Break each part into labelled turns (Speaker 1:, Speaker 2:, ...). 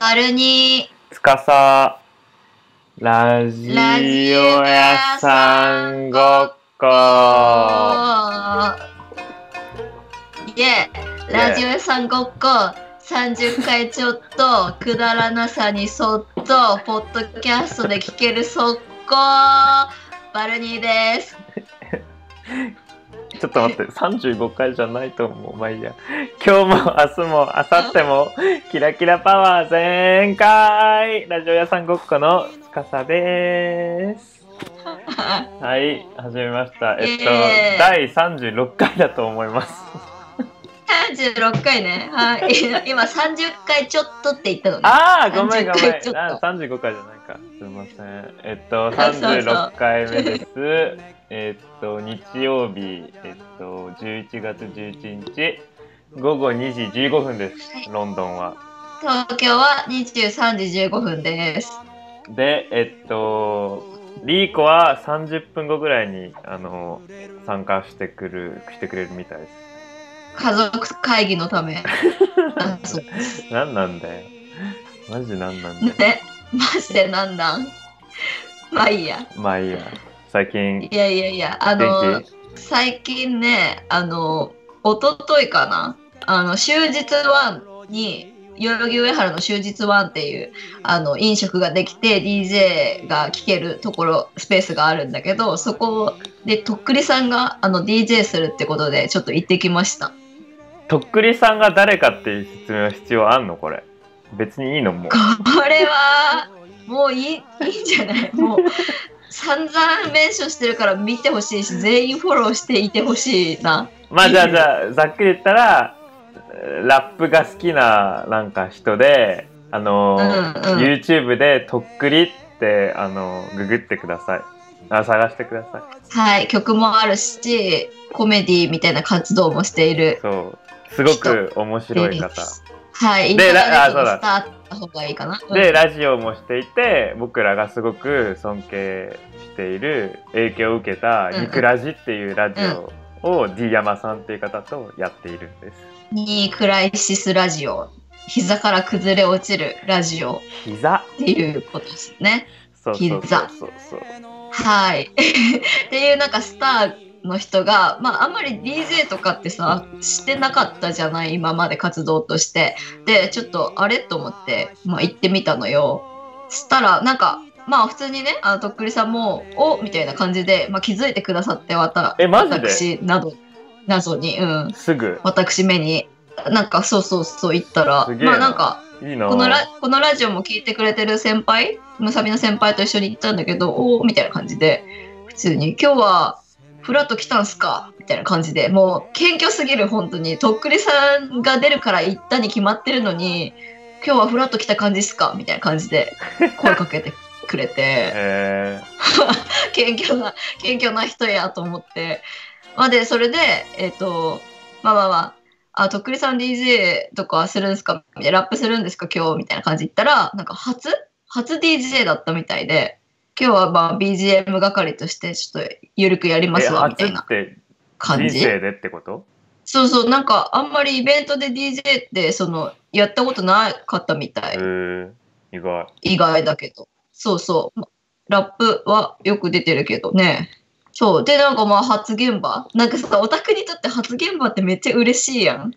Speaker 1: 丸に、
Speaker 2: つかさ、ラジ
Speaker 1: ラジ
Speaker 2: オ
Speaker 1: オ
Speaker 2: 屋
Speaker 1: 屋
Speaker 2: さ
Speaker 1: さ
Speaker 2: ん
Speaker 1: ん
Speaker 2: ご
Speaker 1: ご
Speaker 2: っ
Speaker 1: っ
Speaker 2: こ。
Speaker 1: イエーラジオ屋さんごっこ30回ちょっとくだらなさにそっとポッドキャストで聞ける速攻バルニーです
Speaker 2: ちょっと待って、35回じゃないと思う。まあいいや。今日も明日も明後日も、キラキラパワー全開ラジオ屋さんごっこのつかさです。はい、始めました。えっと、
Speaker 1: イエーイ
Speaker 2: 第36回だと思います。
Speaker 1: 36回ねはい今30回ちょっとって言ったのね
Speaker 2: ああ、ごめんごめ
Speaker 1: 30回ちょ
Speaker 2: ん。
Speaker 1: っと
Speaker 2: な35回じゃないか。すみません。えっと、
Speaker 1: そうそう
Speaker 2: 36回目です。えっと、日曜日、えっと、11月11日、午後2時15分です
Speaker 1: はい。
Speaker 2: ロンドンは。
Speaker 1: 東京は23時15分です
Speaker 2: で、えっと、リーコは30分後ぐらいに、あの、参加してくる、してくれるみたいです。
Speaker 1: 家族会議のためあそう
Speaker 2: なんなんだよ。マジなんなんだよ。
Speaker 1: ねマジでなんなんまあいいや
Speaker 2: まあいいや。最近
Speaker 1: い、やいやいやあ
Speaker 2: 元
Speaker 1: の
Speaker 2: 気
Speaker 1: 最近ねあの一昨日かなあの終日ワンに代々木上原の終日ワンっていうあの飲食ができて DJ が聴けるところスペースがあるんだけどそこでとっくりさんがあの DJ するってことでちょっと行ってきました
Speaker 2: とっくりさんが誰かっていう説明は必要あんのこれ別にいいのもう
Speaker 1: これはもういいいいんじゃないもう散々メンションしてるから見てほしいし全員フォローしていてほしいな
Speaker 2: まあじゃあじゃあざっくり言ったらえーラップが好きななんか人であのー、
Speaker 1: うんうん
Speaker 2: YouTube で「とっくり」ってあのーググってくださいあ探してくださ
Speaker 1: はい曲もあるしコメディみたいな活動もしてい
Speaker 2: い
Speaker 1: る
Speaker 2: そうすごく面白い方
Speaker 1: はいインタ
Speaker 2: で
Speaker 1: ーネット
Speaker 2: あ
Speaker 1: も
Speaker 2: そ
Speaker 1: 伝
Speaker 2: う
Speaker 1: わった方がいいかな
Speaker 2: でラジオもしていて僕らがすごく尊敬している影響を受けた「ニクラジ」っていうラジオを D 山さんっていう方とやっているんです
Speaker 1: 「ニークライシスラジオ」膝から崩れ落ちるラジオ
Speaker 2: 膝
Speaker 1: っていうことですね
Speaker 2: そうそうそうそうそう
Speaker 1: はい。 っていうなんかスターの人が、まあ、あんまり DJ とかってさしてなかったじゃない今まで活動として。でちょっとあれと思って、まあ、行ってみたのよ。したらなんかまあ普通にねあのとっくりさんも「おみたいな感じで、まあ、気づいてくださってわた
Speaker 2: えマジで
Speaker 1: 私など謎に、うん、
Speaker 2: すぐ
Speaker 1: 私目になんかそうそうそう言ったら
Speaker 2: すげえな
Speaker 1: まあなんか
Speaker 2: いいな
Speaker 1: このラこのラジオも聞いてくれてる先輩むさびの先輩と一緒に行ったんだけどおおみたいな感じで普通に「今日はフラット来たんすか?」みたいな感じでもう謙虚すぎる本当にとっくりさんが出るから行ったに決まってるのに「今日はフラット来た感じっすか?」みたいな感じで声かけてくれ て
Speaker 2: え
Speaker 1: 謙虚な謙虚な人やと思ってまあでそれでえっ、とまあまあまああ、とっくりさん DJ とかするんですかみたいなラップするんですか今日みたいな感じで言ったら、なんか初初 DJ だったみたいで、今日はまあ BGM 係としてちょっとゆるくやり
Speaker 2: ー、
Speaker 1: ますわ、み
Speaker 2: え
Speaker 1: たい
Speaker 2: 初
Speaker 1: な
Speaker 2: って
Speaker 1: 感
Speaker 2: 人
Speaker 1: じ。
Speaker 2: 生でってこと
Speaker 1: そうそう、なんかあんまりイベントで DJ ってその、やったことなかったみた
Speaker 2: え
Speaker 1: い。
Speaker 2: ー、意外
Speaker 1: 意外だけど。そうそう。ラップはよく出てるけどね。そう。で、なんかまあ初現場。なんかさ、オタクにとって初現場ってめっちゃ嬉しいやん。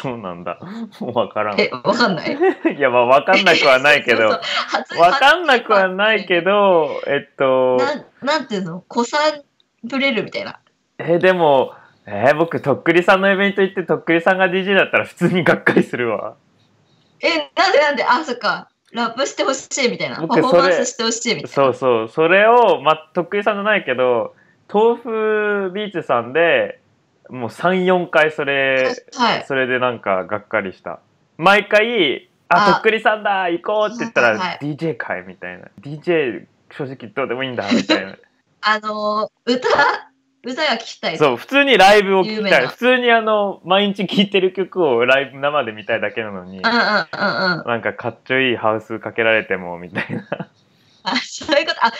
Speaker 2: そうなんだもう分からん
Speaker 1: え、わかんない
Speaker 2: いやまあ分かんなくはないけど
Speaker 1: そうそう
Speaker 2: 分かんなくはないけどえっと
Speaker 1: ななんていうの子さんぶれるみたいな。
Speaker 2: えーでもえー僕とっくりさんのイベント行ってとっくりさんが DJ だったら普通にがっかりするわ
Speaker 1: え、なんでなんであ、そっか。ラップしてほしいみたいな。パ
Speaker 2: 僕
Speaker 1: フォーマン
Speaker 2: それ
Speaker 1: スしてほしいみたいな。
Speaker 2: そうそうそれを、まあ、とっくりさんじゃないけど豆腐ビーチさんでもう34回それ
Speaker 1: はい。
Speaker 2: それでなんかがっかりした毎回「あ
Speaker 1: あ
Speaker 2: とっくりさんだ行こう」って言った
Speaker 1: はいは
Speaker 2: ら
Speaker 1: い
Speaker 2: 「DJ 会」みたいな「DJ 正直どうでもいい んだ」みたいな
Speaker 1: あのー歌、歌が聞きたい。
Speaker 2: そう普通にライブを聴き
Speaker 1: 有名
Speaker 2: たい
Speaker 1: な
Speaker 2: 普通にあの毎日聴いてる曲をライブ生で見たいだけなのに
Speaker 1: うんうんうんうん。あ、
Speaker 2: なんかかっちょいいハウスかけられてもみたい な
Speaker 1: そういうこと。あ、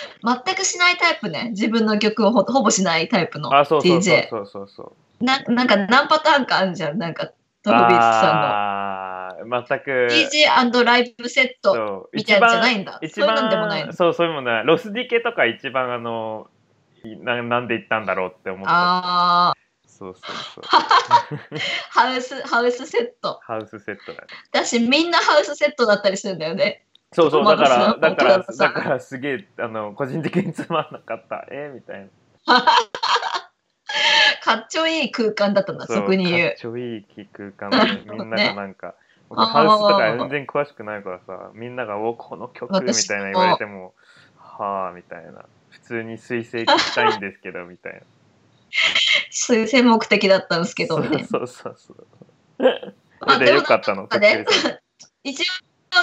Speaker 1: 全くしないタイプね。自分の曲をほほぼしないタイプの DJ。
Speaker 2: あそうそうそうそうそうそう
Speaker 1: ななんか何パターンかあるじゃん。なんか、トムビーツさんの。
Speaker 2: あは全く
Speaker 1: DJ& ライブセット
Speaker 2: そう
Speaker 1: みたいなのじゃないんだ。
Speaker 2: 一
Speaker 1: そういう
Speaker 2: 番
Speaker 1: なんでもないの。
Speaker 2: そうそういうものはロスディケとか一番あのいななんで行ったんだろうって思った
Speaker 1: あー
Speaker 2: そうそうそう
Speaker 1: ハウス、ハウスセット。
Speaker 2: ハウスセットだね
Speaker 1: だし、みんなハウスセットだったりするんだよね。
Speaker 2: そうそうだから
Speaker 1: トマ
Speaker 2: だ
Speaker 1: トさん
Speaker 2: から
Speaker 1: トマトさ
Speaker 2: だ
Speaker 1: ん
Speaker 2: からすげえあの個人的につまんなかったえー、みたいな
Speaker 1: かっちょいい空間だったんだ、
Speaker 2: そう
Speaker 1: 俗に言
Speaker 2: か
Speaker 1: う
Speaker 2: っ。ちょいい空間でみんながなんか、僕
Speaker 1: あー
Speaker 2: ハウスとか全然詳しくないからさみんなが「おこの曲」み
Speaker 1: 私も
Speaker 2: たいな言われても「はあ」みたいな普通に水星聞きたいんですけどみたいな
Speaker 1: そういう専目的だったんですけどね。
Speaker 2: そうそうそうそ
Speaker 1: まあ
Speaker 2: れで
Speaker 1: でも
Speaker 2: よかった
Speaker 1: な
Speaker 2: の
Speaker 1: んか
Speaker 2: とっ
Speaker 1: ね
Speaker 2: くりさん
Speaker 1: 一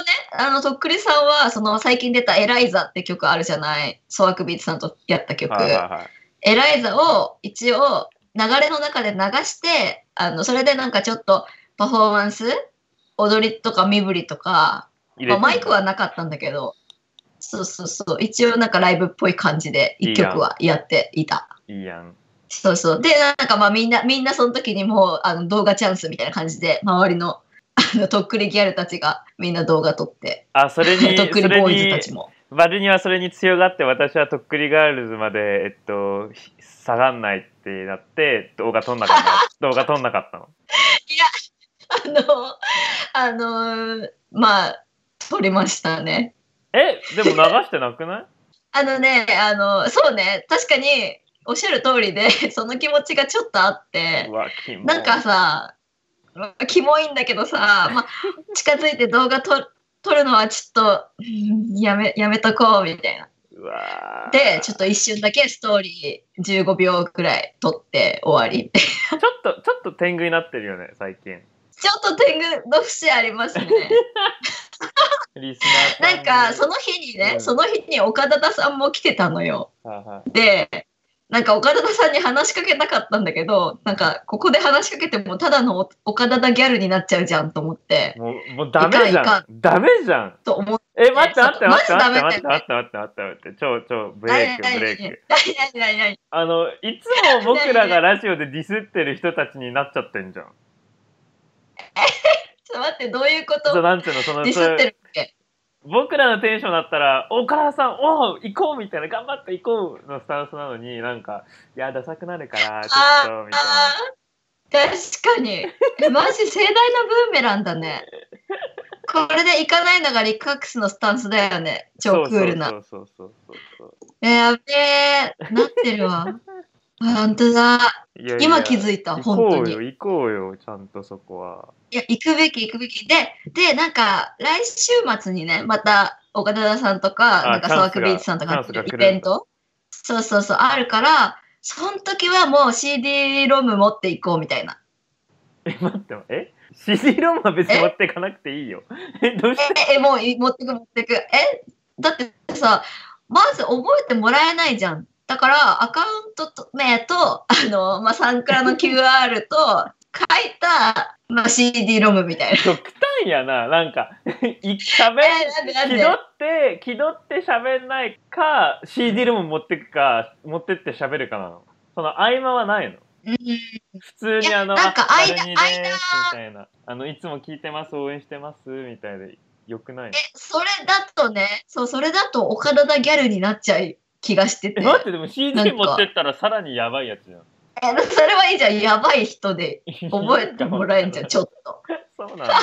Speaker 1: 応ね、あの、とっくりさんは、その最近出たエライザって曲あるじゃない。ソワクビーツさんとやった曲。
Speaker 2: はいはいはい
Speaker 1: エライザを一応流れの中で流してあのそれでなんかちょっとパフォーマンス踊りとか身振りとか、
Speaker 2: 入れて
Speaker 1: まあ、マイクはなかったんだけどそうそうそう一応なんかライブっぽい感じで
Speaker 2: いいやん
Speaker 1: 一曲はやっていた
Speaker 2: いいやん
Speaker 1: そうそうでなんかまあみんなみんなその時にもうあの動画チャンスみたいな感じで周りのあのとっくりギャルたちがみんな動画撮って
Speaker 2: あそれ に
Speaker 1: とっくり
Speaker 2: そ
Speaker 1: ボ
Speaker 2: れ
Speaker 1: ーイズた
Speaker 2: に
Speaker 1: ちも
Speaker 2: バルニはそれに強がって私はとっくりガールズまでえっとひ下がんないってなって動画撮んなかった 動画撮んなかったの
Speaker 1: あのあのまあ撮りましたね
Speaker 2: えでも流してなくない
Speaker 1: あのね、あの、そうね、確かにおっしゃる通りで、その気持ちがちょっとあって
Speaker 2: う、わキモ
Speaker 1: なんかさ、まあキモいんだけどさ、まあ、近づいて動画撮撮るのはちょっとうんやめやめとこうみたいな。
Speaker 2: うわ
Speaker 1: で、ちょ
Speaker 2: っ
Speaker 1: っと一瞬だけストーリー15秒くらい撮って終わり。
Speaker 2: とちょっとちょっと天狗になってるよね最近
Speaker 1: ちょっと天狗の節あります ね。
Speaker 2: リスナー
Speaker 1: なんかそ
Speaker 2: の
Speaker 1: の日に
Speaker 2: う
Speaker 1: ね、
Speaker 2: ん
Speaker 1: その日に岡田さんも来てたのよ。
Speaker 2: はいはい
Speaker 1: でなんか岡田さんに話しかけたかったんだけどなんかここで話しかけてもただの岡田ギャルになっちゃうじゃんと思って
Speaker 2: もうもうダメ
Speaker 1: い
Speaker 2: じ
Speaker 1: かんいか
Speaker 2: ゃんダメじゃん
Speaker 1: と思って
Speaker 2: え待って待って
Speaker 1: ちょっと
Speaker 2: 待って待って
Speaker 1: マ
Speaker 2: 待っ
Speaker 1: ジ
Speaker 2: て
Speaker 1: ダメだよね
Speaker 2: 待って待って待って待ってちょちょブレイクブレイク
Speaker 1: 何何何
Speaker 2: あのいつも僕らがラジオでディスってる人たちになっちゃってんじゃん
Speaker 1: ちょっと待ってどういうこ
Speaker 2: そう
Speaker 1: と
Speaker 2: なんていうのその
Speaker 1: ディス
Speaker 2: そう
Speaker 1: ってるっけ
Speaker 2: 僕らのテンションだったら「お母さんおう行こう」みたいな「頑張って行こう」のスタンスなのになんか「いやダサくなるからちょっと」みたい
Speaker 1: あ
Speaker 2: な
Speaker 1: ー確かにえマジ盛大なブーメランだねこれで行かないのがリックアックスのスタンスだよね超クールな
Speaker 2: そうそうそうそうそうそ
Speaker 1: えやべえなってるわ 本当だ
Speaker 2: ういやいや
Speaker 1: 今気づいた本当
Speaker 2: 行こう
Speaker 1: に
Speaker 2: よ行こうよちゃんとそこはい
Speaker 1: や、行くべき、行くべき。で、で、なんか、来週末にね、また、岡田さんとか、
Speaker 2: あ
Speaker 1: なんか、
Speaker 2: チャンス
Speaker 1: 沢
Speaker 2: が
Speaker 1: 久ビーチさんとか
Speaker 2: チャンスが来
Speaker 1: イ
Speaker 2: るんだ
Speaker 1: ベントそうそうそう、あるから、その時はもう CD ロム持っていこうみたいな。
Speaker 2: え待ってえ CD ロムは別に持っていかなくていいよえどうして
Speaker 1: え、え、もうい持ってく持ってく。え、だってさ、まず覚えてもらえないじゃん。だから、アカウントと名と、あの、まあ、サンクラの QR と、書いた、まあ、CD ロムみたいな。
Speaker 2: 極端やななんかい喋
Speaker 1: え
Speaker 2: る
Speaker 1: なんでなん
Speaker 2: 気
Speaker 1: で
Speaker 2: 取って気取って喋んないか CD ロム持ってくか持ってって喋るかなのその合間はないの
Speaker 1: うん
Speaker 2: 普通にあの
Speaker 1: いやなんか
Speaker 2: あ
Speaker 1: 間
Speaker 2: 誰にですみたいなあのいつも聞いてます応援してますみたいでよくないの
Speaker 1: それだとね、そう、それだと岡田ギャルになっちゃう気がしてて。
Speaker 2: え
Speaker 1: え、
Speaker 2: 待ってでも CD
Speaker 1: なん
Speaker 2: 持
Speaker 1: か
Speaker 2: ってったらさらにやばいやつじゃん
Speaker 1: それはいいじゃん。やばい人で 覚えてもらえんじゃん、ちょっと。
Speaker 2: そうなんだ。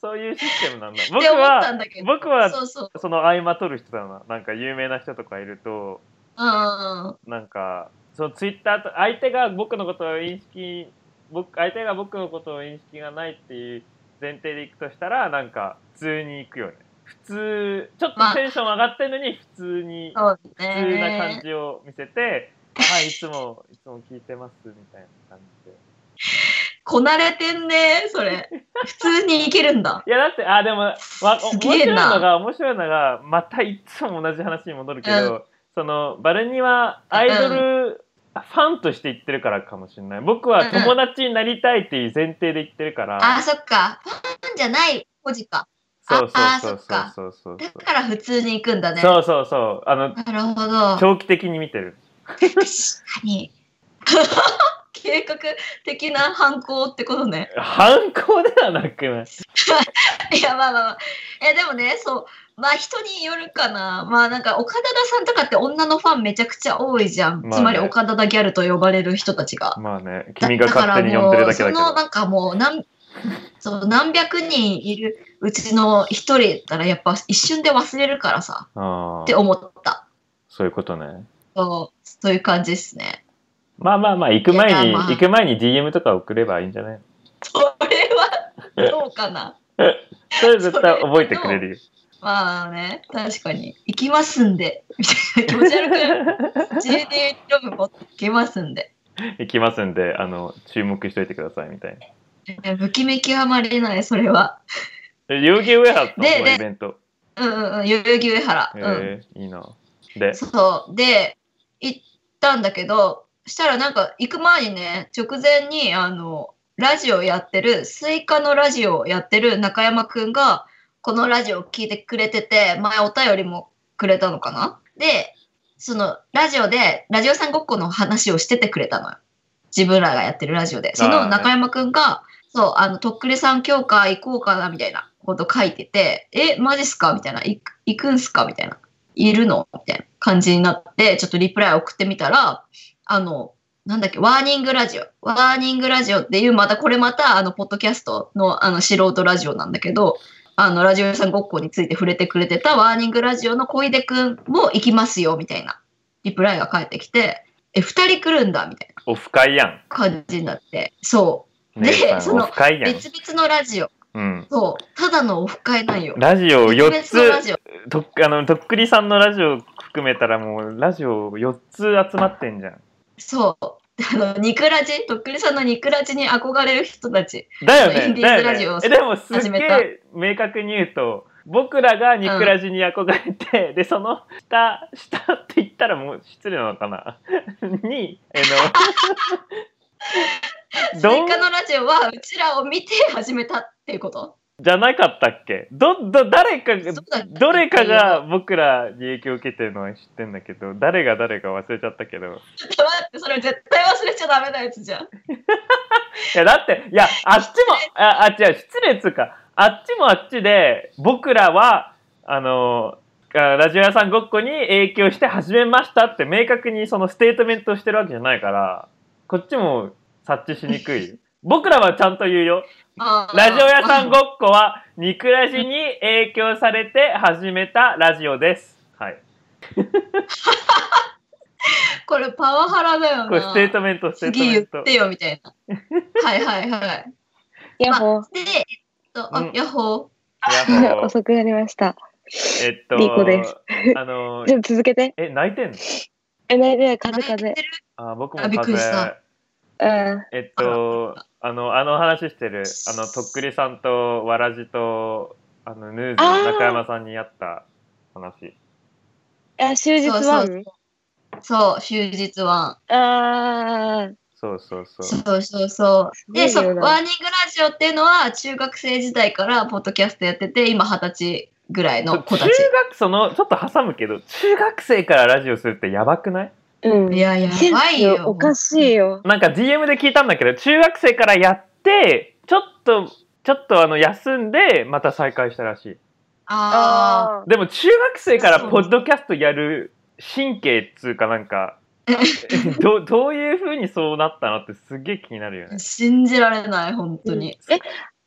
Speaker 2: そういうシステムなんだ。
Speaker 1: っ
Speaker 2: 僕
Speaker 1: て思った
Speaker 2: は、
Speaker 1: んだけど。
Speaker 2: 僕は
Speaker 1: そうそう。
Speaker 2: その合間取る人だな。なんか有名な人とかいると、
Speaker 1: うんうんうん。
Speaker 2: なんか、そのツイッターと、相手が僕のことを認識、僕、相手が僕のことを認識がないっていう前提でいくとしたら、なんか、普通に行くよね。普通、ちょっ
Speaker 1: ま
Speaker 2: と
Speaker 1: あ
Speaker 2: テンション上がってるのに、普通に、
Speaker 1: そう
Speaker 2: 普通な感
Speaker 1: ね。
Speaker 2: じを見せて、はい、いつも、いつも聞いてます、みたいな感じで。
Speaker 1: こなれてんね、それ。普通にいけるんだ。
Speaker 2: いやだってあでもわ
Speaker 1: す
Speaker 2: 面白
Speaker 1: げ
Speaker 2: い
Speaker 1: え
Speaker 2: の
Speaker 1: な
Speaker 2: が面白いのがまたいつも同じ話に戻るけど、そのバルニはアイドルファンとして言ってるからかもしれない僕は友達になりたいっていう前提で言ってるから、
Speaker 1: あ、そっか。ファンじゃないポジか。
Speaker 2: そうそう
Speaker 1: あ
Speaker 2: そうそうそうそう
Speaker 1: だから普通に行くんだね。
Speaker 2: そうそうそうあの
Speaker 1: なるほど。
Speaker 2: 長期的に見てる
Speaker 1: 確かに。 計画的な犯行ってことね。
Speaker 2: 犯行ではなくない
Speaker 1: いや、まあまあまあ。え、でもね、そう。まあ人によるかな。まあなんか岡田さんとかって女のファンめちゃくちゃ多いじゃん。
Speaker 2: まあね
Speaker 1: つまり岡田ギャルと呼ばれる人たちが。
Speaker 2: まあね、君が勝手に呼んでるだけ
Speaker 1: だからもうそ
Speaker 2: だけ
Speaker 1: の
Speaker 2: ど。
Speaker 1: なんかもう何そう何百人いるうちの一人だったらやっぱ一瞬で忘れるからさ
Speaker 2: あ
Speaker 1: って
Speaker 2: あ、
Speaker 1: 思った
Speaker 2: そういうことね。
Speaker 1: そうそういう感じですね
Speaker 2: まあまあまあ、行く前
Speaker 1: い
Speaker 2: に、
Speaker 1: やまあ
Speaker 2: 行く前に DM とか送ればいいんじゃない
Speaker 1: それはどうかな
Speaker 2: それ絶対覚えてくれるよ。
Speaker 1: まあね確かに行きますんでみたいな気持ち悪くない GD ロム持って行きますんで
Speaker 2: 行きますんで、あの、注目しといてくださいみたい
Speaker 1: え不気味極まれないそれは
Speaker 2: な。え代々木上原の
Speaker 1: で
Speaker 2: そのイベント。
Speaker 1: うんうんうん代々木上原、うん
Speaker 2: ええいいな。で、
Speaker 1: そう。で、行ったんだけど、したらなんか行く前にね、直前に、あの、ラジオやってる、スイカのラジオやってる中山くんが、このラジオ聞いてくれてて、前お便りもくれたのかなで、そのラジオで、ラジオさんごっこの話をしててくれたのよ。自分らがやってるラジオで。その中山くんが、そう、あの、とっくりさん協会行こうかな、みたいなこと書いてて、え、マジっすかみたいな、行く行くんすかみたいな。いるのみたいな感じになって、ちょっとリプライ送ってみたら、あの、なんだっけ、ワーニングラジオ。ワーニングラジオっていう、またこれまた、あの、ポッドキャストの、あの、素人ラジオなんだけど、あの、ラジオ屋さんごっこについて触れてくれてたワーニングラジオの小出くんも行きますよ、みたいなリプライが返ってきて、え、二人来るんだ、みたいな
Speaker 2: オフ会やん。
Speaker 1: 感じになって、そ
Speaker 2: ねえさ
Speaker 1: そ
Speaker 2: ん、オ
Speaker 1: の
Speaker 2: フ会
Speaker 1: う、
Speaker 2: やん。
Speaker 1: 別々のラジオ。
Speaker 2: うん。
Speaker 1: そう、ただのオフ会なんよ。
Speaker 2: ラジオ4
Speaker 1: 別々のラ
Speaker 2: つ、
Speaker 1: ジオ。
Speaker 2: とっあのとっくりさんのラジオ含めたらもう、ラジオ4つ集まってんじゃん。
Speaker 1: そう。あの、肉ラジ、とっくりさんの肉ラジに憧れる人たち。
Speaker 2: だよ
Speaker 1: イン
Speaker 2: ね。
Speaker 1: ディー
Speaker 2: だ
Speaker 1: ズ
Speaker 2: よ
Speaker 1: ラジオを。
Speaker 2: ねえでもすっ
Speaker 1: 始
Speaker 2: げ
Speaker 1: めた
Speaker 2: え明確に言うと僕らがニクラジに憧れて、でその下下って言ったらもう失礼なのかな にえ の
Speaker 1: スイ
Speaker 2: どん
Speaker 1: カのラジオはうちらを見て始めたっていうこと
Speaker 2: じゃなかったっけどど誰かが
Speaker 1: そうだっけ
Speaker 2: どれかが僕らに影響を受けてるのは知ってんだけど誰が誰か忘れちゃったけど
Speaker 1: ちょっと待ってそれ絶対忘れちゃダメなやつじゃん
Speaker 2: いやだっていやあっちもああ違う失礼っつうかあっちもあっちで僕らはあのあラジオ屋さんごっこに影響して始めましたって明確にそのステートメントをしてるわけじゃないからこっちも察知しにくいよ僕らはちゃんと言うよ
Speaker 1: あー
Speaker 2: ラジオ屋さんごっこは肉ラジに影響されて始めたラジオですはい
Speaker 1: これパワハラだよ
Speaker 2: これ
Speaker 1: な
Speaker 2: ステートメントステート
Speaker 1: 次
Speaker 2: メ
Speaker 1: 言
Speaker 2: ント
Speaker 1: ってよみたいな はいはいはい
Speaker 3: やっほ
Speaker 1: でえっとあ、
Speaker 2: うん
Speaker 1: ヤッホ
Speaker 2: いや
Speaker 3: ー
Speaker 2: もう
Speaker 3: 遅くなりました。
Speaker 2: えっと
Speaker 3: リコです
Speaker 2: あの
Speaker 3: じゃあ続けて。
Speaker 2: え泣いてんの
Speaker 3: え、ね、ね、
Speaker 1: ー
Speaker 3: 風
Speaker 1: 泣い
Speaker 3: 風
Speaker 1: て。る
Speaker 2: あ僕も
Speaker 1: あびっくりした
Speaker 2: 風邪
Speaker 3: うん。
Speaker 2: えっと、あの、あの話してる、あの、とっくりさんと、わらじと、あの、ヌーズ
Speaker 3: あー
Speaker 2: の中山さんに会った話。
Speaker 3: あ、終
Speaker 1: そ
Speaker 3: 日
Speaker 1: う
Speaker 3: ワ
Speaker 1: そ
Speaker 3: ン
Speaker 1: うそう終日は
Speaker 3: あー
Speaker 2: そうそうそう。
Speaker 1: そうそうそう。で、
Speaker 3: す
Speaker 1: そ
Speaker 3: ご
Speaker 1: う
Speaker 3: いよな
Speaker 1: ワーニングラジオっていうのは中学生時代からポッドキャストやってて、今二十歳ぐらいの 子
Speaker 2: 中
Speaker 1: たち。
Speaker 2: 学、その、ちょっと挟むけど、中学生からラジオするってやばくない
Speaker 3: うん。
Speaker 1: いや、や
Speaker 3: セン
Speaker 1: ばい
Speaker 3: ス
Speaker 1: よ。
Speaker 3: おかしいよ。
Speaker 2: なんか DM で聞いたんだけど、中学生からやって、ちょっと、ちょっとあの、休んで、また再開したらしい。
Speaker 1: あ
Speaker 3: あー。
Speaker 2: でも、中学生からポッドキャストやる神経っつうかな んか、どうどういうふうにそうなったのってすっげえ気になるよね
Speaker 1: あ、。信じられない、本当に。
Speaker 3: え、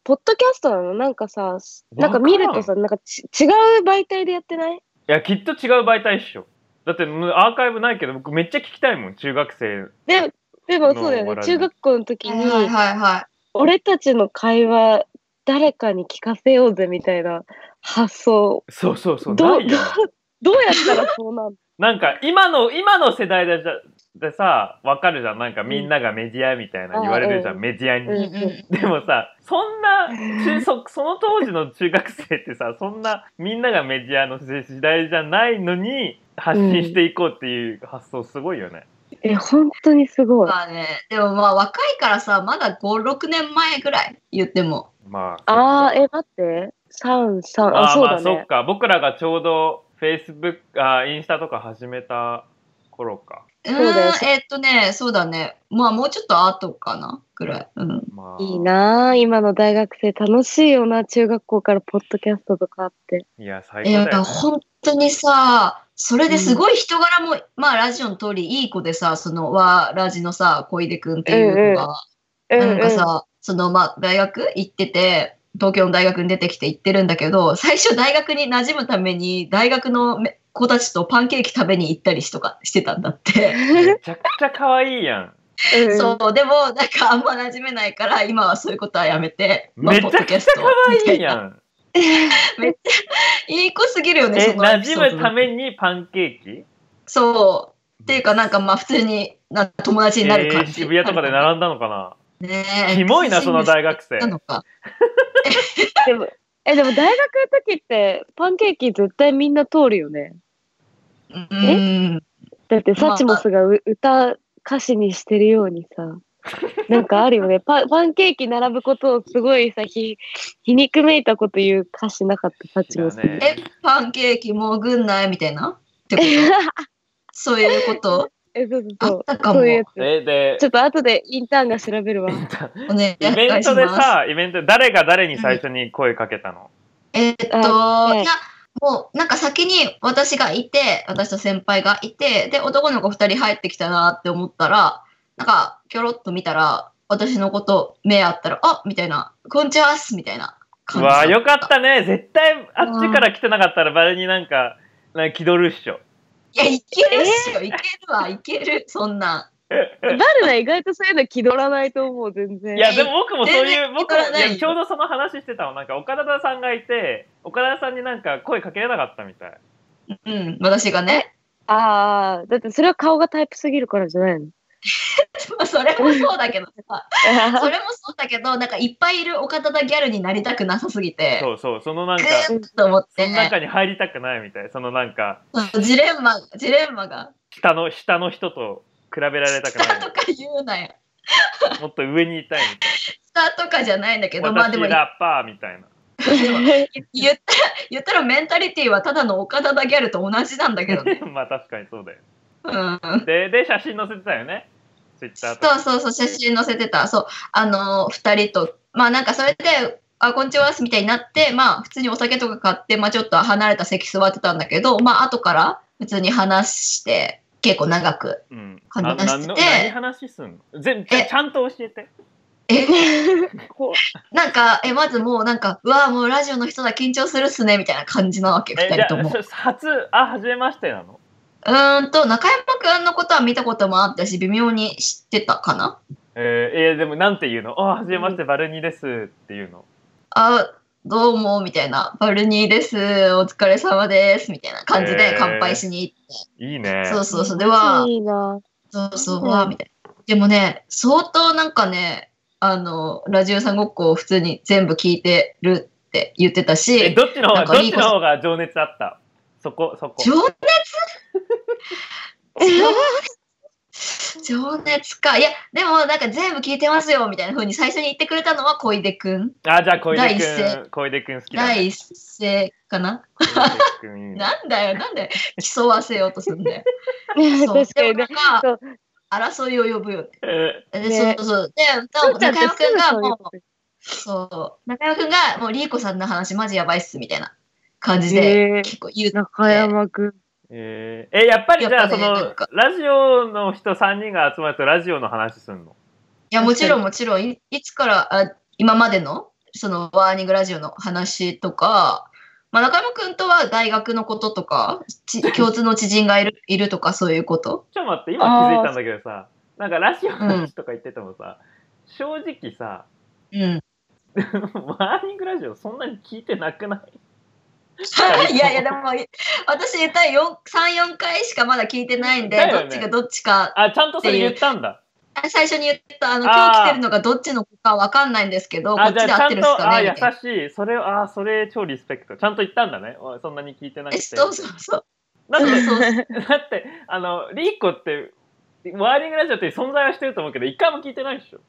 Speaker 3: ポッドキャストなのなんかさ、なんか見るとさ、なんかち違う媒体でやってない
Speaker 2: いや、きっと違う媒体っしょ。だって、むアーカイブないけど、僕めっちゃ聞きたいもん、中学生。
Speaker 3: で、でもそ
Speaker 2: もう終わ
Speaker 3: うだよ
Speaker 2: ら
Speaker 3: ね。
Speaker 2: ない
Speaker 3: 中学校の時
Speaker 1: はいはい
Speaker 3: に、
Speaker 1: はいは
Speaker 3: 俺たちの会話、誰かに聞かせようぜみたいな発想。
Speaker 2: そうそうそう、
Speaker 3: ど
Speaker 2: な
Speaker 3: う、
Speaker 2: い
Speaker 3: ど
Speaker 2: よ
Speaker 3: う
Speaker 2: ね。、
Speaker 3: どうやったらそうなる
Speaker 2: なんか、今の、今の世代でじゃでさ、わかるじゃん。なんか、みんながメディアみたいな言われるじゃん、
Speaker 3: うん
Speaker 2: メディア
Speaker 1: い。
Speaker 3: う
Speaker 2: に。
Speaker 3: んうん
Speaker 2: でもさ、そんな、 中そその当時の中学生ってさ、そんな、みんながメディアの時代じゃないのに、発信していこうっていう発想すごいよね。
Speaker 3: え、本当にすごい。
Speaker 1: まあね、でもまあ若いからさ、まだ5、6年前ぐらい言っても。
Speaker 2: まあ。
Speaker 3: あー、え、待って。三三あ、
Speaker 2: あ
Speaker 3: そう
Speaker 2: まあ
Speaker 3: だ
Speaker 2: そっ
Speaker 3: ね。
Speaker 2: か僕らがちょうど Facebook あインスタとか始めた頃か
Speaker 1: うーん
Speaker 3: そうだよ
Speaker 1: えーっとねそうだねまあもうちょっと後かなぐらい、うん、
Speaker 2: まあ、
Speaker 3: いいなあ今の大学生楽しいよな中学校からポッドキャストとかあって
Speaker 2: いや、最
Speaker 1: えー、だ
Speaker 2: 高だよ、ね
Speaker 1: から。本当にさ、それですごい人柄も、まあラジオの通りいい子でさ、そのわラジのさ、小出くんっていう子が、なんかさ、そのまあ大学行ってて、東京の大学に出てきて行ってるんだけど、最初大学に馴染むために大学のめ子たちとパンケーキ食べに行ったりしとかしてたんだって。
Speaker 2: めちゃくちゃ可愛いやん。
Speaker 3: うんうん
Speaker 1: そう、でもなんかあんま馴染めないから、今はそういうことはやめて、まあ
Speaker 2: めちゃくちゃ
Speaker 1: ポッドキャスト
Speaker 2: 可
Speaker 1: みた
Speaker 2: 愛
Speaker 1: い
Speaker 2: い
Speaker 1: な
Speaker 2: やん。
Speaker 1: いい子すぎるよね、
Speaker 2: え、
Speaker 1: そのエ
Speaker 2: 馴
Speaker 1: ピソード
Speaker 2: 染むためにパンケーキ
Speaker 1: そう。っていうかなんかまあ普通にな友達になる感じ、
Speaker 2: えー渋谷とかで並んだのか
Speaker 1: ね
Speaker 2: な
Speaker 1: え
Speaker 2: キモいな、その大学生
Speaker 1: な。のか
Speaker 3: でもえでも大学の時ってパンケーキ絶対みんな通るよね
Speaker 1: うん
Speaker 3: だって
Speaker 1: まあ
Speaker 3: サチモスがう、歌歌詞にしてるようにさなんかあ るよねパパンケーキ並ぶことをすごいさひ皮肉めいたこと言う歌詞なかったサチモスに、
Speaker 2: だね
Speaker 1: えパンケーキもぐんないみたいなってことそういうこと
Speaker 3: えそうそう
Speaker 1: あ
Speaker 3: そ
Speaker 1: っ
Speaker 3: う
Speaker 1: たかも
Speaker 3: そういうやつ
Speaker 2: え、で
Speaker 3: ちょ、っと後でインターンが調べるわ
Speaker 1: お願いし
Speaker 2: イ
Speaker 1: ます
Speaker 2: ベントでさ、イベントで誰が誰に最初に声かけたの、
Speaker 1: えーっと、
Speaker 3: あええ
Speaker 1: いやもうなんか先に私がいて私と先輩がいてで男の子2人入ってきたなって思ったらなんかキョロッと見たら私のこと目あったら「あみたいな「こんにちはっす」みたいな
Speaker 2: う
Speaker 1: 感じだ
Speaker 2: わーよかったね絶対あっちから来てなかったらバレになんかなんか気取るっしょ
Speaker 1: いや、いけるっすよ。いけるわ、いける。そんな。
Speaker 3: バルナ意外とそういうの気取らないと思う全然
Speaker 2: いやでも僕もそういう僕も
Speaker 1: 全然気取らないよ
Speaker 2: いやちょうどその話してたのなんか岡田さんがいて岡田さんになんか声かけれなかったみたい
Speaker 1: うん、私がね。
Speaker 3: ああだってそれは顔がタイプすぎるからじゃないの
Speaker 1: まあそれもそうだけど さ。それもそうだけど、なんかいっぱいいるお方だギャルになりたくなさすぎて、
Speaker 2: そうそうそのなん
Speaker 1: ぐ
Speaker 2: か
Speaker 1: ーっと思っ
Speaker 2: そ
Speaker 1: て
Speaker 2: の
Speaker 1: ね。
Speaker 2: 中に入りたくないみたいそのなんか
Speaker 1: そうジレンマ、ジレンマが。
Speaker 2: 下の下の人と比べられたく
Speaker 1: 下
Speaker 2: な
Speaker 1: とか言うなよ。
Speaker 2: いもっと上にいたいみたい
Speaker 1: 下とかじゃないんだけど、まあで
Speaker 2: 私
Speaker 1: も、
Speaker 2: ラッパーみたいな
Speaker 1: でも言った ら、言ったらメンタリティはただのお方だギャルと同じなんだけど ね。
Speaker 2: まあ確かにそうだよ
Speaker 1: うん。
Speaker 2: でで写真載せてたよねツイッターとか
Speaker 1: そうそうそう、写真載せてた。そう、あのー、2人と。まあなんかそれで、あ、こんにちは、みたいになって、まあ普通にお酒とか買って、まあちょっと離れた席座ってたんだけど、まあ後から普通に話して、結構長く。
Speaker 2: うん、
Speaker 1: 話して
Speaker 2: ななんの何話すんの全ちゃ
Speaker 1: え
Speaker 2: ちゃんと教えて。
Speaker 3: こ
Speaker 1: なんか、え、まずもうなんか、うわ、もうラジオの人だ、緊張するっすね、みたいな感じなわけ、
Speaker 2: え
Speaker 1: 2人とも。
Speaker 2: そ初あ初めましてなの。
Speaker 1: うーんと、中山くんのことは見たこともあったし、微妙に知ってたかな。
Speaker 2: えー、えーでもなんて言うの？あ初めましてバルニーですっていうの。
Speaker 1: あ、どうも、みたいな。バルニーです、お疲れ様です、みたいな感じ
Speaker 2: へ
Speaker 1: で
Speaker 2: ー
Speaker 1: 乾杯しに行って。
Speaker 2: いいね。
Speaker 1: そう
Speaker 3: う
Speaker 1: そうそう。では、
Speaker 3: いいな
Speaker 1: そうそう、
Speaker 3: うん
Speaker 1: わーみたいな。でもね、相当なんかね、あの、ラジオさんごっこを普通に全部聞いてるって言ってた
Speaker 2: え
Speaker 1: し、
Speaker 2: どっちの方
Speaker 1: な
Speaker 2: が
Speaker 1: ん
Speaker 2: ど
Speaker 1: か
Speaker 2: っ
Speaker 1: いい
Speaker 2: ち
Speaker 1: こと
Speaker 2: の方が情熱あった。そこそこ。
Speaker 1: 情熱 情熱か。いや、でもなんか全部聞いてますよ、みたいな風に最初に言ってくれたのは小出くん。
Speaker 2: あじゃあ小出
Speaker 1: 第一声
Speaker 2: 君小出君好きだ、
Speaker 1: 第
Speaker 2: ね。
Speaker 1: 一声かな。
Speaker 2: 小出君いいね。
Speaker 1: なんだよ、なんで競わせようとするん だよ。そう
Speaker 3: 確か
Speaker 1: で
Speaker 3: に
Speaker 1: もな
Speaker 3: ね
Speaker 1: んか
Speaker 3: そう
Speaker 1: 争いを呼ぶよね。
Speaker 2: え
Speaker 1: で
Speaker 3: ね
Speaker 1: そうそう。で、
Speaker 3: そ
Speaker 1: 中
Speaker 3: うちゃんって
Speaker 1: 山くん
Speaker 3: す
Speaker 1: が
Speaker 3: ぐそうい
Speaker 1: も
Speaker 3: う
Speaker 1: う
Speaker 3: こ、と
Speaker 1: そう。中山くんが、もう、リーコさんの話、マジやばいっす、みたいな感じで、
Speaker 3: へえ
Speaker 1: 結構言う。
Speaker 3: 中山くん
Speaker 2: えーえやっぱりじゃ
Speaker 1: や
Speaker 2: あ
Speaker 1: っ
Speaker 2: そ
Speaker 1: ぱね
Speaker 2: の、
Speaker 1: なんか
Speaker 2: ラジオの人三人が集まるとラジオの話すんの。
Speaker 1: いや、もちろん、もちろん、いいつから、あ今までの、その、ワーニングラジオの話とか、まあ、中山くんとは大学のこととか、 ち共通の知人がいるいるとか、そういうこと。
Speaker 2: ちょっと待って、今気づいたんだけどさ、なんかラジオの話とか言っててもさ、正直さ、
Speaker 1: うん。
Speaker 2: マーニングラジオそんなに聞いてなくない
Speaker 1: いやいや、でも、い私、言ったらよん3、4回しかまだ聞いてないんで、
Speaker 2: だ
Speaker 1: ど
Speaker 2: よね
Speaker 1: っちがどっちか、
Speaker 2: あ、ちゃんとそれ言ったんだ。
Speaker 1: あ最初に言った、あの、
Speaker 2: あ
Speaker 1: 今
Speaker 2: ー
Speaker 1: 日来てるのがどっちの子かわかんないんですけど、こ
Speaker 2: あ、
Speaker 1: っ
Speaker 2: じ
Speaker 1: ちで
Speaker 2: ゃ
Speaker 1: 合
Speaker 2: あ
Speaker 1: っ
Speaker 2: ち
Speaker 1: てる
Speaker 2: ゃん
Speaker 1: っす
Speaker 2: と、
Speaker 1: か
Speaker 2: あ、
Speaker 1: ね
Speaker 2: 優
Speaker 1: みたいな。
Speaker 2: しい。それ、あ、それ超リスペクト。ちゃんと言ったんだね。おそんなに聞いてなく
Speaker 1: え
Speaker 2: て。
Speaker 1: そうそうそう。
Speaker 2: だって、
Speaker 1: そうそう
Speaker 2: だって、あの、リーコって、ワーニングラジオっていう存在はしてると思うけど、一回も聞いてないでしょ。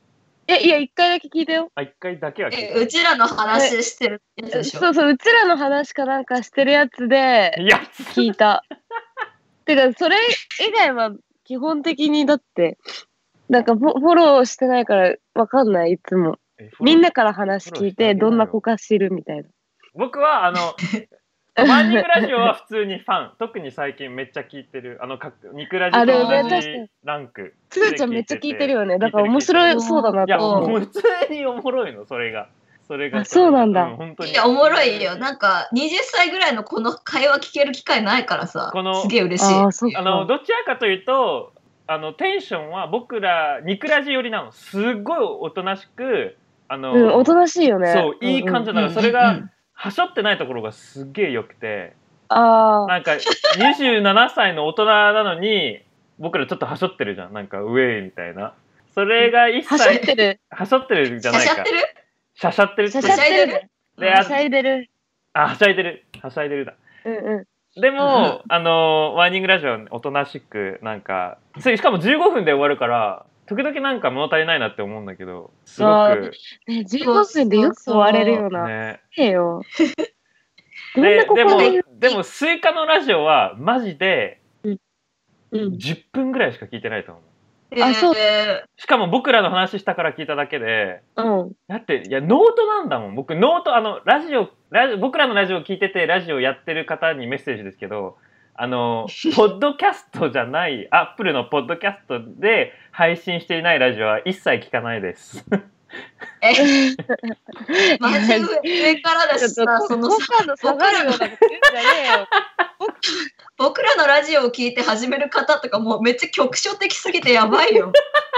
Speaker 3: えいや一回だけ聞いたよ
Speaker 2: あ、一回だけは聞い
Speaker 1: え
Speaker 2: て
Speaker 1: うちらの話してるやつでしょ
Speaker 3: そうそううちらの話かなんかしてるやつで
Speaker 2: い。いや、
Speaker 3: 聞いたてかそれ以外は基本的にだって、なんかフォフォローしてないからわかんない、いつも。 みんなから話聞いて、どんな子か知るみたいな。
Speaker 2: 僕はあ のマ ーニングラジオは普通にファン特に最近めっちゃ聞いてるあのか肉ラジ
Speaker 3: あ
Speaker 1: でも
Speaker 2: と
Speaker 1: ね
Speaker 2: 同
Speaker 3: 確
Speaker 2: じ
Speaker 3: かに
Speaker 2: ランク
Speaker 3: つーちゃんめっちゃ聞いてるよね。だから面
Speaker 1: い
Speaker 2: 聞
Speaker 1: て
Speaker 3: 白
Speaker 1: る
Speaker 3: そうだない
Speaker 2: や
Speaker 3: と
Speaker 2: も
Speaker 3: 思
Speaker 2: う
Speaker 3: う。
Speaker 2: 普通におもろいのそれがそれが
Speaker 3: あそうなんだ
Speaker 2: 本当に
Speaker 1: いや、おもろいよ。なんか、20歳ぐらいのこの会話聞ける機会ないからさ
Speaker 2: この、
Speaker 1: すげえ嬉しい。
Speaker 3: あーそっか
Speaker 2: あのどちらかというとあのテンションは僕ら肉ラジ寄りなのすっごいおとなしくあの、
Speaker 3: うん、おとなしいよね。
Speaker 2: そういい
Speaker 3: んん
Speaker 2: 感じだからそれがはしょってないところがすっげえ良くて
Speaker 3: ああ、
Speaker 2: なんか27歳の大人なのに僕らちょっとはしょってるじゃんなんかウェイみたいなそれが一
Speaker 3: はしゃっ
Speaker 2: 切
Speaker 3: てる。
Speaker 2: はしょってる
Speaker 1: し
Speaker 2: じゃ
Speaker 1: ゃ
Speaker 2: ない
Speaker 1: しゃっ
Speaker 2: か
Speaker 1: てる
Speaker 2: しゃしゃってるっ
Speaker 3: してゃしゃっ
Speaker 1: しゃし
Speaker 3: て
Speaker 1: ゃいで
Speaker 3: る。
Speaker 2: で
Speaker 3: は
Speaker 2: あ
Speaker 3: しゃいでる。
Speaker 2: あはしゃいでるはしゃいでるだ
Speaker 3: うんうん。
Speaker 2: でも、あのワーニングラジオはおとなしくなんかついしかも15分で終わるから時々なんか物足りないなって思うんだけどすご
Speaker 3: あ
Speaker 2: く
Speaker 3: ーね、15分でよく終われるような。
Speaker 2: ね
Speaker 3: ねえ よ。どん
Speaker 2: で
Speaker 3: な
Speaker 2: でも
Speaker 3: 心で言う
Speaker 2: でもスイカのラジオはマジで
Speaker 3: うん。
Speaker 2: 10分ぐらいしか聞いてないと思う
Speaker 3: あそう
Speaker 1: え
Speaker 2: しかも僕らの話したから聞いただけで
Speaker 3: うん。
Speaker 2: だっていやノートなんだもん僕ノートあのラジオラジオ僕らのラジオ聞いててラジオやってる方にメッセージですけどあのポッドキャストじゃないアップルのポッドキャストで配信していないラジオは一切聞かないです
Speaker 1: ーマジ上からだし
Speaker 3: ちょ
Speaker 1: さ
Speaker 3: っ、と
Speaker 1: その
Speaker 3: 好感度下がるようなこと言うんじゃねえよ。
Speaker 1: 僕らのラジオを聞いて始める方とかもうめっちゃ局所的すぎてやばいよ。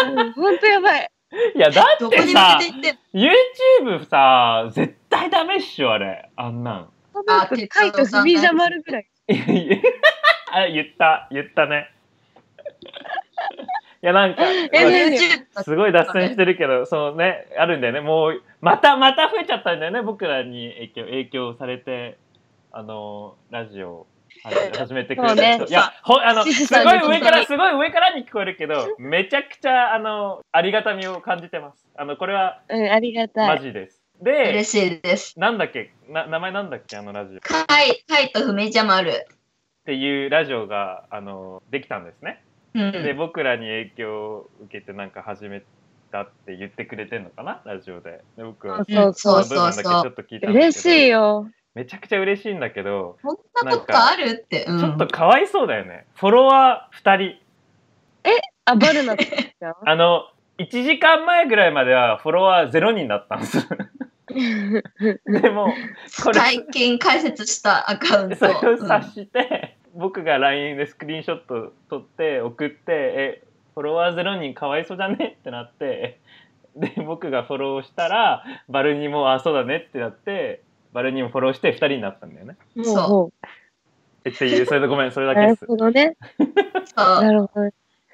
Speaker 3: うんほんとやばい。
Speaker 2: いやだ
Speaker 1: ど
Speaker 2: っ
Speaker 1: こに
Speaker 2: て
Speaker 1: 向
Speaker 2: さ
Speaker 1: けていってんの
Speaker 2: YouTube さ絶対ダメっしょあれあんなん
Speaker 1: あ
Speaker 3: カイト踏みじゃまるぐらい。
Speaker 2: いやいや あ言った言ったねいやなんか
Speaker 3: えね
Speaker 1: YouTube だ
Speaker 2: すごい脱線してるけど、そのね、あるんだよね。もう、また、また増えちゃったんだよね。僕らに影響、影響されて、あの、ラジ オをはじ始めてくれた人。
Speaker 3: そう
Speaker 1: ね
Speaker 2: いや、ほん、あの、す
Speaker 3: 静
Speaker 2: ご
Speaker 3: かに
Speaker 2: い
Speaker 1: 本
Speaker 2: 上か
Speaker 1: 当
Speaker 2: ら、
Speaker 1: に
Speaker 2: すごい上からに聞こえるけど、めちゃくちゃ、あの、ありがたみを感じてます。あの、これは、
Speaker 3: うん、ありがた
Speaker 2: マ
Speaker 3: い。
Speaker 2: ジです。で、
Speaker 1: 嬉しいです。
Speaker 2: なんだっけ、な名前なんだっけ、あのラジオ。っ
Speaker 1: カイ、カイとふみじゃまる。
Speaker 2: ていうラジオが、あの、できたんですね。
Speaker 1: う
Speaker 2: で、
Speaker 1: ん。
Speaker 2: 僕らに影響を受けて、なんか始めたって言ってくれてんのかな、ラジオで。で僕は
Speaker 3: あそうそう
Speaker 1: そ
Speaker 2: の
Speaker 1: う
Speaker 2: 部分だけ
Speaker 1: そ
Speaker 2: ちょ
Speaker 1: う。
Speaker 2: っと聞いたんだけど
Speaker 3: 嬉しいよ。
Speaker 2: めちゃくちゃ嬉しいんだけど、
Speaker 1: こんなことあるって。うん
Speaker 2: ちょっとかわいそうだよねフォロワー2人
Speaker 3: あ、バルナちゃん
Speaker 2: あの1時間前ぐらいまではフォロワー0人だったんです でもこれ
Speaker 1: 最近開設したアカウン
Speaker 2: そ
Speaker 1: ト。
Speaker 2: れを
Speaker 1: うん
Speaker 2: 察して、僕が LINE でスクリーンショット撮って送ってえフォロワー0人かわいそうじゃねってなってで僕がフォローしたらバルニーもあそうだねってなってバルニーもフォローして2人になったんだよね
Speaker 3: も う
Speaker 1: そう
Speaker 3: も
Speaker 2: えっていうそれでごめんそれだ
Speaker 3: う。な
Speaker 2: けで
Speaker 3: る
Speaker 2: す
Speaker 3: ほどね。
Speaker 1: そう
Speaker 3: なるほど。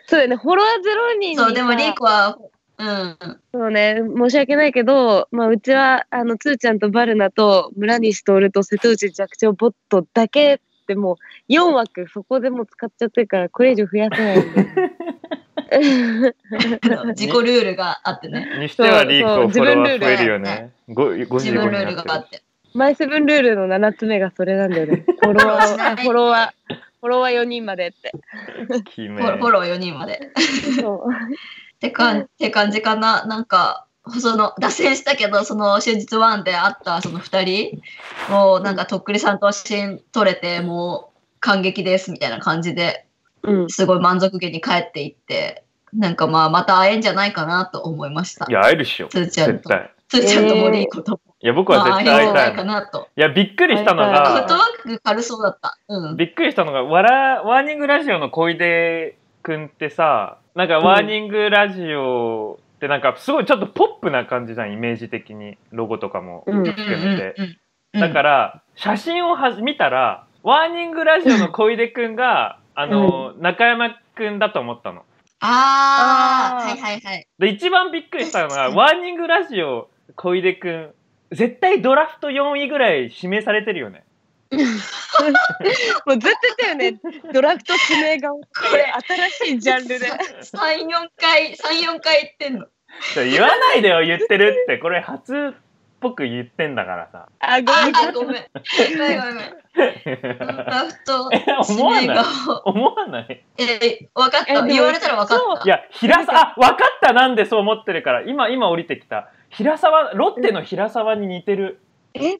Speaker 3: そうよね、フォロワーゼロ人に
Speaker 1: そう、でも
Speaker 3: さ
Speaker 1: リーコは、うん。
Speaker 3: そうね、申し訳ないけど、まあ、うちは、あの、つーちゃんとバルナと、村西徹と瀬戸内寂聴ボットだけでもう、4枠そこでもう使っちゃってるから、これ以上増やせないんだよね。
Speaker 1: あの自己ルールがあってね。
Speaker 2: にしてはリーコフォロワ
Speaker 3: そうそう
Speaker 2: ー増えるよね。ご55
Speaker 1: 自
Speaker 2: にな
Speaker 1: 分ルール
Speaker 2: っ
Speaker 1: が
Speaker 2: て
Speaker 1: あ
Speaker 2: る
Speaker 1: って。
Speaker 3: マイセブンルールの7つ目がそれなんだよね。フォロ ワー、フォロワー、フォロワー4人までって。
Speaker 2: 決
Speaker 1: フ
Speaker 2: め
Speaker 1: ォフォロー4人まで。
Speaker 3: そう。
Speaker 1: ってかんって感じかな。なんか、その、脱線したけど、その、終日ワンで会ったその2人、もうなんか、とっくりさんと写真撮れて、もう、感激ですみたいな感じで
Speaker 3: うん。
Speaker 1: すごい満足げに帰っていって、なんかまあ、また会えんじゃないかなと思いました
Speaker 2: い。や、会えるっしょ。
Speaker 1: つーちゃん
Speaker 2: 絶
Speaker 1: と、
Speaker 2: 対。
Speaker 1: つーちゃんと森彦と、
Speaker 2: いや、僕
Speaker 1: ま
Speaker 2: は
Speaker 1: あ、会
Speaker 2: 絶
Speaker 1: えん
Speaker 2: 対
Speaker 1: じゃ
Speaker 2: 会
Speaker 1: ないい
Speaker 2: た
Speaker 1: か
Speaker 2: い。
Speaker 1: なと。
Speaker 2: いや、びっくりしたの
Speaker 3: あ
Speaker 1: フ
Speaker 3: 会
Speaker 1: ッ
Speaker 3: い
Speaker 1: ト
Speaker 3: た
Speaker 2: が
Speaker 3: い、
Speaker 1: ワーク軽そうだった。うん。
Speaker 2: びっくりしたのが、わら、ワーニングラジオの小出くんってさ、なんかワーニングラジオってなんかすごいちょっとポップな感じじゃん、イメージ的に。ロゴとかも。
Speaker 3: うん。
Speaker 2: だから、写真をはじ見たら、ワーニングラジオの小出くんが、あの、中山くんだと思ったの。
Speaker 1: ああ、
Speaker 3: あー
Speaker 1: はいはいはい。
Speaker 2: で一番びっくりしたのが「
Speaker 1: 確
Speaker 2: ワーニングラジオ小出くん絶対ドラフト4位ぐらい指名されてるよね
Speaker 3: もうずっと言ったよね。ドラフト指名顔って
Speaker 1: これ
Speaker 3: 新しいジャ ンルで。
Speaker 1: 3、4回、3、4回行ってんの。
Speaker 2: ちょ言わないでよ言ってるってこれ初ぽく言ってんだから さ。
Speaker 3: あ、ごめん。
Speaker 1: あ、ごめん。ごめんごめん。ラフト指名が。
Speaker 2: 思わない
Speaker 1: え、分かっ
Speaker 3: えで
Speaker 1: た。
Speaker 3: も
Speaker 1: 言われたら分かっ
Speaker 2: いや、平沢、あ、わかったなんでそう思ってるから、今、今降りてきた。平沢、ロッテの平沢に似てる。
Speaker 3: え、
Speaker 1: え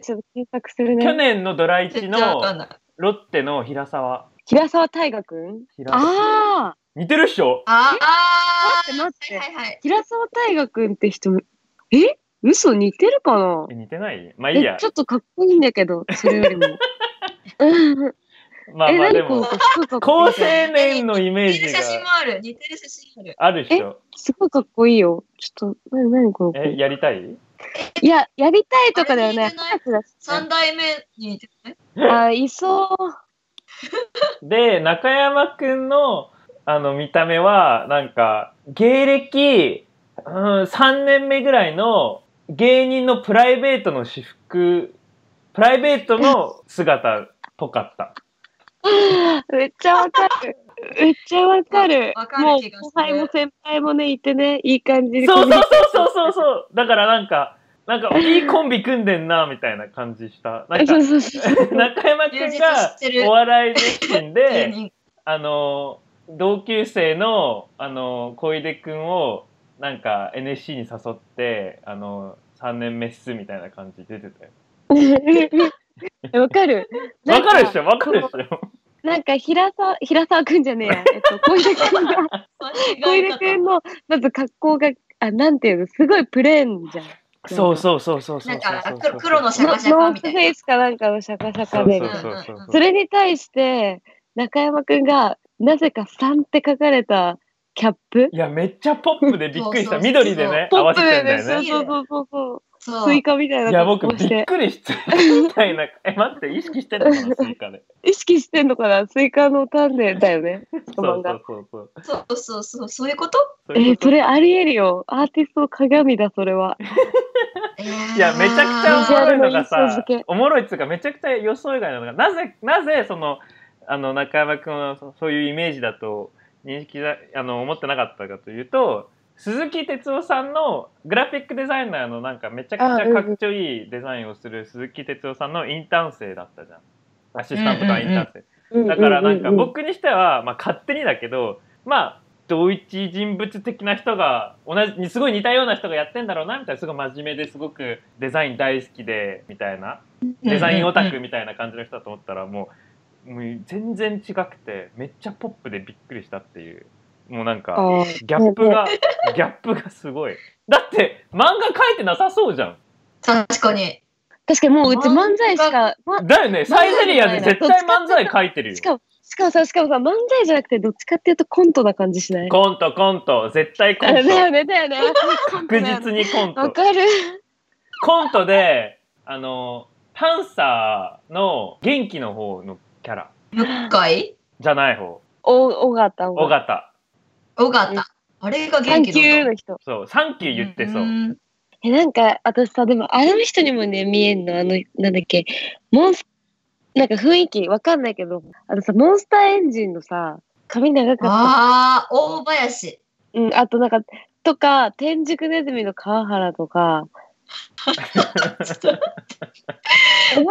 Speaker 1: ー
Speaker 3: ちょっと検索する
Speaker 2: 去
Speaker 3: ね。
Speaker 2: 年のドラ
Speaker 1: た。
Speaker 2: 1
Speaker 1: 全然分かんな
Speaker 2: の
Speaker 1: い。
Speaker 2: ロッテの平沢。
Speaker 3: 平沢大河くん
Speaker 2: 平沢
Speaker 3: ああ
Speaker 2: 似てるっしょ
Speaker 1: ああ
Speaker 3: 待って待
Speaker 1: ー、
Speaker 3: っ
Speaker 1: は
Speaker 3: て。
Speaker 1: いはいはい。
Speaker 3: 平沢大河くんって人、え嘘似てるかな
Speaker 2: え似てないまあいい
Speaker 3: え
Speaker 2: や、
Speaker 3: ち。ょっとかっこいいんだけど、それよりも。うん
Speaker 2: まあ
Speaker 3: え、
Speaker 2: まあで
Speaker 3: 何こ
Speaker 2: も
Speaker 3: の、子すごいかっ
Speaker 2: 高
Speaker 3: こい
Speaker 2: 青
Speaker 3: いじゃん。
Speaker 2: 年のイメー
Speaker 1: 似て
Speaker 2: ジ
Speaker 1: る写真も
Speaker 2: が
Speaker 1: ある。似てる写真ある。
Speaker 2: あるっしょ。
Speaker 3: すごいかっこいいよ。ちょっと、なになにこの子。
Speaker 2: え、やりたい
Speaker 3: いや、やりたいとかだよ
Speaker 1: あれ
Speaker 3: ね
Speaker 1: 似てない。
Speaker 3: 二十歳
Speaker 1: 三代目に似てない
Speaker 3: だしあ、いそう。
Speaker 2: で、中山くんの、あの、見た目は、なんか、芸歴、うん、3年目ぐらいの芸人のプライベートの私服、プライベー トの姿っぽかった。
Speaker 3: めっちゃわかる。めっちゃわかる。
Speaker 1: わか
Speaker 3: も
Speaker 1: る
Speaker 3: う
Speaker 1: 気がする
Speaker 3: 後輩も先輩もね、いてね、いい感じに。
Speaker 2: そうそうそうそうそうそう。だからなんか、なんか、いいコンビ組んでんな、みたいな感じした。なんか
Speaker 3: そ、うそうそう。
Speaker 2: 中山く
Speaker 1: 充実
Speaker 2: んが
Speaker 1: してる
Speaker 2: お笑い熱
Speaker 1: 芸
Speaker 2: 心で、
Speaker 1: 人。
Speaker 2: あの同級生のあの小出くんをなんか NSC に誘ってあの3年目っすみたいな感じで出てたよ
Speaker 3: わかる。
Speaker 2: わかるで
Speaker 3: なん
Speaker 2: しょわかるでしょ
Speaker 3: なんか平沢、平沢くんじゃね えや。えっと、小出くんが、小出くんの、まず格好が、あ、なんていうの、すごいプレーンじゃん。
Speaker 2: そうそうそうそうそう
Speaker 1: な
Speaker 2: そ
Speaker 1: ん
Speaker 2: う
Speaker 1: か
Speaker 2: そう
Speaker 1: 黒のシャ
Speaker 3: ノ
Speaker 1: カシャカ
Speaker 3: ノー
Speaker 1: み
Speaker 3: ス
Speaker 1: たい
Speaker 3: フ
Speaker 1: な。
Speaker 3: ェイスかなんかのシャカシャ
Speaker 2: そ
Speaker 3: カ
Speaker 2: う
Speaker 3: で
Speaker 2: そう
Speaker 1: ね
Speaker 2: そうそう
Speaker 3: それに対して、中山くんが、なぜか3って書かれたキャップ
Speaker 2: いやめっちゃポップでびっくりし
Speaker 1: そ
Speaker 2: た
Speaker 1: うそうそう
Speaker 2: 緑でね
Speaker 3: ポ
Speaker 2: 合わ
Speaker 3: ッ
Speaker 2: せ
Speaker 3: プ
Speaker 2: て
Speaker 3: で
Speaker 2: んだ
Speaker 3: ね、
Speaker 2: よ
Speaker 3: そう
Speaker 2: ね
Speaker 3: そうそうそうそう。
Speaker 1: そ
Speaker 3: ス
Speaker 1: う
Speaker 3: イ。カみたいない
Speaker 2: や
Speaker 3: 格
Speaker 2: 僕
Speaker 3: 好
Speaker 2: び
Speaker 3: し。
Speaker 2: ってくりしてみたいなえ待って意識してんのかなスイカで
Speaker 3: 意識してんのかなスイカのターンでだよね。
Speaker 2: そうそ
Speaker 1: そ
Speaker 2: うそうそう
Speaker 1: うそうそう。そういうこと
Speaker 2: そう
Speaker 3: え
Speaker 2: いう
Speaker 3: ー、
Speaker 2: こと
Speaker 3: それありえるよ。アーティストの鏡だ、それは。
Speaker 1: い
Speaker 2: いや、めちゃくちゃおもろいのが
Speaker 3: ビジュアルの印象
Speaker 2: さ
Speaker 3: 付け、
Speaker 2: おもろいっつうか、めちゃくちゃ予想以外なのが、なぜ、なぜ、その、あの、中山くんはそそういうイメージだと、認識だ、あの、思ってなかったかというと、鈴木哲夫さんのグラフィックデザイナーのなんかめちゃくちゃかっちょいいデザインをする鈴木哲夫さんのインターン生だったじゃん。アシスタントからインターン生。だからなんか
Speaker 3: ううう
Speaker 2: 僕にしては、まあ、勝手にだけどまあ同一人物的な人が同じすごい似たような人がやってんだろうなみたいなすごい真面目ですごくデザイン大好きでみたいなデザインオタクみたいな感じの人だと思ったらもうもう全然違くてめっちゃポップでびっくりしたっていうもうなんか
Speaker 3: あ
Speaker 2: ギャップがギャップがすごいだって漫画描いてなさそうじゃ
Speaker 1: 確かに。
Speaker 3: 確かにもううち漫才しか、ま
Speaker 2: んだよねサイゼリアで絶対漫才描いてるよ
Speaker 3: しかも、しかもさ、しかもさ、漫才じゃなくて、どっちかっていうとコントな感じしない
Speaker 2: コントコント絶対コ
Speaker 3: あ
Speaker 2: ン
Speaker 3: だ
Speaker 2: ト
Speaker 3: よね、だよね。
Speaker 2: 確実にコン
Speaker 3: わ
Speaker 2: ト
Speaker 3: かる。
Speaker 2: コントであのパンサーの元気の方のキャラ
Speaker 1: 向井
Speaker 2: じゃない方
Speaker 3: お、尾形、
Speaker 2: 尾形
Speaker 1: 尾形。あれが元
Speaker 3: 探
Speaker 1: 気なの
Speaker 3: 求の人。
Speaker 2: そう「サンキュー」言ってそう、
Speaker 1: ん
Speaker 3: え、なんか、私さ、でも、あの人にもね、見えんの、あの、なんだっけ、モンス、なんか雰囲気わかんないけど、あのさ、モンスターエンジンのさ、髪長かった
Speaker 1: ああ、大林。
Speaker 3: うん、あとなんか、とか、天竺ネズミの川原とか。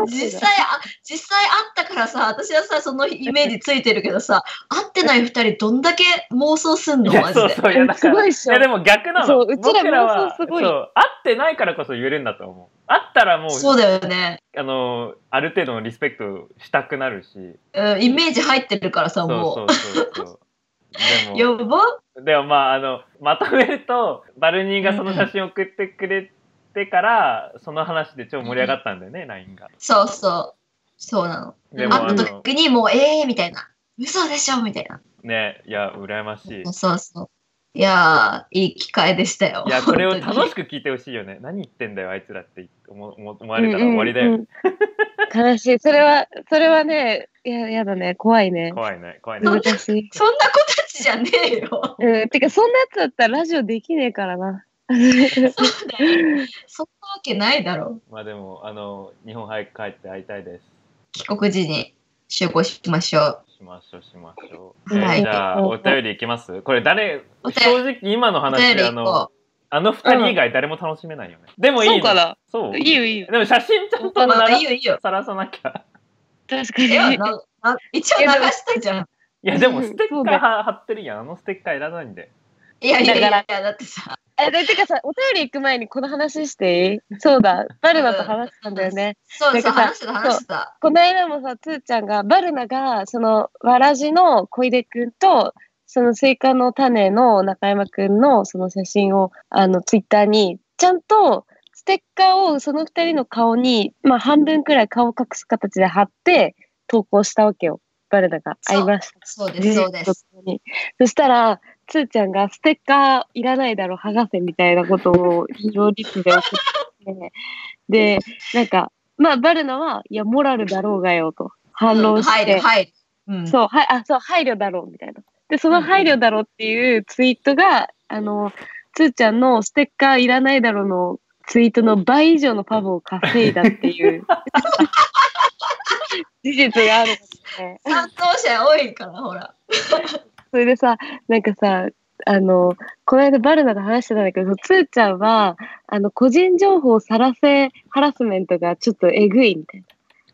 Speaker 1: 実際、あ実際あったからさ、私はさ、そのイメージついてるけどさ、会ってない二人どんだけ妄想すんの
Speaker 2: いや
Speaker 1: マジ
Speaker 2: そう
Speaker 1: で。
Speaker 2: そういやだ
Speaker 3: す
Speaker 2: から
Speaker 3: ごいっしょ
Speaker 2: やでも逆なの
Speaker 3: そううちら
Speaker 2: 僕らは
Speaker 3: 妄想すごい
Speaker 2: そう会ってないからこそ言えるんだと思う会ったらもう
Speaker 1: そうだよね。
Speaker 2: あのある程度のリスペクトしたくなるし
Speaker 1: うんイメージ入ってるからさ、
Speaker 2: そうそ
Speaker 1: も
Speaker 2: うそうそうで
Speaker 1: う。
Speaker 2: も
Speaker 1: やば
Speaker 2: でもまああのまとめるとバルニーがその写真送ってくれてから、その話で超盛り上がったんだよね LINE、が。
Speaker 1: そうそう。そうなの。
Speaker 2: でも
Speaker 1: 会
Speaker 2: あ
Speaker 1: った
Speaker 2: の
Speaker 1: 時にもう、ええー、みたいな。嘘でしょみたいな。
Speaker 2: ねいや羨ましい。
Speaker 1: そうそう。いやー、いい機会でしたよ。
Speaker 2: いやこれを
Speaker 1: 本当に
Speaker 2: 楽しく聞いてほしいよね。何言ってんだよあいつらって思思思われたら終わりだよ。
Speaker 3: うんうんうん悲しい。それは、それはね、ややだね、怖いね。
Speaker 2: 怖いね怖いね。
Speaker 3: 難しい。
Speaker 1: そんな子たちじゃねえ よ。
Speaker 3: うん、てか、そんなやつだったらラジオできねえからな。
Speaker 1: そうだよ。そんなわけないだろ。
Speaker 2: まあでもあの日本早く帰って会いたいで
Speaker 1: 帰国時に集合しましょう。
Speaker 2: す。しましょうしましょう。
Speaker 1: はい
Speaker 2: えーじゃあお便りいきます。これ誰
Speaker 1: お便り
Speaker 2: 正直今の
Speaker 1: お便
Speaker 2: 話
Speaker 1: り
Speaker 2: あ
Speaker 1: 行
Speaker 2: の
Speaker 1: こ
Speaker 2: あの二人以外誰も楽しめないよね。でもいいの
Speaker 3: そうかな
Speaker 2: そう。
Speaker 3: いいよいいよ
Speaker 2: でも写真ちゃんと
Speaker 1: あ
Speaker 2: な
Speaker 1: なん
Speaker 2: ら
Speaker 1: かいいよいいよ。
Speaker 2: さらさなきゃ。
Speaker 3: 確か
Speaker 1: 絵は
Speaker 3: に
Speaker 1: なな一応流したじゃん。
Speaker 2: いやでもステ
Speaker 3: そ
Speaker 2: ッ
Speaker 3: う
Speaker 2: カ
Speaker 3: だ
Speaker 2: ー
Speaker 3: よ
Speaker 2: は貼ってるやん。あのステッカーいらないんで。
Speaker 1: いやいやい
Speaker 3: だから
Speaker 1: やいやだってさ。
Speaker 3: えでてかさお便り行く前にこの話していいそうだバルナと話したんだよね
Speaker 1: そうそう
Speaker 3: だから
Speaker 1: 話してた話してた。
Speaker 3: この間もさつーちゃんがバルナがそのわらじの小出くんとそのスイカの種の中山くんのその写真をあのツイッターにちゃんとステッカーをその二人の顔に、まあ、半分くらい顔を隠す形で貼って投稿したわけよバルナが会いました
Speaker 1: そうですそうです。
Speaker 3: と共にそしたら、つーちゃんがステッカーいらないだろ、剥がせみたいなことを非常リプで送って、で、なんか、まあ、バルナは、いや、モラルだろうがよと反論して、
Speaker 1: 入る入る。うん。
Speaker 3: そう、はい、あ、そう、配慮だろうみたいな。で、その配慮だろうっていうツイートが、あの、つーちゃんのステッカーいらないだろうのツイートの倍以上のパブを稼いだっていう 事実があるんですね。
Speaker 1: 担当者多いからほら。
Speaker 3: それでさ、なんかさ、あの、この間バルナと話してたんだけど、つーちゃんは、あの、個人情報さらせハラスメントがちょっとえぐいみたいな。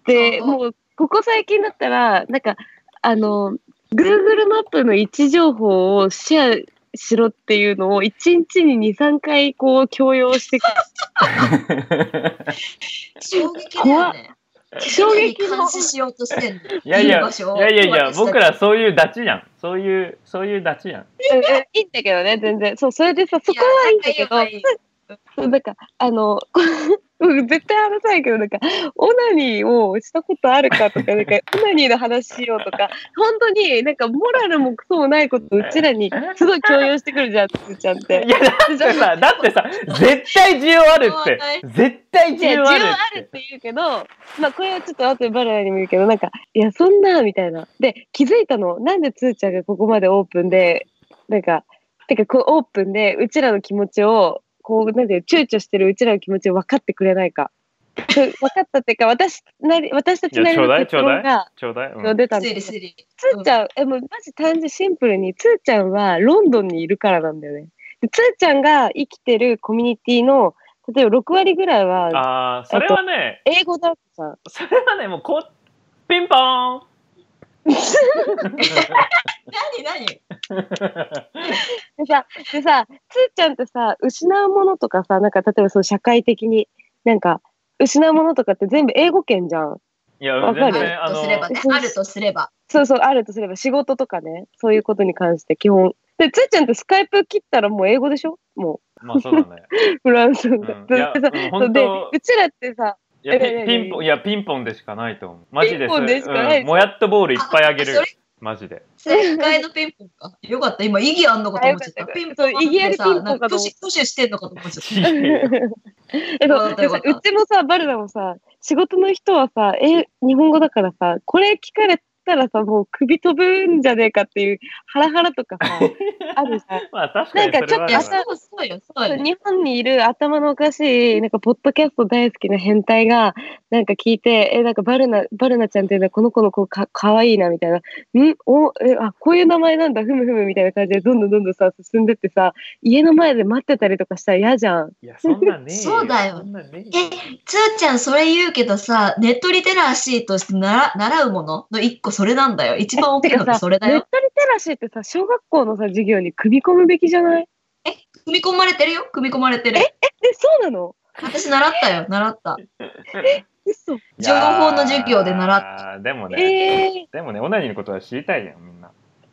Speaker 3: で、
Speaker 1: あ
Speaker 3: もう、ここ最近だったら、なんか、あの、Google マップの位置情報をシェアしろっていうのを、1日に2、3回、こう、強要してくる。
Speaker 1: 衝撃だよね。
Speaker 3: 衝撃の
Speaker 1: 監視しようとしてんの。
Speaker 2: いやい
Speaker 1: いい
Speaker 2: や、
Speaker 1: 場
Speaker 2: い
Speaker 1: 所を
Speaker 2: やいやいや、
Speaker 1: 私たち
Speaker 2: 僕らそういうダチやん。そういう、そういうダチやん。
Speaker 3: うんうんいいんだけどね、全然。そう、それでさ、そこはいいんだけ
Speaker 1: い
Speaker 3: ど、
Speaker 1: や仲良いい
Speaker 3: そう なんかあの うん絶対話さないけどなんかオナニーをしたことあるかとかなんかオナニーの話しようとか本当になんかモラルもクソもないことうちらにすごい強要してくるじゃんつーちゃんっ
Speaker 2: い
Speaker 3: て。
Speaker 2: や、だってさ、だってさ、絶対需要あるって。絶対
Speaker 3: いや
Speaker 2: 需
Speaker 3: 需
Speaker 2: 要
Speaker 3: 要
Speaker 2: あ
Speaker 3: あ
Speaker 2: るっ。
Speaker 3: るってて言うけど、まあこれはちょっと後でバラにも言うけど、なんか、いや、そんな、みたいな。で、気づいたの、なんでつーちゃんがここまでオープンで、なんか、てかこうオープンで、うちらの気持ちを、こう、なんていうの躊躇してるうちらの気持ちを分かってくれないか。そう分かったっていうか、私なり、私たちなりの
Speaker 2: いや
Speaker 3: 結
Speaker 2: ちょうだい
Speaker 3: 論が
Speaker 2: ちょうだい。うん
Speaker 3: 出たん
Speaker 1: 推
Speaker 3: だけど
Speaker 1: 理
Speaker 3: つ
Speaker 1: 推理。
Speaker 3: ーちゃん、え、もうマジ単純シンプルに、つーちゃんはロンドンにいるからなんだよね。でつーちゃんが生きてるコミュニティの、例えば6割ぐらいは
Speaker 2: ああ、それはね、
Speaker 3: 英語だとさ、
Speaker 2: それはね、もうこう、ピンポーン
Speaker 1: 何何
Speaker 3: でさ、でさ、つーちゃんってさ、失うものとかさ、なんか例えばその社会的に、なんか、失うものとかって全部英語圏じゃん。
Speaker 2: いや、
Speaker 3: わか
Speaker 2: 全
Speaker 3: る
Speaker 2: 然、
Speaker 1: あ
Speaker 2: あ
Speaker 1: ると
Speaker 2: の
Speaker 1: す、ればね。あるとすれば。
Speaker 3: そうそう、あるとすれば仕事とかね、そういうことに関して基本。で、つーちゃんってスカイプ切ったらもう英語でしょも
Speaker 2: まあそうだね。
Speaker 3: う、フランス語
Speaker 2: ん
Speaker 3: で
Speaker 2: いや
Speaker 3: でさ
Speaker 2: うん
Speaker 3: そうで
Speaker 2: 本当
Speaker 3: うちらってさ、
Speaker 2: いや、
Speaker 3: いやい
Speaker 2: ピピ
Speaker 3: や
Speaker 2: ンポン、いや、ピンポンでしかないと思う。マジで
Speaker 3: ピンポンでしかない
Speaker 2: うんもやっとボールいっぱいあげる
Speaker 1: あそれ。
Speaker 2: マジで。
Speaker 1: 正解のピンポンか。よかった。今、意義あんのかと思っちゃっ
Speaker 3: あ
Speaker 1: た。
Speaker 3: よかった
Speaker 1: ピンポン
Speaker 3: そう意義あるピンポン
Speaker 1: なん
Speaker 3: か
Speaker 1: プ
Speaker 3: と思っ
Speaker 1: シュプシュしてんのかと思っちゃった。
Speaker 3: え
Speaker 1: よか
Speaker 3: と
Speaker 1: ったよかった
Speaker 3: うちもさ、バルダもさ、仕事の人はさ、え、日本語だからさ、これ聞かれたらさ、もう首飛ぶんじゃねえかっていう、ハラハラと かさ、あるさ。
Speaker 2: まあ確かに
Speaker 3: なんか
Speaker 2: それはあ
Speaker 1: い
Speaker 2: るわ
Speaker 1: や、
Speaker 3: ちょっと
Speaker 1: そうそうよ。そうよ。
Speaker 3: 日本にいる頭のおかしい、なんか、ポッドキャスト大好きな変態が、なんか聞いて、え、なんか、バルナ、バルナちゃんっていうのは、この子の子か、かわいいな、みたいな。んお、え、あ、こういう名前なんだ、ふむふむ、みたいな感じで、どんどんどんどんさ、進んでってさ、家の前で待ってたりとかしたら嫌じゃん。
Speaker 2: いや、そんなんねえ
Speaker 1: そうだよ
Speaker 2: そんなんねえ
Speaker 1: え、つーちゃんそれ言うけどさ、ネットリテラシーとしてなら習うものの一個それなんだよ。一番大きい
Speaker 3: て
Speaker 1: の
Speaker 3: か
Speaker 1: が
Speaker 3: さ、
Speaker 1: それだ
Speaker 3: ネット
Speaker 1: よ
Speaker 3: リ。テラシーってさ、小学校のさ、授業に組み込むべきじゃない
Speaker 1: 組み込まれてるよ。組み込まれてる。
Speaker 3: え、そうなの
Speaker 1: 私習ったよ。習った。
Speaker 3: 嘘。
Speaker 2: い
Speaker 1: 情
Speaker 2: や
Speaker 1: 報
Speaker 2: ー
Speaker 1: の授業で習った。
Speaker 2: でもね、
Speaker 3: え
Speaker 2: でもね、オナニーのことは知りたいやん、みんな。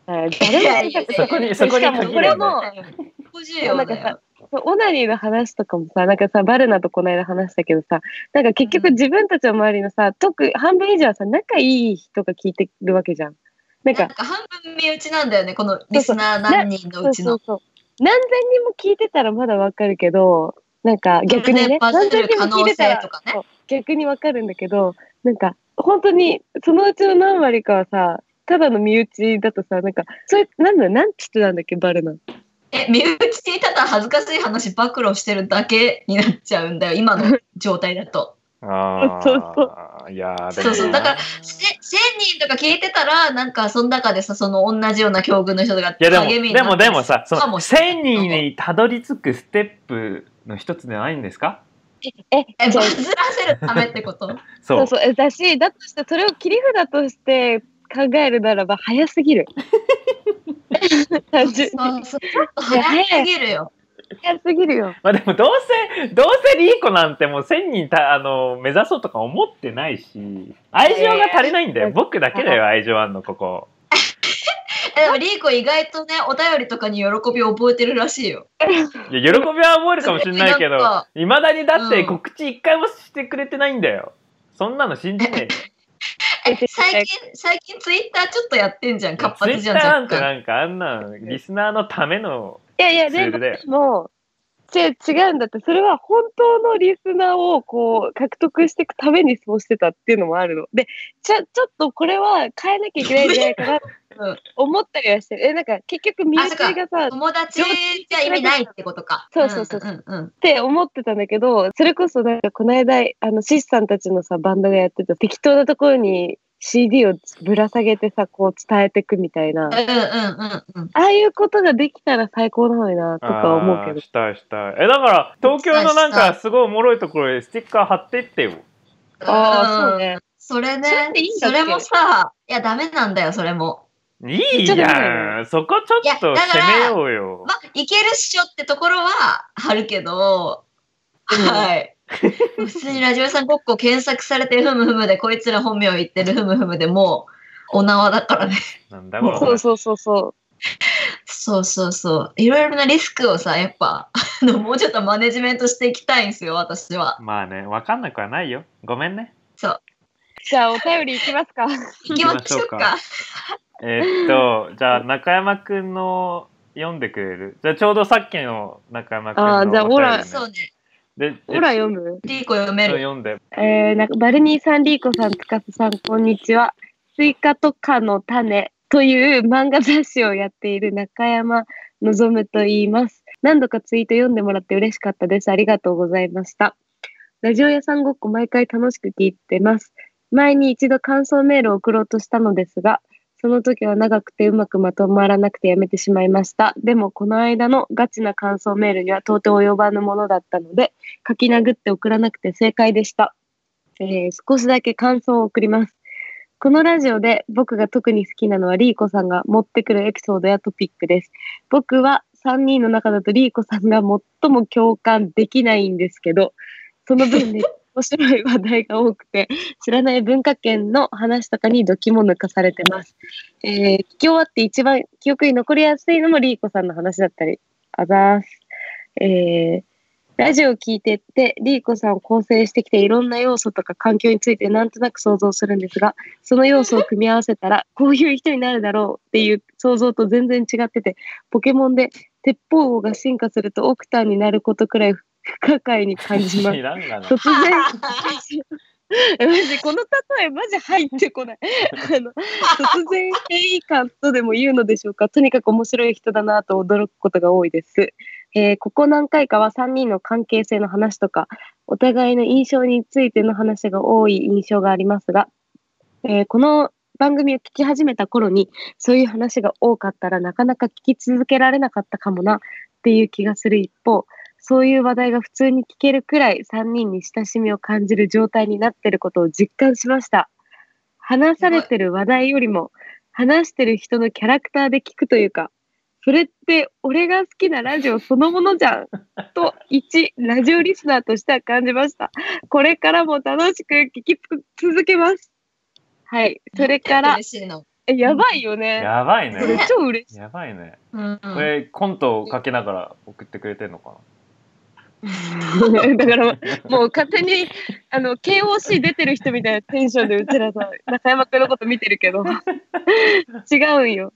Speaker 3: ー、あ誰も見たくない
Speaker 2: そこにそこに
Speaker 3: しかもこれも、
Speaker 1: 不自由だよ。
Speaker 3: そうオナニーの話とかもさなんかさバルナとこの間話したけどさなんか結局
Speaker 1: うん
Speaker 3: 自分たちの周りのさ、特半分以上はさ仲いい人が聞いてるわけじゃん。なん
Speaker 1: なん
Speaker 3: か
Speaker 1: か半分身内なんだよね。このリスナー何人の
Speaker 3: そうう
Speaker 1: ち
Speaker 3: そ
Speaker 1: の
Speaker 3: う。そう何千人も聞いてたらまだわかるけどなんか逆にね
Speaker 1: バズ
Speaker 3: 何千
Speaker 1: る
Speaker 3: 人
Speaker 1: 可
Speaker 3: も聞い
Speaker 1: 能
Speaker 3: てた
Speaker 1: 性
Speaker 3: ら
Speaker 1: とかね。
Speaker 3: 逆にわかるんだけどなんか本当にそのうちの何割かはさただの身内だとさなんかそれなんだなんつってたんだっけバルナ。
Speaker 1: え、身内にただ恥ずかしい話暴露してるだけになっちゃうんだよ。今 の状態だと。
Speaker 2: ああ。
Speaker 3: そう
Speaker 2: いやー、でもな
Speaker 1: そうそうだからせ1000人とか聞いてたら、なんかその中でさ、その同じような境遇の人が
Speaker 2: いやでも、
Speaker 1: 励みに
Speaker 2: で
Speaker 1: な
Speaker 2: も
Speaker 1: ったり
Speaker 2: でもさ、そ
Speaker 1: か
Speaker 2: の
Speaker 1: もしれない
Speaker 2: 1000人にたどり着くステップの一つではないんですか
Speaker 3: え、
Speaker 1: え、
Speaker 3: じ
Speaker 1: バ
Speaker 3: ゃあ
Speaker 1: ズらせるためってこと
Speaker 2: そう。
Speaker 3: そうそう、えだし、だとして、それを切り札として考えるならば、早すぎ る。単純に
Speaker 1: そうそうちょっと早すぎるよ。
Speaker 3: 早すぎるよ。
Speaker 2: まあでもどうせ、どうせリーコなんてもう1000人たあの目指そうとか思ってないし、愛情が足りないんだよ。
Speaker 3: えー
Speaker 2: 僕だけだよ、愛情あんの、ここ。
Speaker 1: え、でもリーコ意外とね、お便りとかに喜びを覚えてるらしいよ。
Speaker 2: いや、喜びは思えるかもしれないけ
Speaker 1: な
Speaker 2: ど
Speaker 1: んか、
Speaker 2: いまだにだって
Speaker 1: うん
Speaker 2: 告知一回もしてくれてないんだよ。そんなの信じねえよ。
Speaker 1: え、最近、最近ツイッターちょっとやってんじゃん、 活
Speaker 2: ツイ
Speaker 1: 発
Speaker 2: ッ
Speaker 1: じゃ
Speaker 2: タ
Speaker 1: ん、
Speaker 2: ーな
Speaker 1: 若
Speaker 2: んて
Speaker 1: 干。
Speaker 2: なんかあんなん、リスナーのための、
Speaker 3: いやいや、
Speaker 2: ツー
Speaker 3: で
Speaker 2: ル
Speaker 3: も、
Speaker 2: だよ
Speaker 3: でも違う違うんだって、それは本当のリスナーをこう獲得していくためにそうしてたっていうのもあるの。で、ちょちょっとこれは変えなきゃいけないんじゃないかな
Speaker 1: うん
Speaker 3: 思ったりはしてる。え、なんか結局、身内がさ、っ
Speaker 1: 友達じゃ意味ないってことか。
Speaker 3: そうそうそう
Speaker 1: うんうんうん。
Speaker 3: て思ってたんだけど、それこそなんかこの間、あの、シスさんたちのさ、バンドがやってた適当なところに CD をぶら下げてさ、こう伝えていくみたいな。
Speaker 1: うんうんうんうん。
Speaker 3: ああいうことができたら最高なのにな、とか思うけ
Speaker 2: あー
Speaker 3: ど。
Speaker 2: したいしたい。え、だから、東京のなん
Speaker 1: した
Speaker 2: かすごいおもろいところへステッカー貼ってってよ。
Speaker 3: ああ、そうね。
Speaker 1: それね
Speaker 3: それでいいんだ
Speaker 1: そ
Speaker 3: っけ
Speaker 1: れもさ、いや、ダメなんだよ、それも。
Speaker 2: いい
Speaker 3: ちょっとダメだ
Speaker 2: やん。そこちょっと
Speaker 1: いやだか
Speaker 2: 攻
Speaker 1: ら
Speaker 2: めようよ。
Speaker 1: まあ、いけるっしょってところはあるけど、
Speaker 3: うん
Speaker 1: はい。普通にラジオ屋さんごっこ検索されて、ふむふむで、こいつら本名言ってるふむふむでもう、お縄だからね。
Speaker 2: なんだこれ。
Speaker 3: そうそうそうそう。
Speaker 1: そうそうそう。いろいろなリスクをさ、やっぱ、 あの、もうちょっとマネジメントしていきたいんですよ、私は。
Speaker 2: まあね、わかんなくはないよ。ごめんね。
Speaker 1: そう。
Speaker 3: じゃあお便りいきますか。
Speaker 1: 行きましょう
Speaker 2: 行きま
Speaker 1: か。
Speaker 2: えーっ と、じゃあ中山くんの読んでくれる。じゃあちょうどさっきの中山くんの
Speaker 3: あーじゃあオラ
Speaker 1: そうね。
Speaker 2: で、え
Speaker 3: ほら読む。
Speaker 1: リーコ読める。
Speaker 2: 読んで。
Speaker 3: えー、なんかバルニーさん、リーコさん、つかすさん、こんにちは。スイカとかの種という漫画雑誌をやっている中山のぞむと言います。何度かツイート読んでもらって嬉しかったです。ありがとうございました。ラジオ屋さんごっこ毎回楽しく聞いてます。前に一度感想メールを送ろうとしたのですが、その時は長くてうまくまとまらなくてやめてしまいました。でもこの間のガチな感想メールには到底及ばぬものだったので、書き殴って送らなくて正解でした。えー少しだけ感想を送ります。このラジオで僕が特に好きなのはリーコさんが持ってくるエピソードやトピックです。僕は3人の中だとリーコさんが最も共感できないんですけど、その分ね、面白い話題が多くて、知らない文化圏の話とかにドキも抜かされてます。えー聞き終わって一番記憶に残りやすいのもリーコさんの話だったり、あざーす。えーラジオを聞いてって、リーコさんを構成してきていろんな要素とか環境についてなんとなく想像するんですが、その要素を組み合わせたら、こういう人になるだろうっていう想像と全然違ってて、ポケモンで鉄砲王が進化するとオクターになることくらい不可解に感じま す
Speaker 2: 知。らんがな。
Speaker 3: 突然 えマジこの例えマジ入ってこない あの突然変異感とでも言うのでしょうかとにかく面白い人だなと驚くことが多いです、えーここ何回かは3人の関係性の話とかお互いの印象についての話が多い印象がありますが、えーこの番組を聞き始めた頃にそういう話が多かったらなかなか聞き続けられなかったかもなっていう気がする一方そういう話題が普通に聞けるくらい3人に親しみを感じる状態になってることを実感しました。話されてる話題よりも話してる人のキャラクターで聞くというか、それって俺が好きなラジオそのものじゃんと一ラジオリスナーとしては感じました。これからも楽しく聞きつ続けます。はい、それから
Speaker 1: 嬉しいの。
Speaker 3: え やばいよね。
Speaker 2: やばい
Speaker 3: これ
Speaker 2: ね。
Speaker 3: 超嬉しい。
Speaker 2: やばいね。
Speaker 1: うんうん
Speaker 2: これコントをかけながら送ってくれてんのか
Speaker 3: だからもう勝手にあの KOC 出てる人みたいなテンションでうちらさ中山君のこと見てるけ ど違うんよ。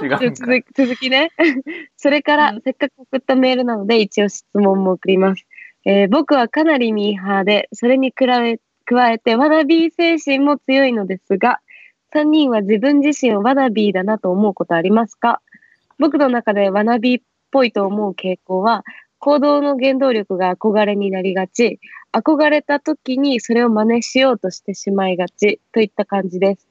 Speaker 2: な違
Speaker 3: じゃ
Speaker 2: う
Speaker 3: あ
Speaker 2: んか
Speaker 3: 続
Speaker 2: い。
Speaker 3: き続きね。 それから、
Speaker 1: うん
Speaker 3: せっかく送ったメールなので一応質問も送ります。えー僕はかなりミーハーでそれに比べ加えてワナビー精神も強いのですが3人は自分自身をワナビーだなと思うことありますか僕の中でワナビーっぽいと思う傾向は行動の原動力が憧れになりがち憧れた時にそれを真似しようとしてしまいがちといった感じです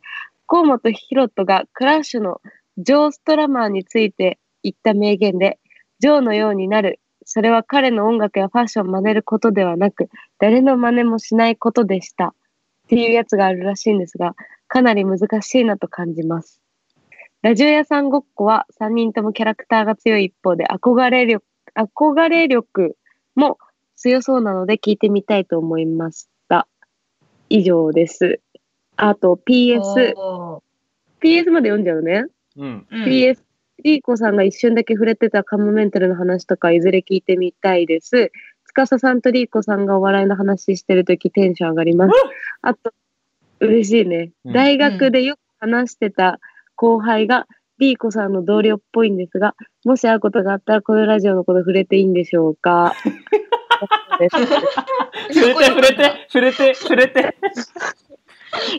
Speaker 3: 河本ヒロトがクラッシュのジョー・ストラマーについて言った名言で、ジョーのようになる。それは彼の音楽やファッションを真似ることではなく、誰の真似もしないことでした。っていうやつがあるらしいんですが、かなり難しいなと感じます。ラジオ屋さんごっこは3人ともキャラクターが強い一方で憧れ力、憧れ力も強そうなので聞いてみたいと思いました。以上です。あと PS、
Speaker 1: おー
Speaker 3: PS まで読んじゃうね。
Speaker 2: うん。
Speaker 1: うん
Speaker 3: PS、リーコさんが一瞬だけ触れてたカモメンタルの話とかいずれ聞いてみたいです。司さんとリーコさんがお笑いの話してるときテンション上がります。あと、嬉しいね。
Speaker 2: うん
Speaker 3: 大学でよく話してた後輩がリーコさんの同僚っぽいんですが、もし会うことがあったらこのラジオのこと触れていいんでしょうかそうです
Speaker 2: 触れて、触れて、触れて、触れて。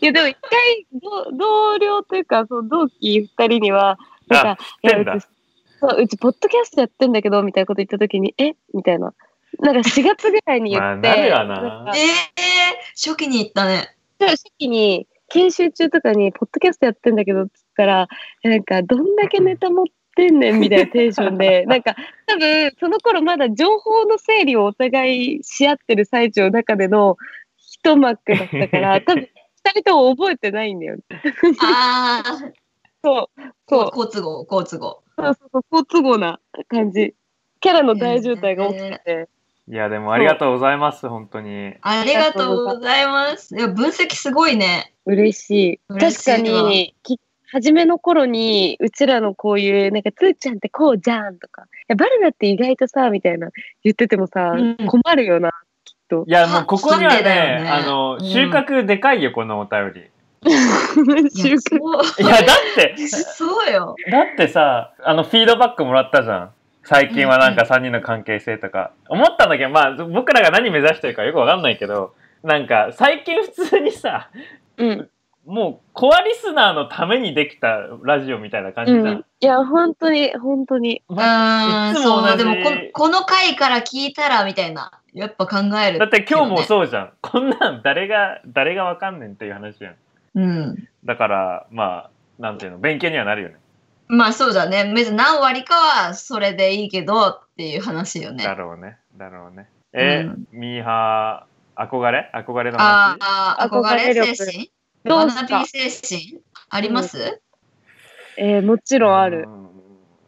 Speaker 3: いやでも一回ど同僚というかその同期二人にはなんかい
Speaker 2: 知って
Speaker 3: や
Speaker 2: んだ
Speaker 3: うちそううちポッドキャストやってんだけどみたいなこと言った時にえみたいななんか4月ぐらいに言って、
Speaker 2: まあなるよなん
Speaker 3: か
Speaker 1: ええー、初期に行ったね。
Speaker 3: 初期に研修中とかにポッドキャストやってんだけどっつったらえなんかどんだけネタ持ってんねんみたいなテンショ ンでなんか多分その頃まだ情報の整理をお互いし合ってる最中の中での一幕だった から多分2人とも覚えてないんだよね
Speaker 1: ああ、
Speaker 3: そう、そう、
Speaker 1: 好都合、好都合。
Speaker 3: そうそうそう、好都合な感じ。キャラの大渋滞が起きてて。
Speaker 2: いや、でもありがとうございます、本当に。
Speaker 1: ありがとうございます。いや、分析すごいね。
Speaker 3: 嬉しい。
Speaker 1: 嬉し
Speaker 3: 確
Speaker 1: い
Speaker 3: か
Speaker 1: わ
Speaker 3: に、き初めの頃に、うちらのこういう、なんか、つーちゃんってこうじゃんとか、いやバルナって意外とさ、みたいな言っててもさ、
Speaker 1: うん
Speaker 3: 困るよな。
Speaker 2: いや、もうここには
Speaker 1: あそうだよ
Speaker 2: ね、
Speaker 1: ね
Speaker 2: あの
Speaker 1: う、ん
Speaker 2: 収穫でかいよ、このお便り。
Speaker 1: いや
Speaker 3: 収穫
Speaker 1: そう
Speaker 2: いや、だって、
Speaker 1: そうよ。
Speaker 2: だってさ、あの、フィードバックもらったじゃん。最近はなんか3人の関係性とか。思ったんだけど、まあ、僕らが何目指してるかよくわかんないけど、なんか、最近普通にさ、
Speaker 3: うん。
Speaker 2: もう、コアリスナーのためにできたラジオみたいな感じ
Speaker 3: う
Speaker 2: じゃん。
Speaker 3: ん。いや、本当に、本当に。
Speaker 1: う
Speaker 2: ま
Speaker 1: ー
Speaker 2: あ
Speaker 1: ん、そう、
Speaker 2: いつ
Speaker 1: で
Speaker 2: も
Speaker 1: も
Speaker 2: 同じ
Speaker 1: こ、この回から聞いたら、みたいな。やっぱ考える。
Speaker 2: だって今日もそうじゃん。こんなん誰が、誰がわかんねんっていう話じゃん。
Speaker 1: うん。
Speaker 2: だから、まあ、なんていうの、勉強にはなるよね。
Speaker 1: まあそうだね。別に何割かはそれでいいけどっていう話よね。
Speaker 2: だ
Speaker 1: あ
Speaker 2: ろうね。だろうね。え、
Speaker 1: うん
Speaker 2: ミーハー、憧れ憧れの話
Speaker 1: あー、
Speaker 3: 憧
Speaker 1: 憧
Speaker 3: れ力
Speaker 1: れ精神
Speaker 3: どう
Speaker 1: 学
Speaker 3: す
Speaker 1: び
Speaker 3: か
Speaker 1: 精神あります、
Speaker 3: えーもちろんある
Speaker 2: う。ん。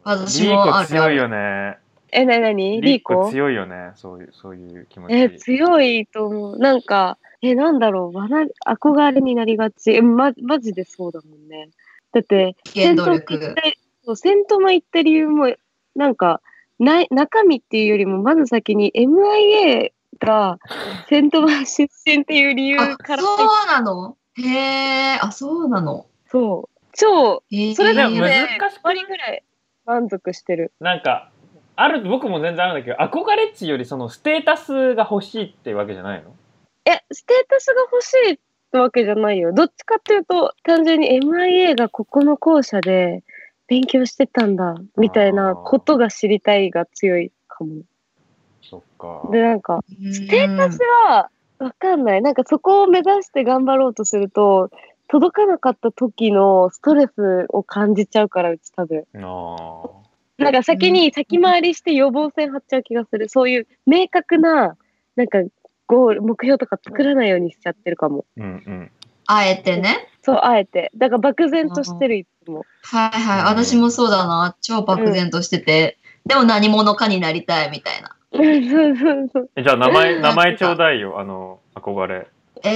Speaker 1: 私もある
Speaker 2: リーコ強いよね。
Speaker 3: え、なになにリーコ
Speaker 2: 強いよね。そういう、そういう気持ち。
Speaker 3: え、強いと思う。なんか、え、なんだろう、わな憧れになりがち。え、ま、マジでそうだもんね。だって、
Speaker 1: 原
Speaker 3: 戦
Speaker 1: 動
Speaker 3: 闘行っ
Speaker 1: 力。
Speaker 3: たそう戦闘も行った理由も、なんか、ない中身っていうよりも、まず先に MIA が戦闘場出身っていう理由
Speaker 1: あ
Speaker 3: か、ら、
Speaker 1: そうなのへえ、あ、そうなの。
Speaker 3: そう、超、
Speaker 1: へえ。
Speaker 3: それで
Speaker 2: でも
Speaker 3: も
Speaker 2: 難
Speaker 3: ね
Speaker 2: しくない
Speaker 3: 5割ぐらい満足してる。
Speaker 2: なんか、ある、僕も全然あるんだけど、憧れっちよりそのステータスが欲しいってわけじゃないの
Speaker 3: え、ステータスが欲しいってわけじゃないよ。どっちかっていうと、単純に MIA がここの校舎で勉強してたんだ、みたいなことが知りたいが強いかも。
Speaker 2: そっか。
Speaker 3: で、なんか、
Speaker 1: ス
Speaker 3: ステータスはわかんない。なんかそこを目指して頑張ろうとすると、届かなかった時のストレスを感じちゃうから、うち多分。
Speaker 2: あー
Speaker 3: なんか先に先回りして予防線張っちゃう気がする。そういう明確な、なんかゴール、目標とか作らないようにしちゃってるかも。
Speaker 2: うんうん。
Speaker 1: あえてね。
Speaker 3: そう、あえて。だから漠然としてる、いつも。
Speaker 1: はいはい。私もそうだな。超漠然としてて。でも何者かになりたいみたいな。
Speaker 3: そうそうそう。
Speaker 2: えじゃあ名
Speaker 1: う
Speaker 2: 前、
Speaker 1: ん
Speaker 2: 名前ちょうだいよ。あの、憧れ。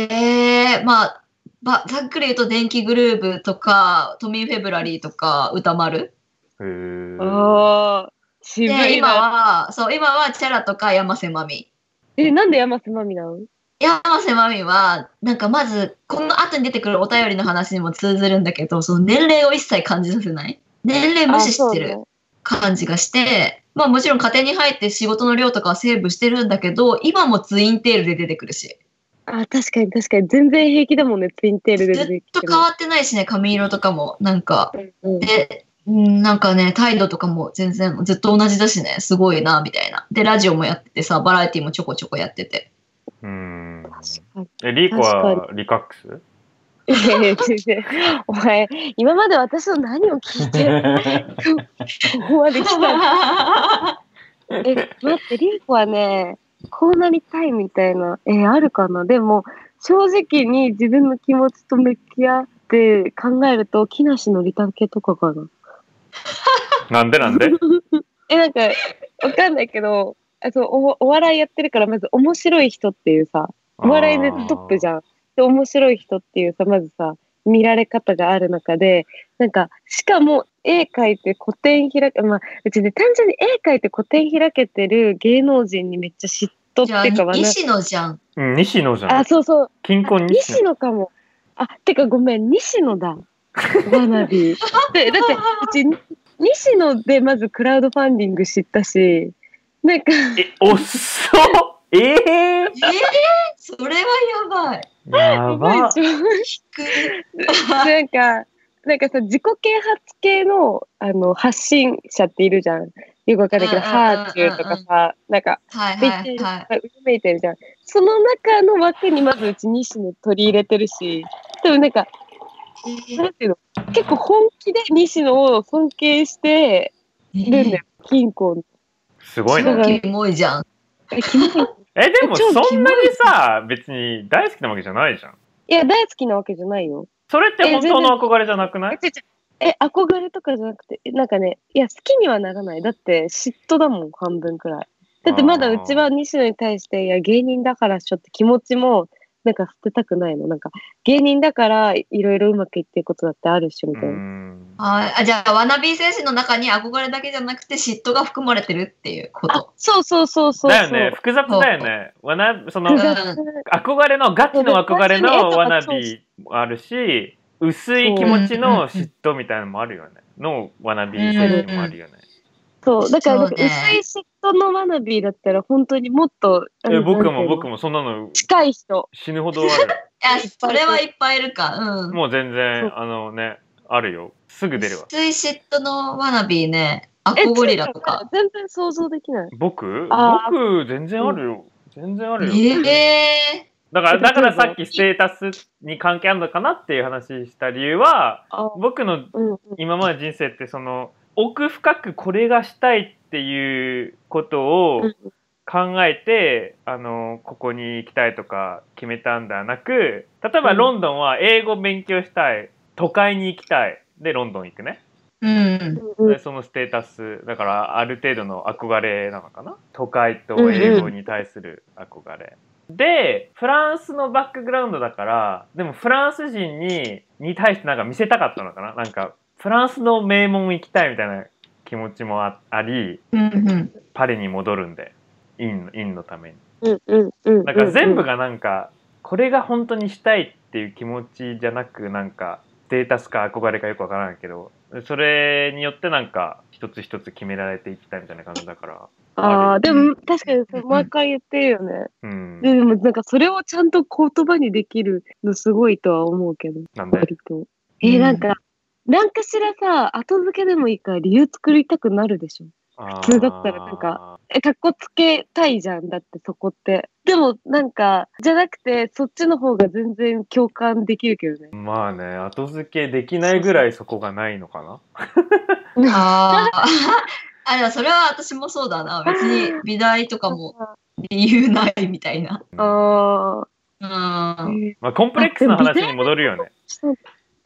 Speaker 1: ええまあ、ばざっくり言うと電気グルーブとか、トミー・フェブラリーとか、歌丸。
Speaker 2: へー
Speaker 3: ああ、渋
Speaker 1: で、
Speaker 3: い
Speaker 1: 今
Speaker 3: な。
Speaker 1: は、そう、今はチェラとか山瀬まみ。
Speaker 3: え、なんで山瀬まみなの
Speaker 1: 山瀬まみは、なんかまず、この後に出てくるお便りの話にも通ずるんだけど、その年齢を一切感じさせない。年齢無視して
Speaker 3: あ
Speaker 1: る
Speaker 3: そう
Speaker 1: 感じがして、まあもちろん家庭に入って仕事の量とかはセーブしてるんだけど、今もツインテールで出てくるし。
Speaker 3: あ、確かに確かに。全然平気だもんね、ツインテールで
Speaker 1: ず
Speaker 3: 出て
Speaker 1: っ
Speaker 3: き
Speaker 1: と
Speaker 3: て
Speaker 1: 変わってないしね、髪色とかも。なんか、
Speaker 3: も。うん
Speaker 1: で、うんなんかね、態度とかも全然ずっと同じだしね、すごいな、みたいな。で、ラジオもやっててさ、バラエティもちょこちょこやってて。
Speaker 2: うーん。
Speaker 3: 確かに
Speaker 2: え、リーコはリカックス
Speaker 3: えやいや全然お前、今まで私の何を聞 いて、ここまで来たのえ、待って、リンコはね、こうなりたいみたいな、え、あるかなでも、正直に自分の気持ちと向き合って考えると、木梨のりたけとかかな。
Speaker 2: なんでなんで
Speaker 3: え、なんか、わかんないけど、あそうおお笑いやってるから、まず面白い人っていうさ、 お笑いでトップじ
Speaker 2: ゃん。
Speaker 3: ゃん。で、面白い人っていうさ、まずさ、見られ方がある中で、なんか、しかも絵描いて個展開け、まあ、うちね、単純に絵描いて個展開けてる芸能人にめっちゃ嫉妬
Speaker 1: じゃ
Speaker 3: っ
Speaker 1: あ
Speaker 3: ていうか、わな
Speaker 1: 西野じゃん。
Speaker 2: うん、西野じゃん
Speaker 3: あ、。そうそう、
Speaker 2: 近
Speaker 3: あ
Speaker 2: 婚西野
Speaker 3: 西。野かも。あ、てかごめん、西野だ。わな び。で、だって、うち、西野でまずクラウドファンディング知ったし、なんか、
Speaker 2: え、おっそええ
Speaker 1: えー、それはやばい。
Speaker 2: ー、やば
Speaker 3: すごい
Speaker 1: 低い
Speaker 3: なんか、なんかさ、自己啓発系の、あの、発信者っているじゃん。よくわかんないけど、
Speaker 1: うんうんうんうん
Speaker 3: ハーチューとかさ、なんか、
Speaker 1: はい
Speaker 3: で
Speaker 1: はいはい。
Speaker 3: うつめいてるじゃん。その中の枠にまずうち西野取り入れてるし、でもなんか、
Speaker 1: え
Speaker 3: なんていうの、結構本気で西野を尊敬してるんだよ、金庫の。
Speaker 2: すごいな。
Speaker 1: 超キモいじゃん。
Speaker 3: えキモい
Speaker 2: え、でも
Speaker 3: 超キモい
Speaker 2: そんなにさ、別に大好きなわけじゃないじゃん。
Speaker 3: いや、大好きなわけじゃないよ。
Speaker 2: それって本当の憧れじゃなくない
Speaker 3: え、違う違うえ憧れとかじゃなくて、えなんかね、いや、好きにはならない。だって、嫉妬だもん、半分くらい。だって、まだ
Speaker 2: あー
Speaker 3: うちは西野に対して、いや、芸人だからっしょって気持ちも、なんか捨てたくないの。なんか、芸人だから、いろいろうまくいってることだってあるっしょ、み
Speaker 2: う
Speaker 3: たいな。
Speaker 2: ん。
Speaker 1: はい。あ、じゃあ、ワナビー選手の中に憧れだけじゃなくて嫉妬が含まれてるっていうこ
Speaker 3: あ
Speaker 1: と。、
Speaker 3: そうそうそうそうそう。
Speaker 2: だよね、複雑だよね。わな、その
Speaker 3: 複、
Speaker 1: 雑
Speaker 3: 雑。
Speaker 2: 憧れの、ガチの憧れの
Speaker 3: そう
Speaker 2: わなびあるし、薄い気持ちの嫉妬みたいなのもあるよね。のわなび選手もあるよね。
Speaker 3: そう。だから、なんか
Speaker 1: そう
Speaker 3: 薄い
Speaker 1: ね
Speaker 3: 嫉妬のワナビーだったら、本当にもっと、あの
Speaker 2: え、僕
Speaker 3: なんてい
Speaker 2: も
Speaker 3: うの
Speaker 2: 僕もそんなの
Speaker 3: 近い人。
Speaker 2: 死ぬほどある。
Speaker 1: あ、それはいっぱいいるか。うん。
Speaker 2: もう全
Speaker 3: そ
Speaker 2: 然
Speaker 3: う、
Speaker 2: あのね、あるよ。すぐ出るわ。
Speaker 1: 水嫉妬のワナビーね。ア
Speaker 3: え
Speaker 1: コゴリラとか。。
Speaker 3: 全然想像できない。
Speaker 2: 僕
Speaker 3: あ
Speaker 2: 僕、全然あるよ。全然あるよ。
Speaker 1: え
Speaker 2: だから、だからさっきステータスに関係あるのかなっていう話した理由は、
Speaker 3: あ
Speaker 2: 僕の
Speaker 3: うんうん。
Speaker 2: 今まで人生ってその奥深くこれがしたいっていうことを
Speaker 3: うん
Speaker 2: 考えて、あのここに行きたいとか決めたんではなく例えば
Speaker 3: うん
Speaker 2: ロンドンは英語勉強したい都会に行きたいでロンドン行くね
Speaker 1: えうん。
Speaker 3: うん
Speaker 2: でそのステータスだからある程度の憧れなのかな都会と英語に対する憧れ、でフランスのバックグラウンドだからでもフランス人にに対してなんか見せたかったのかななんかフランスの名門行きたいみたいな気持ちもああり
Speaker 1: うんうん。
Speaker 2: パリに戻るんでインインのために
Speaker 3: うんうんうん。
Speaker 2: なんか全部がなんかこれが本当にしたいっていう気持ちじゃなくなんかステータスか憧れかよくわからないけどそれによってなんか一つ一つ決められていったみたいな感じだから
Speaker 3: あ
Speaker 2: あ
Speaker 3: あ、でも確かにそう毎回言ってるよね。
Speaker 2: うん
Speaker 3: でもなんかそれをちゃんと言葉にできるのすごいとは思うけど、
Speaker 2: なんで
Speaker 3: 割と。えーなんか、なんかしらさ、後付けでもいいから理由作りたくなるでしょ。
Speaker 2: 普
Speaker 3: 通だったらなんかえ、かっこつけたいじゃん、だってそこって。でもなんか、じゃなくて、そっちの方が全然共感できるけどね。
Speaker 2: まあね後付けできないぐらいそこがないのかな
Speaker 1: ああ。 あ、でもそれは私もそうだな。別に美大とかも理由ないみたいな。
Speaker 3: あ
Speaker 1: う
Speaker 3: あ、
Speaker 1: ん。
Speaker 2: まあコンプレックスの話に戻るよね
Speaker 3: そう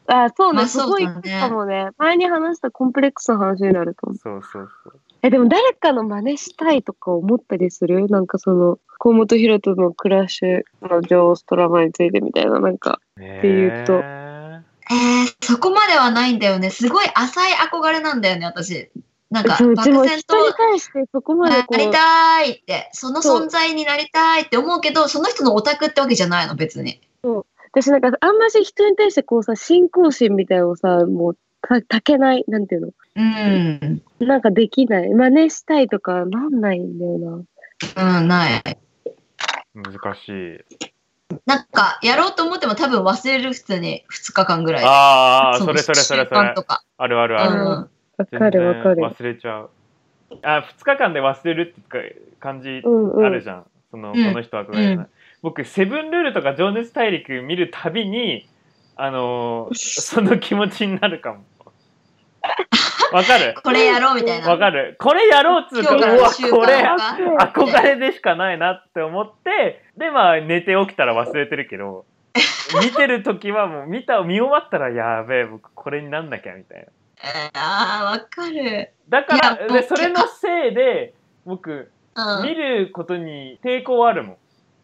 Speaker 3: あそう
Speaker 1: ま
Speaker 3: ね、
Speaker 1: あ
Speaker 3: そこ
Speaker 1: そう
Speaker 3: 行
Speaker 1: だね
Speaker 3: くかもね。前に話したコンプレックスの話になると思う。
Speaker 2: そうそうそう
Speaker 3: え、でも誰かの真似したいとか思ったりするなんかその、河本ロ人のクラッシュの女王ストラマについてみたいな、なんか。
Speaker 2: ね
Speaker 3: っていうと
Speaker 1: えー、そこまではないんだよね。すごい浅い憧れなんだよね、私。なんか、
Speaker 3: そううち
Speaker 1: 漠
Speaker 3: も人
Speaker 1: 然
Speaker 3: に
Speaker 1: と
Speaker 3: 対してそこまで
Speaker 1: な
Speaker 3: こ
Speaker 1: り
Speaker 3: う、
Speaker 1: たいって、その
Speaker 3: そう
Speaker 1: 存在になりたいって思うけど、その人のオタクってわけじゃないの、別に。
Speaker 3: 私なんかあんまし人に対してこうさ、信仰心みたいなのをさ、もうた、たけない、なんていうの
Speaker 1: うん。うん、
Speaker 3: なんかできない。真似したいとかなんないんだよな。
Speaker 1: ない。
Speaker 2: 難しい
Speaker 1: なんか、やろうと思っても多分忘れる、普通に2日間ぐらい。
Speaker 2: ああそ
Speaker 1: の
Speaker 2: れそれそれ
Speaker 1: 習
Speaker 2: それ
Speaker 1: 慣とか。
Speaker 2: あるある
Speaker 1: う
Speaker 2: ある、
Speaker 1: ん。
Speaker 3: わ
Speaker 2: 全
Speaker 3: かる
Speaker 2: 然
Speaker 3: わかる。
Speaker 2: 忘れちゃうあ2日間で忘れるって感じ
Speaker 3: うん
Speaker 2: あ
Speaker 3: う
Speaker 2: る
Speaker 3: ん。
Speaker 2: じゃん、その
Speaker 1: うん
Speaker 2: この人はこれじゃない、
Speaker 1: う
Speaker 2: 僕「セブンルール」とか「情熱大陸」見るたびにあの ーその気持ちになるかも。わかる
Speaker 1: これやろうみたいな。
Speaker 2: わかるこれやろうっつう
Speaker 1: 今
Speaker 2: と、
Speaker 1: 日
Speaker 2: う
Speaker 1: からの、
Speaker 2: わ
Speaker 1: 習慣
Speaker 2: これ
Speaker 1: とか。
Speaker 2: 憧れでしかないなって思って、で、まあ、寝て起きたら忘れてる けど、見てる時はもう、見た、見終わったら、やべえ、僕これになんなきゃ、みたいな。
Speaker 1: ああ、わかる。
Speaker 2: だか
Speaker 1: いや
Speaker 2: ら、で
Speaker 1: 僕
Speaker 2: それのせいで、 僕、
Speaker 1: うん。
Speaker 2: 見ることに抵抗はあるもん。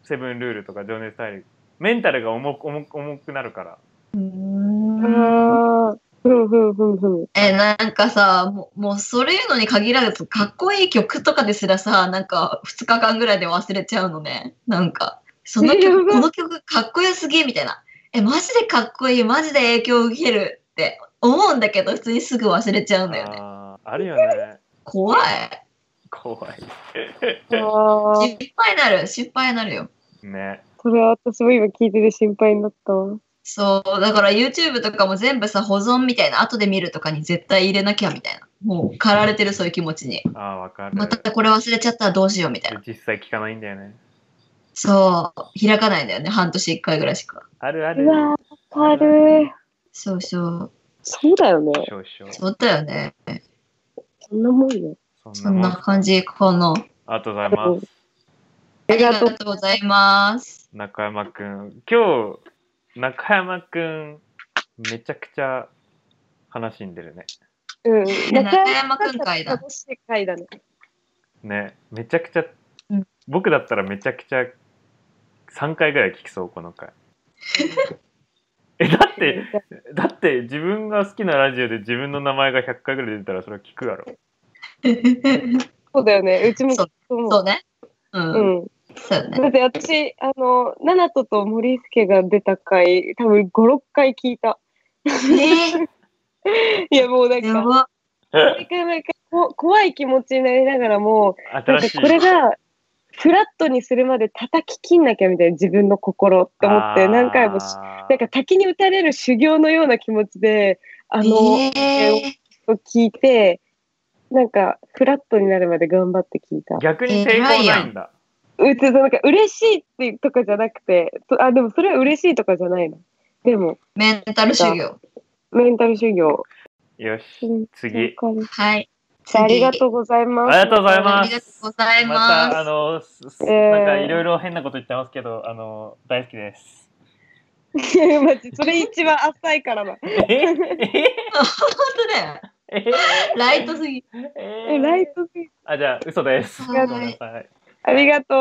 Speaker 2: セブンルールとか、情熱大陸。メンタルが重く、重く、重くなるから。
Speaker 1: うーん
Speaker 3: ああ、ふんふんふんふん。
Speaker 1: え、なんかさ、もう、もうそれいうのに限らず、かっこいい曲とかですらさ、なんか2日間ぐらいで忘れちゃうのね。なんか、その
Speaker 3: えや
Speaker 1: 曲、
Speaker 3: ばい
Speaker 1: この曲かっこよすぎみたいな。え、マジでかっこいい、マジで影響受けるって思うんだけど、普通にすぐ忘れちゃうんだよね。
Speaker 2: あーあるよね。
Speaker 1: 怖い。
Speaker 2: 怖い。
Speaker 3: ああ、
Speaker 1: 心配になる、心配になるよ。
Speaker 2: ね。
Speaker 3: それは私も今聞いてて心配になったわ。
Speaker 1: そう、だから YouTube とかも全部さ、保存みたいな、後で見るとかに絶対入れなきゃみたいな。もう、駆られてる、そういう気持ちに。
Speaker 2: ああ、わかる。
Speaker 1: またこれ忘れちゃったらどうしようみたいな。
Speaker 2: 実際聞かないんだよね。
Speaker 1: そう、開かないんだよね、半年1回ぐらいしか。
Speaker 2: あるあ
Speaker 3: う
Speaker 2: る。
Speaker 3: わー、わかる。
Speaker 1: そうそう、
Speaker 3: そうだよね。
Speaker 2: 少々。
Speaker 1: そうだよね。
Speaker 3: そんなもんよ。
Speaker 2: そ
Speaker 1: そ
Speaker 2: ん
Speaker 1: ん
Speaker 2: なもん。
Speaker 1: な感じかな。
Speaker 2: ありがとうございます。
Speaker 1: あ
Speaker 3: あ
Speaker 1: り
Speaker 3: り
Speaker 1: が
Speaker 3: が
Speaker 1: と
Speaker 3: と
Speaker 1: うございます。
Speaker 2: 中山くん。今日、中山くん、めちゃくちゃ話しんでるね。
Speaker 3: うん。
Speaker 1: 中山くん会だ
Speaker 3: 楽しい会だね。
Speaker 2: ね。めちゃくちゃ、
Speaker 1: うん
Speaker 2: 僕だったらめちゃくちゃ3回ぐらい聞きそう、この 回。え、だって、だって自分が好きなラジオで自分の名前が100回ぐらい出たらそれは聞く やろ。
Speaker 3: そうだよね。うちも聞くと思う。
Speaker 1: そうね。うん、
Speaker 3: うん、
Speaker 1: そうよ ね。
Speaker 3: だって私、あの、ナナトと森助が出た回、多分5、6回聞いた。
Speaker 1: え
Speaker 3: いや、もうなん
Speaker 1: ー、や
Speaker 3: か、
Speaker 1: ば。
Speaker 3: 毎回毎回こ怖い気持ちになりながらも、なん
Speaker 2: 新
Speaker 3: か
Speaker 2: しい。
Speaker 3: これが、フラットにするまで叩き切んなきゃみたいな自分の心って思って、何回もし、
Speaker 2: あー
Speaker 3: なんか滝に打たれる修行のような気持ちで、あの、
Speaker 1: え
Speaker 3: を聞いて、なんか、フラットになるまで頑張って聞いた。
Speaker 2: 逆に抵抗ないんだ。
Speaker 3: うつなんか、嬉しいってとかじゃなくて、とあ、でもそれは嬉しいとかじゃないの。でも、
Speaker 1: メンタル修行。
Speaker 3: メンタル修行。
Speaker 2: よし、
Speaker 3: わ
Speaker 2: 次。
Speaker 3: かりまし
Speaker 1: はい。
Speaker 3: たありがと
Speaker 1: う
Speaker 3: うございます。
Speaker 2: ありがとうござい
Speaker 1: あ
Speaker 2: ま
Speaker 1: りがと
Speaker 2: す。
Speaker 1: うござい
Speaker 2: また、あ
Speaker 1: ます。
Speaker 2: の、すす
Speaker 3: えー
Speaker 2: なんかいろいろ変なこと言ってますけど、あの、大好き です。
Speaker 3: いやマジそれ一番浅いからな。
Speaker 2: ええ
Speaker 1: 本当だよ。
Speaker 2: え
Speaker 1: ライトすぎ。
Speaker 2: え
Speaker 3: え、ライトピー
Speaker 2: あ、じゃあ、嘘です。ご
Speaker 1: は
Speaker 2: め
Speaker 1: い
Speaker 2: んなさい。
Speaker 3: ありがとう。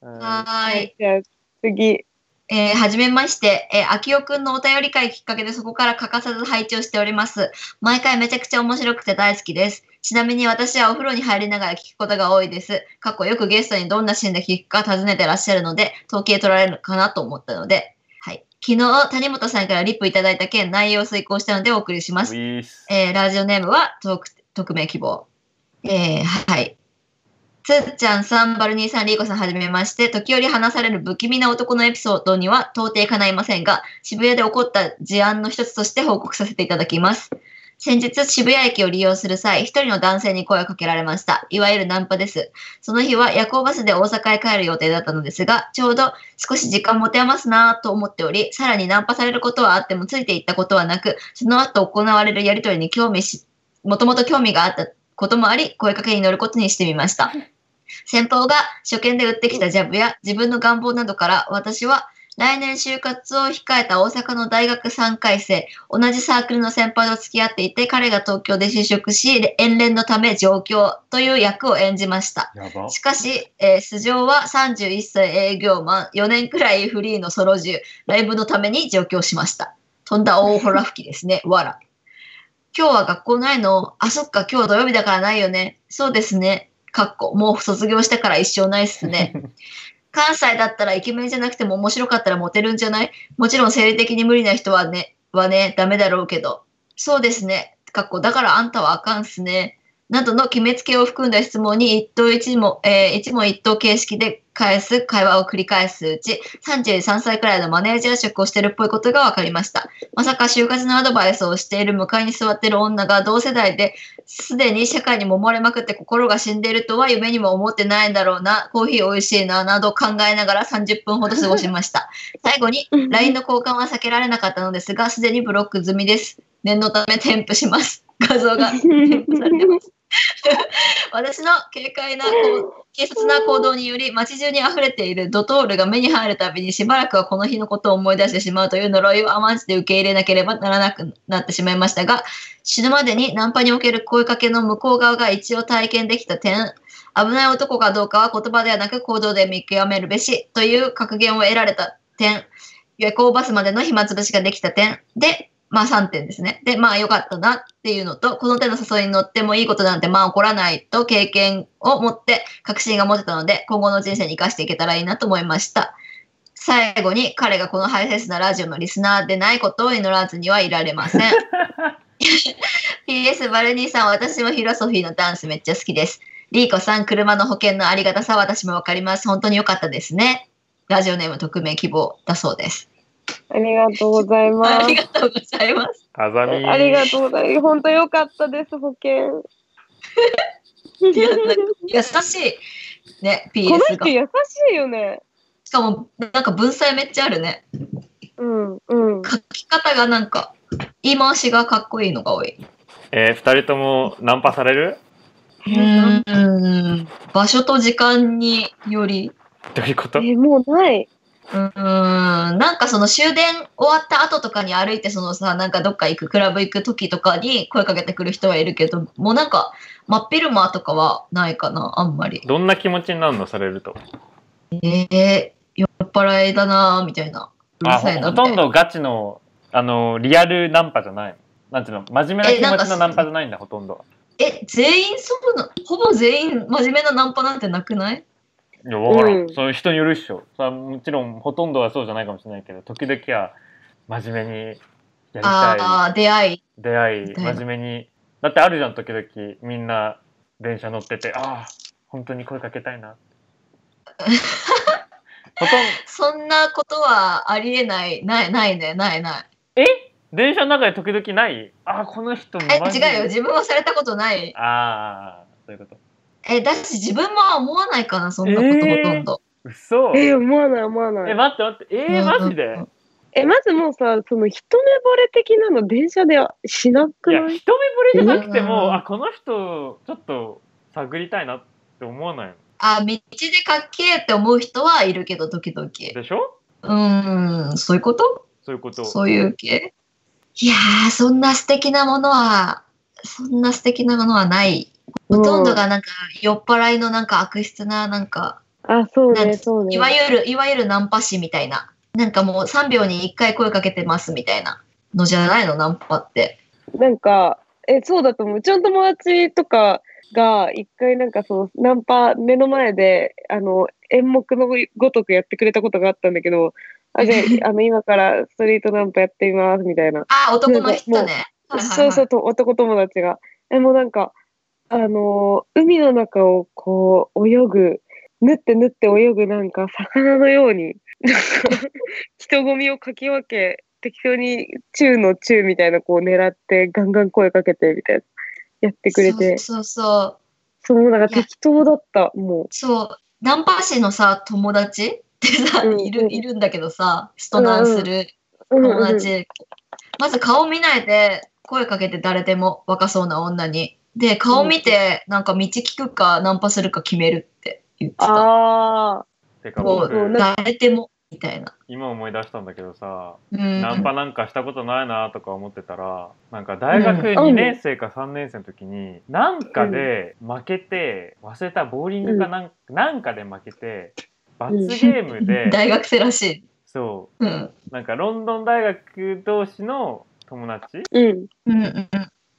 Speaker 1: は
Speaker 2: は
Speaker 1: ーい。。
Speaker 3: じゃあ、次。
Speaker 1: えー、はじめまして、えー、秋代くんのお便り会きっかけでそこから欠かさず拝聴しております。毎回めちゃくちゃ面白くて大好きです。ちなみに私はお風呂に入りながら聞くことが多いです。過去よくゲストにどんなシーンで聞くか尋ねてらっしゃるので、統計取られるのかなと思ったので、はい。昨日、谷本さんからリップいただいた件、内容を遂行したのでお送りしま
Speaker 2: ウ
Speaker 1: す。
Speaker 2: ィース。
Speaker 1: えーラジオネームは特匿名希望。えーはい。つっちゃんさん、バルニーさん、リーコさん、はじめまして。時折話される不気味な男のエピソードには到底叶いませんが、渋谷で起こった事案の一つとして報告させていただきます。先日、渋谷駅を利用する際、一人の男性に声をかけられました。いわゆるナンパです。その日は夜行バスで大阪へ帰る予定だったのですが、ちょうど少し時間持て余すなぁと思っており、さらにナンパされることはあってもついていったことはなく、その後行われるやりとりに興味し、もともと興味があったこともあり、声かけに乗ることにしてみました。先方が初見で打ってきたジャブや自分の願望などから、私は来年就活を控えた大阪の大学3回生、同じサークルの先輩と付き合っていて、彼が東京で就職し、遠恋のため上京という役を演じました。
Speaker 2: やば。
Speaker 1: しかし、えー素性は31歳営業マン、4年くらいフリーのソロ中、ライブのために上京しました。飛んだ大ほら吹きですね、わら。今日は学校ないのあ、そっか、今日土曜日だからないよね。そうですね。かっこ、もう卒業したから一生ないっすね。関西だったらイケメンじゃなくても面白かったらモテるんじゃないもちろん生理的に無理な人はね、はね、ダメだろうけど。そうですね。かっこ、だからあんたはあかんっすね。などの決めつけを含んだ質問に一答一問、えー一問一答形式で返す会話を繰り返すうち、33歳くらいのマネージャー職をしてるっぽいことが分かりました。まさか就活のアドバイスをしている向かいに座ってる女が同世代ですでに社会に揉まれまくって心が死んでいるとは夢にも思ってないんだろうな、コーヒー美味しいな、など考えながら30分ほど過ごしました。最後に、LINE の交換は避けられなかったのですが、すでにブロック済みです。念のため添付します。画像が添付されてます。私の軽快なこう軽率な行動により街中に溢れているドトールが目に入るたびにしばらくはこの日のことを思い出してしまうという呪いを甘んじて受け入れなければならなくなってしまいましたが死ぬまでにナンパにおける声かけの向こう側が一応体験できた点危ない男かどうかは言葉ではなく行動で見極めるべしという格言を得られた点夜行バスまでの暇つぶしができた点で、まあ3点ですね。で、まあ良かったなっていうのと、この手の誘いに乗ってもいいことなんてまあ起こらないと経験を持って確信が持てたので、今後の人生に生かしていけたらいいなと思いました。最後に彼がこのハイセンスなラジオのリスナーでないことを祈らずにはいられません。PS バルニーさん、私もフィロソフィーのダンスめっちゃ好きです。リーコさん、車の保険のありがたさは私もわかります。本当に良かったですね。ラジオネーム匿名希望だそうです。
Speaker 3: ありがとうございま
Speaker 1: あ
Speaker 3: す
Speaker 1: り。がとうございます。
Speaker 2: あざみ
Speaker 3: ありがとうございます。本当良かったです、保険。
Speaker 1: い やなんか優しい。ね、PS
Speaker 3: この
Speaker 1: が
Speaker 3: 人。優しいよね。
Speaker 1: しかも、なんか文才めっちゃあるね。
Speaker 3: うんうん。
Speaker 1: 書き方がなんか、言い回しがかっこいいのが多い。
Speaker 2: えー、二人ともナンパされる
Speaker 1: うーん。場所と時間により、
Speaker 2: どういうこと
Speaker 3: え、もうない。
Speaker 1: うーん、なんかその終電終わった後とかに歩いて、そのさ、なんかどっか行く、クラブ行く時とかに声かけてくる人はいるけど、もうなんか、真っ昼間とかはないかな、あんまり。
Speaker 2: どんな気持ちになるのされると。
Speaker 1: えー、酔っ払いだな、みたいな。うる
Speaker 2: あ
Speaker 1: さい
Speaker 2: ほ
Speaker 1: な
Speaker 2: ほ
Speaker 1: みたいな
Speaker 2: とんどガチの、あの、リアルナンパじゃない。なんていうの真面目な気
Speaker 1: えなん
Speaker 2: 持
Speaker 1: か
Speaker 2: ちのナンパじゃないんだ、ほとんど。
Speaker 1: え、全員そうな、ほぼ全員真面目なナンパなんてなくない
Speaker 2: いや、わからん。
Speaker 3: うん
Speaker 2: そういう人によるっしょ。それはもちろん、ほとんどはそうじゃないかもしれないけど、時々は真面目にやりたい。
Speaker 1: ああ、出会い。
Speaker 2: 出会い、
Speaker 1: だよ
Speaker 2: 真面目に。だってあるじゃん、時々。みんな、電車乗ってて、ああ、本当に声かけたいな。 ほとんど、
Speaker 1: そんなことはありえない、ない、ないね、ない、ない。
Speaker 2: 電車の中で時々ないああ、この人
Speaker 1: え、
Speaker 2: マジ
Speaker 1: 違うよ、自分はされたことない。
Speaker 2: ああ、そういうこと。
Speaker 1: え、だし自分も思わないかな、そんなこと
Speaker 2: え
Speaker 1: ほ
Speaker 2: ー
Speaker 1: とんど。
Speaker 2: 嘘
Speaker 3: え、思わない思わな
Speaker 2: え、
Speaker 3: い。
Speaker 2: 待って待って。えー、
Speaker 1: うん
Speaker 2: マジで
Speaker 3: え、まずもうさ、その一目惚れ的なの電車ではしなく
Speaker 2: いや、
Speaker 3: ない
Speaker 2: 一目惚れじゃなくて
Speaker 1: う
Speaker 2: も、
Speaker 1: ん
Speaker 2: あ、この人、ちょっと探りたいなって思わない
Speaker 1: あ、道でかっけえって思う人はいるけど、時々。
Speaker 2: でしょ
Speaker 1: うーん、そういうこと
Speaker 2: そういうこと。
Speaker 1: そういう系いやー、そんな素敵なものは、そんな素敵なものはない。ほとんどがなんか酔っ払いのなんか悪質ななんか
Speaker 3: あ、そう
Speaker 1: なん
Speaker 3: ね、
Speaker 1: て
Speaker 3: そうね。
Speaker 1: いわゆる、いわゆるナンパ師みたいな。なんかもう3秒に1回声かけてますみたいなのじゃないの、ナンパって。
Speaker 3: なんか、え、そうだと思う。うちの友達とかが、一回なんかその、ナンパ、目の前で、あの、演目のごとくやってくれたことがあったんだけど、あ、じ ゃあ、あの、今からストリートナンパやってみます、みたいな。
Speaker 1: ああ、男の人ね。はいはいはい
Speaker 3: そうそうと、男友達が。え、もうなんか、あのー海の中をこう、泳ぐ、縫って縫って泳ぐなんか、魚のように、なんか、人混みをかき分け、適当に、宙の宙みたいな、こう狙って、ガンガン声かけて、みたいな、やってくれて、
Speaker 1: そうそう
Speaker 3: その、なんか
Speaker 1: いや
Speaker 3: 適当だった、も
Speaker 1: そう。そう。ナンパ師のさ、友達ってさ、
Speaker 3: うん
Speaker 1: いうる
Speaker 3: ん
Speaker 1: いるんだけどさ、ストナンする
Speaker 3: う。うん
Speaker 1: 友
Speaker 3: うん
Speaker 1: 達。まず顔見ないで声かけて誰でも若そうな女に。で、顔見て、なんか道聞くかナンパするか決めるって言ってた。
Speaker 3: ああ、
Speaker 2: てか
Speaker 1: もう
Speaker 2: 僕、
Speaker 3: そうなんか
Speaker 1: 誰でも、みたいな。
Speaker 2: 今思い出したんだけどさ、
Speaker 1: うん。
Speaker 2: ナンパなんかしたことないなとか思ってたら、なんか大学
Speaker 1: うん
Speaker 2: 2年生か3年生の時に、なんかで負けて、忘れたボーリングかなん,、なんかで負けて、罰ゲーム で、
Speaker 1: 大学生らしい。
Speaker 2: そ
Speaker 1: うん。
Speaker 2: う、なんかロンドン大学同士の友達
Speaker 3: うん。
Speaker 1: うんうんうん。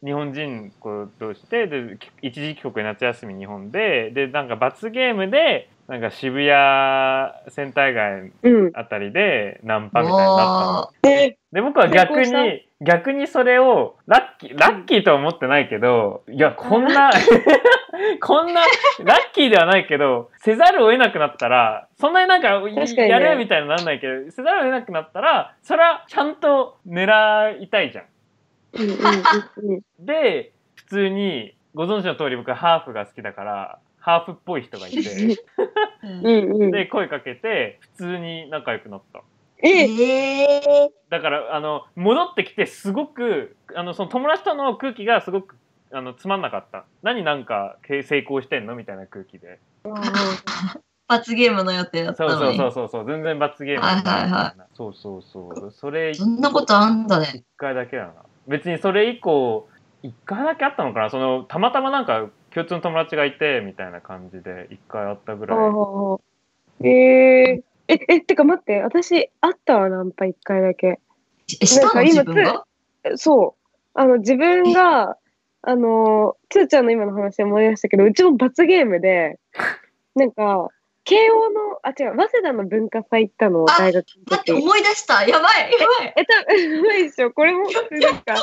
Speaker 2: 日本人こう同士でで一時帰国夏休み日本ででなんか罰ゲームでなんか渋谷センター街
Speaker 3: うん。
Speaker 2: あたりでナンパみたいになったの。
Speaker 3: え、
Speaker 2: で僕は逆
Speaker 3: 成功
Speaker 2: に 逆にそれをラッキーラッキーとは思ってないけどいやこんなこんな、ラッキーではないけど、せざるを得なくなったら、そんなになんか、
Speaker 3: 確かにね
Speaker 2: やれみたいにならないけど、せざるを得なくなったら、それはちゃんと狙いたいじゃん。
Speaker 3: うんうんうん
Speaker 2: で、普通に、ご存知の通り僕ハーフが好きだから、ハーフっぽい人がいて、
Speaker 1: うん
Speaker 3: うんうんう
Speaker 2: で、
Speaker 3: ん。
Speaker 2: 声かけて、普通に仲良くなった。
Speaker 3: え、
Speaker 1: え
Speaker 2: だから、あの、戻ってきて、すごく、あの、その友達との空気がすごく、あの、つまんなかった。何なんか、け成功してんのみたいな空気で。
Speaker 1: 罰ゲームの予定だった
Speaker 2: そう
Speaker 1: の
Speaker 2: そう
Speaker 1: に
Speaker 2: そうそうそう、全然罰ゲーム。
Speaker 1: はいはいは
Speaker 2: そうそうそう。それ
Speaker 1: そんなことあんだね
Speaker 2: 一回だけだな。別にそれ以降、一回だけあったのかなその、たまたまなんか、共通の友達がいて、みたいな感じで、一回あったぐらい。
Speaker 3: ほうえー、え、え、てか待って、私、あったわ、ナンパ一回だけ。
Speaker 1: えしたの
Speaker 3: なんか今
Speaker 1: 自分が
Speaker 3: えそう。あの、自分が、あの、つーちゃんの今の話で思い出したけど、うちも罰ゲームで、なんか、慶応の、あ、違う、早稲田の文化祭行ったの、
Speaker 1: あ
Speaker 3: 大学の
Speaker 1: 待って
Speaker 3: 時。
Speaker 1: 思い出したやばいや ばい
Speaker 3: え、たぶん、うまいっしょ。これも、なんか、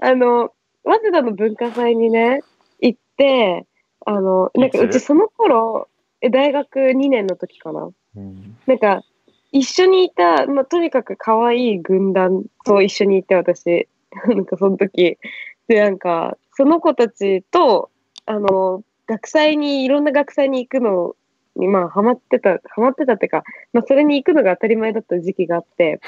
Speaker 3: あの、早稲田の文化祭にね、行って、あの、なんか、
Speaker 2: いうつ
Speaker 3: ちその頃、え、大学2年の時かな。
Speaker 2: うん
Speaker 3: なんか、一緒にいた、まあ、とにかく可愛い軍団と一緒にいて、私。 なんか、その時。で、なんか、その子たちと、あの、学祭に、いろんな学祭に行くのに、まあ、ハマってた、ハマってたっていうか、まあ、それに行くのが当たり前だった時期があって。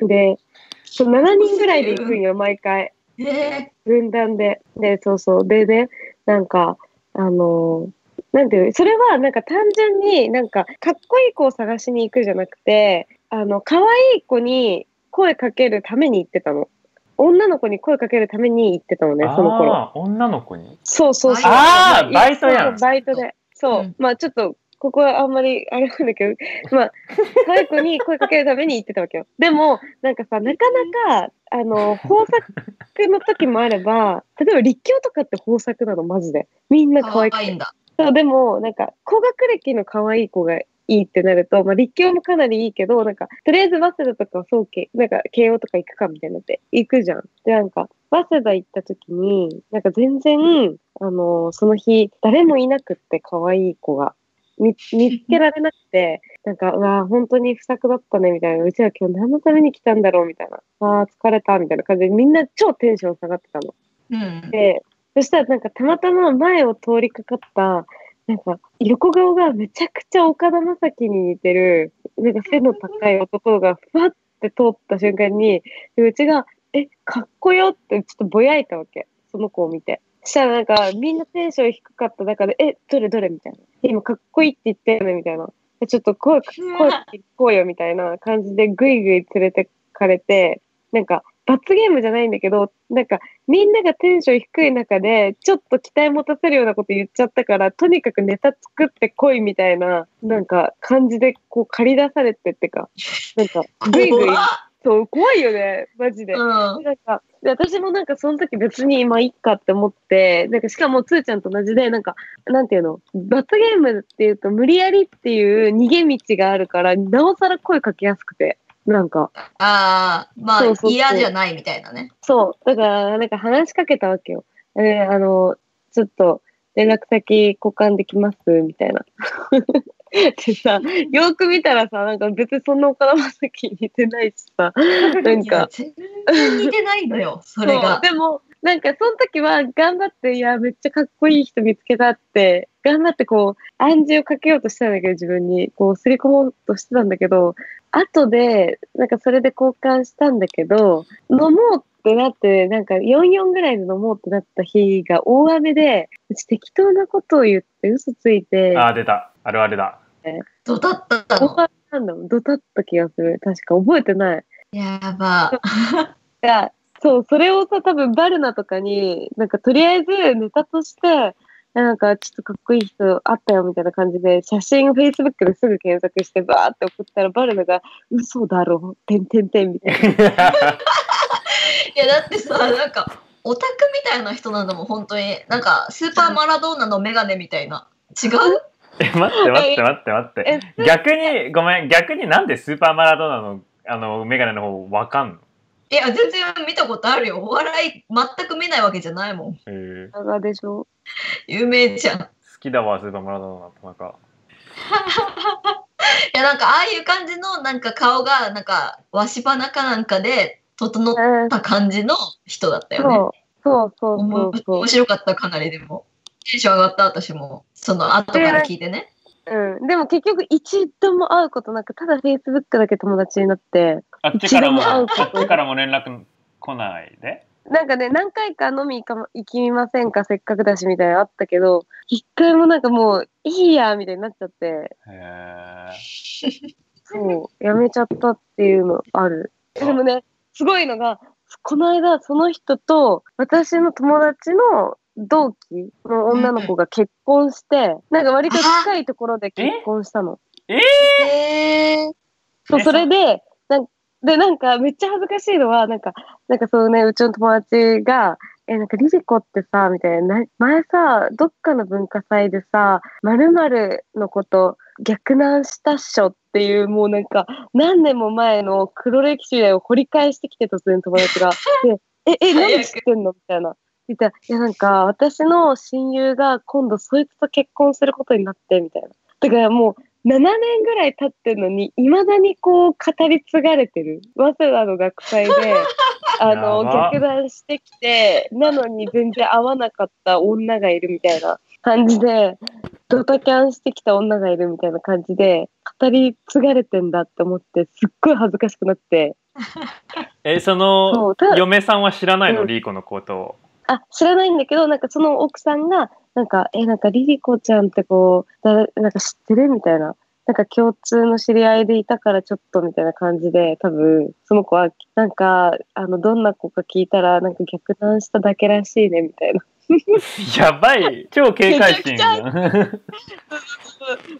Speaker 3: で、そう7人ぐらいで行くんよ、毎回。
Speaker 1: え
Speaker 3: 分断で。で、そうそう。でね、なんか、あのーなんていうのそれはなんか単純になんかかっこいい子を探しに行くじゃなくて、あの、可愛い子に声かけるために行ってたの。女の子に声かけるために行ってたのね、その頃。
Speaker 2: あー女の子に。
Speaker 3: そうそうそう。
Speaker 2: あー
Speaker 3: ま
Speaker 2: バイトやん
Speaker 3: そうバイトで。そう。
Speaker 1: うん
Speaker 3: まあちょっと、ここはあんまりあれなんだけど、まあ、可愛い子に声かけるために行ってたわけよ。でも、なんかさ、なかなか、あの、豊作の時もあれば、例えば立教とかって豊作なの、マジで。みん
Speaker 1: ー、
Speaker 3: な
Speaker 1: か
Speaker 3: 可
Speaker 1: わ
Speaker 3: 愛く
Speaker 1: いいん
Speaker 3: て。
Speaker 1: だ
Speaker 3: そう、でも、なんか、高学歴の可愛い子がいいってなると、まあ、立教もかなりいいけど、なんか、とりあえず早稲田とか早慶、なんか、慶応とか行くかみたいになって、行くじゃん。で、なんか、早稲田行った時に、なんか全然、あの、その日、誰もいなくって、可愛い子が。見見つけられなくて、なんか、うわあ本当に不作だったね、みたいな。うちら今日何のために来たんだろう、みたいな。ああ、疲れた、みたいな感じで、みんな超テンション下がってたの。
Speaker 1: うん
Speaker 3: で、そしたらなんかたまたま前を通りかかった、なんか横顔がめちゃくちゃ岡田将生に似てる、なんか背の高い男がふわって通った瞬間に、でうちが、え、かっこよってちょっとぼやいたわけ。その子を見て。そしたらなんかみんなテンション低かった中で、え、どれどれみたいな。今かっこいいって言ったよねみたいな。えちょっと声か声かけてこうよみたいな感じでぐいぐい連れてかれて、なんか罰ゲームじゃないんだけど、なんかみんながテンション低い中で、ちょっと期待持たせるようなこと言っちゃったから、とにかくネタ作ってこいみたいな、なんか感じでこう借り出されてってか、なんかぐいぐい
Speaker 1: 怖っ、
Speaker 3: そう、怖いよね、マジで。
Speaker 1: うん
Speaker 3: なんか、で私もなんかその時別に今いっかって思って、なんかしかもつーちゃんと同じで、なんか、なんていうの、罰ゲームっていうと無理やりっていう逃げ道があるから、なおさら声かけやすくて、なんか、
Speaker 1: ああま
Speaker 3: そ
Speaker 1: あ
Speaker 3: うそうそう
Speaker 1: 嫌じゃないみたいなね
Speaker 3: そう、だからなんか話しかけたわけよ。えあの、ちょっと連絡先交換できますみたいな。 でさ、よく見たらさ、なんか別にそんな岡田将生似てないしさ、なん
Speaker 1: いや
Speaker 3: か、
Speaker 1: 全然似てないのよそれ
Speaker 3: そう
Speaker 1: が
Speaker 3: でも、なんかその時は頑張って、いや、めっちゃかっこいい人見つけたって、頑張ってこう、暗示をかけようとしたんだけど、自分に、こう、すり込もうとしてたんだけど、後で、なんかそれで交換したんだけど、飲もうってなって、なんか44ぐらいで飲もうってなった日が大雨で、うち適当なことを言って嘘ついて、
Speaker 2: あー、出た。あるあるだ。
Speaker 1: どたった
Speaker 3: ご
Speaker 1: の
Speaker 3: 飯なんだもん、ドタった気がする。確か覚えてない。
Speaker 1: やば
Speaker 3: が、そう、それをさ、多分バルナとかに、なんかとりあえずネタとして、なんかちょっとかっこいい人あったよみたいな感じで、写真 Facebook ですぐ検索してバーって送ったらバルナが、嘘だろ、てんてんてん みたいな。
Speaker 1: いやだってさなんかオタクみたいな人なんだもん本当になんかスーパーマラドーナのメガネみたいな違う
Speaker 2: え 待って待って待って待って。
Speaker 3: え、
Speaker 2: 逆に、ごめん、逆になんでスーパーマラドーナの、あの、メガネの方わかんの
Speaker 1: いや全然見たことあるよお笑い全く見ないわけじゃないもん
Speaker 2: えー
Speaker 3: 長でしょ
Speaker 1: 有名じゃん。い
Speaker 2: 好きだわ、スーパーマラドーナ、田中。
Speaker 1: や、なんか、ああいう感じの、なんか顔が、なんか、わし花かなんかで、整っ
Speaker 3: うん
Speaker 1: た感じの人だったよね。
Speaker 3: そうそうそう
Speaker 1: お
Speaker 3: そ
Speaker 1: も
Speaker 3: うそう
Speaker 1: 面白かった、かなりでも。テンション上がった、私も。その後から聞いてね。
Speaker 3: うん、でも結局一度も会うことなくただフェイスブックだけ友達になって
Speaker 2: あっちからも、
Speaker 3: 一度も会
Speaker 2: あ
Speaker 3: うこと
Speaker 2: っちからも連絡来ないで。
Speaker 3: なんかね何回か飲み行か行きませんかせっかくだしみたいなのあったけど一回もなんかもういいやみたいになっちゃって
Speaker 2: へー
Speaker 3: そうやめちゃったっていうのあるでもねすごいのがこの間その人と私の友達の同期の女の子が結婚してなんか割と近いところで結婚したの。
Speaker 1: へえー。
Speaker 3: そう、
Speaker 2: え
Speaker 3: それで、なんで、なんか、めっちゃ恥ずかしいのは、なんか、なんかそうね、うちの友達が、え、なんか、リリコってさ、みたいな、な前さ、どっかの文化祭でさ、〇〇のこと、逆難したっしょっていう、もうなんか、何年も前の黒歴史を掘り返してきて、突然友達が。で、え、え、なんで知ってんのみたいな。みたいな。いや、なんか、私の親友が今度そいつと結婚することになって、みたいな。だからもう、7年ぐらい経ってるのに、いまだにこう語り継がれてる。早稲田の 学祭で、あ
Speaker 2: や
Speaker 3: の、
Speaker 2: ば
Speaker 3: 逆断してきて、なのに全然会わなかった女がいるみたいな感じで、ドタキャンしてきた女がいるみたいな感じで、語り継がれてんだって思って、すっごい恥ずかしくなって。
Speaker 2: え、その、
Speaker 3: そう、ただ、
Speaker 2: 嫁さんは知らないの、
Speaker 3: うん
Speaker 2: リーコのことを。
Speaker 3: あ、知らないんだけど、なんかその奥さんが、なんか、え、なんかリリコちゃんってこう、だなんか知ってるみたいな。なんか共通の知り合いでいたからちょっとみたいな感じで、多分、その子は、なんか、あの、どんな子か聞いたら、なんか逆断しただけらしいね、みたいな。
Speaker 2: やばい、超警戒心
Speaker 3: めちゃ。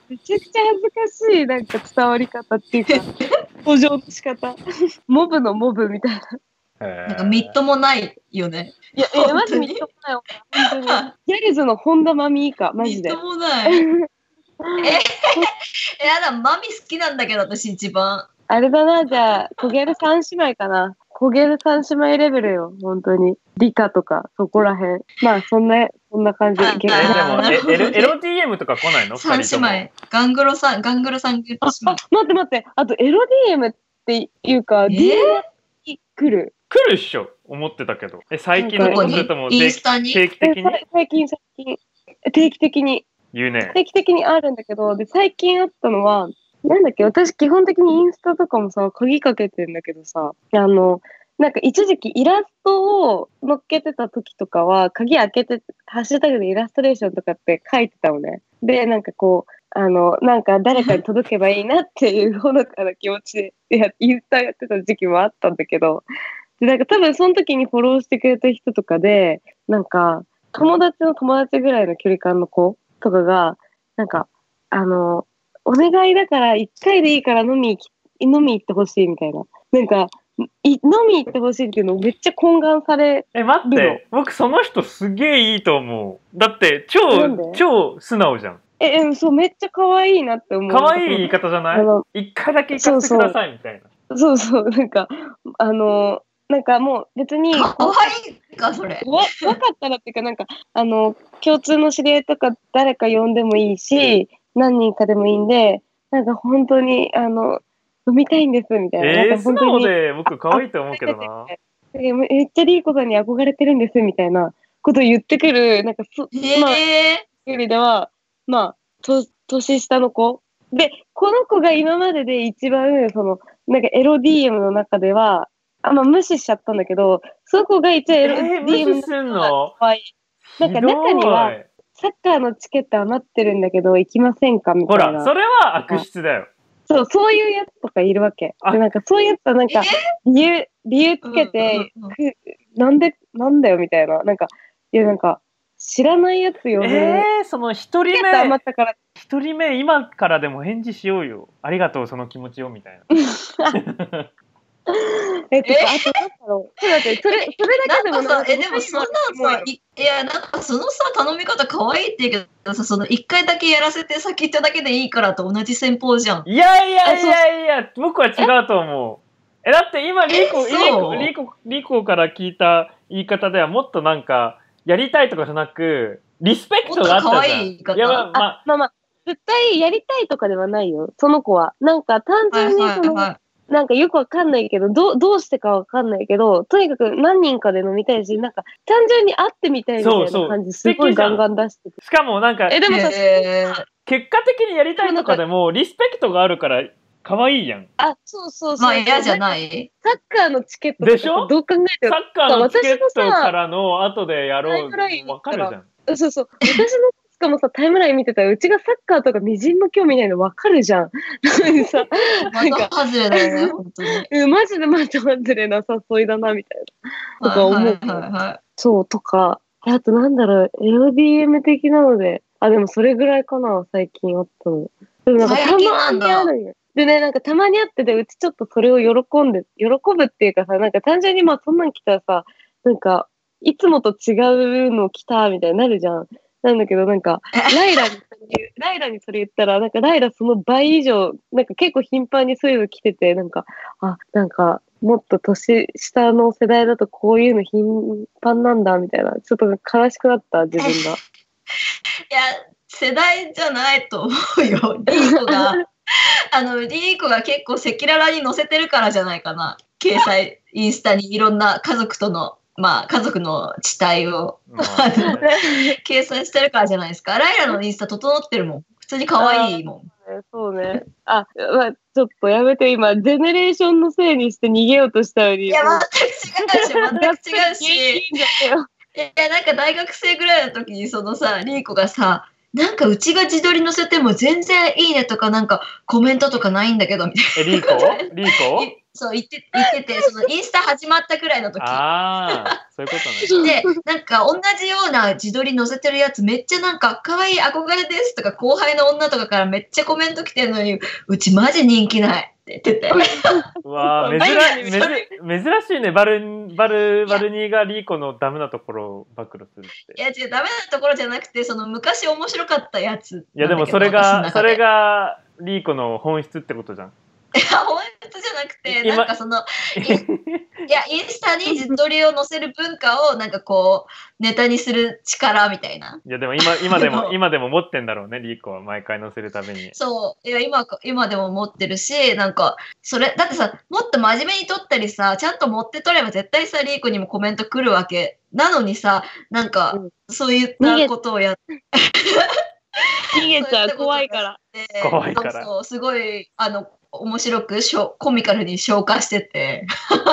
Speaker 3: めちゃくちゃ恥ずかしい、なんか伝わり方って いうか、登場の仕方。モブのモブみたいな。
Speaker 1: なんか、
Speaker 2: な
Speaker 1: みっともないよね。
Speaker 3: いや、え、マジ
Speaker 1: 本当
Speaker 3: みっ
Speaker 1: に
Speaker 3: ともない本当に。ギャルズの本田真美以下、マ
Speaker 1: み
Speaker 3: ジ
Speaker 1: っ
Speaker 3: で
Speaker 1: と。もない。 え、 やだ、マミ好きなんだけど、私一番。
Speaker 3: あれだな、じゃあ、コゲル三姉妹かな。コゲル三姉妹レベルよ、本当に。理科とか、そこら辺。まあ、そんな、そんな感じ。
Speaker 1: あ
Speaker 3: 結
Speaker 2: え
Speaker 1: あ
Speaker 3: 構
Speaker 1: ーなる
Speaker 2: で
Speaker 1: ほど
Speaker 2: もえ
Speaker 1: ね
Speaker 2: エロ、LDM とか来ないの
Speaker 1: 三
Speaker 2: 二人とも
Speaker 1: 姉妹。ガングロさん、ガングロさん、ガングロさ
Speaker 3: あ
Speaker 1: ん。、
Speaker 3: 待って待って。あと、エロ DM っていうか、
Speaker 1: えー
Speaker 3: DM に来る。
Speaker 2: 来るっしょ思ってたけど。え、最近の
Speaker 1: どこ
Speaker 2: こと
Speaker 1: に
Speaker 2: それとも
Speaker 1: イン
Speaker 2: 定
Speaker 1: スタに
Speaker 2: 定期
Speaker 3: え
Speaker 2: 的に
Speaker 3: さ最近、最近。定期的に。
Speaker 2: 言うね。
Speaker 3: 定期的にあるんだけど、で、最近あったのは、なんだっけ、私基本的にインスタとかもさ、鍵かけてんだけどさ、あの、なんか一時期イラストを乗っけてた時とかは、鍵開けて、ハッシュタグでイラストレーションとかって書いてたのね。で、なんかこう、あの、なんか誰かに届けばいいなっていうほのかな気持ちでや、インスタやってた時期もあったんだけど、で、なんか多分その時にフォローしてくれた人とかで、なんか、友達の友達ぐらいの距離感の子とかが、なんか、あの、お願いだから一回でいいから飲み行き、飲み行ってほしいみたいな。なんか、い飲み行ってほしいっていうのをめっちゃ懇願され、
Speaker 2: え、待っ
Speaker 3: ルノ
Speaker 2: て。僕その人すげえいいと思う。だって、
Speaker 3: なんで
Speaker 2: 超、超素直じゃん。
Speaker 3: え、うんそう、めっちゃ可愛いなって思う。
Speaker 2: 可愛い言い方じゃ
Speaker 3: あ
Speaker 2: ない
Speaker 3: の、
Speaker 2: 一回だけ行かせてくださいみたいな。
Speaker 3: そうそう、なんか、あの、なんかもう別に、
Speaker 1: か
Speaker 3: こう
Speaker 1: わいいか、それ。
Speaker 3: わ若かったらっていうか、なんか、あの、共通の知り合いとか誰か呼んでもいいし、何人かでもいいんで、なんか本当に、あの、飲みたいんです、みたいな。
Speaker 2: え
Speaker 3: な
Speaker 2: ー、
Speaker 3: んか
Speaker 2: 素
Speaker 3: 本当
Speaker 2: 直
Speaker 3: に
Speaker 2: で僕可愛いと思うけどな。
Speaker 3: えめっちゃリーコさんに憧れてるんです、みたいなことを言ってくる、なんかそ、まあ、
Speaker 1: え
Speaker 3: よりでは、まあ、と年下の子。で、この子が今までで一番、その、なんかエロ DM の中では、あんまあ無視しちゃったんだけど、その子が一応エ
Speaker 2: え
Speaker 3: ロ
Speaker 2: ー、無
Speaker 3: DM の
Speaker 2: 視すんの
Speaker 3: 可愛いなんか中には
Speaker 2: ひどい
Speaker 3: サッカーのチケット余ってるんだけど、行きませんかみた
Speaker 2: ほ
Speaker 3: いな。
Speaker 2: ら、それは悪質だよ。
Speaker 3: そう、そういうやつとかいるわけ。
Speaker 2: あ
Speaker 3: で、なんかそういうやつはなんか、理由、理由
Speaker 1: ー。
Speaker 3: つけて、
Speaker 1: うんうんうん
Speaker 3: くなんで、なんだよみたいな。なんか、いやなんか、知らないやつよね。
Speaker 2: えー、その一
Speaker 3: チ
Speaker 2: 人
Speaker 3: ケット
Speaker 2: 目
Speaker 3: 余っ、たから、
Speaker 2: 一人目今からでも返事しようよ。ありがとう、その気持ちをみたいな。
Speaker 3: えっと、
Speaker 1: え
Speaker 3: あとなんだろう。ちょっと待って、それ、それ
Speaker 1: な
Speaker 3: だけでも
Speaker 1: んかさ、え、でもそん
Speaker 3: もう
Speaker 1: なのさ、いいや、なんかそのさ、頼み方可愛いって言うけどさ、その一回だけやらせて先行っただけでいいからと同じ戦法じゃん。
Speaker 2: いやいやいやいや、僕は違うと思う。え、だって今、リーコ、
Speaker 1: え
Speaker 2: リー
Speaker 1: そ
Speaker 2: コ、
Speaker 1: う
Speaker 2: リーコ、リーコから聞いた言い方ではもっとなんか、やりたいとかじゃなく、リスペクトがあ
Speaker 1: もっ
Speaker 2: ったじゃん。
Speaker 1: と可愛い方
Speaker 2: や、まあ、まあ
Speaker 3: あ、まあまあ、絶対やりたいとかではないよ。その子は。なんか単
Speaker 1: は
Speaker 3: 純
Speaker 1: い
Speaker 3: にその、
Speaker 1: はいは
Speaker 3: なんかよくわかんないけど、どう、どうしてかわかんないけど、とにかく何人かで飲みたいし、なんか単純に会ってみたいみたい
Speaker 2: そうそう
Speaker 3: な感じすごいガンガン出してくる。
Speaker 2: しかもなんか、
Speaker 3: え、でも
Speaker 1: い。
Speaker 3: さ、
Speaker 1: えー
Speaker 2: 結果的にやりたいとかでも、リスペクトがあるから、可愛いやん。
Speaker 3: あ、そうそうそう。
Speaker 1: まあ嫌じゃ
Speaker 3: い。
Speaker 1: ない
Speaker 3: サッカーのチケットとか
Speaker 2: でしょ
Speaker 3: どう考えて
Speaker 2: サッ
Speaker 3: も。
Speaker 2: カーのチケット
Speaker 3: 私もさ
Speaker 2: からの後でやろ
Speaker 3: タイムライン
Speaker 2: う。わかるじゃん。
Speaker 3: そ うそう。私の、しかもさ、タイムライン見てたら、うちがサッカーとかみじんも興味ないのわかるじゃん。なのにさ、な ん
Speaker 1: ま
Speaker 3: か、
Speaker 1: た外れだよね、本 当に。
Speaker 3: うん、マジでマジでれな誘いだな、みたいな。とか思う
Speaker 1: はいはいはいは
Speaker 3: そう、とか、あとなんだろう、LDM 的なので、あ、でもそれぐらいかな、最近あったの。でもなんかた
Speaker 1: 最近な
Speaker 3: ま
Speaker 1: ん
Speaker 3: に
Speaker 1: だ
Speaker 3: あるんよでね、なんかたまにあってて、うちちょっとそれを喜んで、喜ぶっていうかさ、なんか単純にまあそんなん来たらさ、なんか、いつもと違うの来た、みたいになるじゃん。なんだけど、な んか、ライラにそれ言う、ライラにそれ言ったら、なんかライラその倍以上、なんか結構頻繁にそういうの来てて、なんか、あ、なんか、もっと年下の世代だとこういうの頻繁なんだ、みたいな。ちょっと悲しくなった、自分が。
Speaker 1: い。いや、世代じゃないと思うよ。リーコが、あの、リーコが結構赤裸々に載せてるからじゃないかな。掲載、インスタにいろんな家族との、まあ、家族の地帯を
Speaker 2: まあね
Speaker 1: 掲載してるからじゃないですか。ライラのインスタ整ってるもん。普通に可愛いもん。
Speaker 3: そうね。あ、まあ、ちょっとやめて、今、ジェネレーションのせいにして逃げようとしたより。
Speaker 1: いや、全く違うし、全く違うし。
Speaker 3: いやいやいや
Speaker 1: いやなんか大学生ぐらいの時にそのさリーコがさなんかうちが自撮り載せても全然いいねとかなんかコメントとかないんだけどみたい
Speaker 2: え、リーコリー
Speaker 1: な
Speaker 2: コ
Speaker 1: いそう言って言っててそのインスタ始まったぐらいの時
Speaker 2: ああ、そういうことね。
Speaker 1: でなんか同じような自撮り載せてるやつめっちゃなんか可愛い憧れですとか後輩の女とかからめっちゃコメント来てるのにうちマジ人気ないって言ってて
Speaker 2: うわー
Speaker 3: そう
Speaker 2: 珍
Speaker 3: バルニー
Speaker 2: 珍珍しいねバルンバルバルニーがリーコのダメなところを暴露するっ
Speaker 1: い
Speaker 2: て
Speaker 1: や違うダメなところじゃなくてその昔面白かったやつ
Speaker 2: いやでもそれがそれがリーコの本質ってことじゃん
Speaker 1: いや本当じゃなくて
Speaker 2: 今
Speaker 1: なんかそのいや、インスタに自撮りを載せる文化を、なんかこう、ネタにする力みたいな。
Speaker 2: いやでも今 今で
Speaker 1: で
Speaker 2: も
Speaker 1: も
Speaker 2: 今でも持ってんだろうねリーコは毎回載せるために
Speaker 1: そう。いや、今、今でも持ってるし、なんか、それ、だってさ、もっと真面目に撮ったりさ、ちゃんと持って撮れば絶対さ、リーコにもコメント来るわけ。なのにさ、なんか
Speaker 3: うん、
Speaker 1: そういっ
Speaker 3: 逃げ
Speaker 1: たことをやっ
Speaker 3: 逃げちゃう、怖いから。
Speaker 1: て、
Speaker 2: 怖いから
Speaker 1: そうそうすごい、あの、面白くしょ、コミカルに消化してて、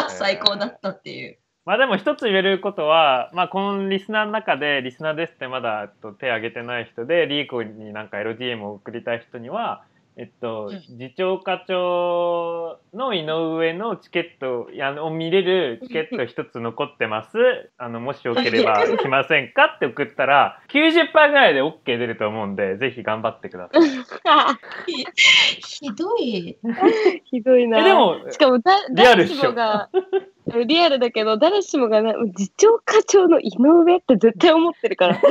Speaker 1: 最高だったっていう。
Speaker 2: まあでも一つ言えることは、まあこのリスナーの中で、リスナーですってまだえっと手挙げてない人で、リーコになんか LDM を送りたい人には、えっと
Speaker 1: うん、
Speaker 2: 次長課長の井上のチケットいやあの見れるチケット一つ残ってます。あの、もしよければ来ませんかって送ったら、90%ぐらいで OK 出ると思うんで、ぜひ頑張ってください。
Speaker 1: ひどい。
Speaker 3: ひどいな。
Speaker 2: え、でも、
Speaker 3: しかもだ、
Speaker 2: リアルっ
Speaker 3: 誰
Speaker 2: し
Speaker 3: し
Speaker 2: ょ
Speaker 3: もが、 リアルだけど、誰しもがな、次長課長の井上って絶対思って るから。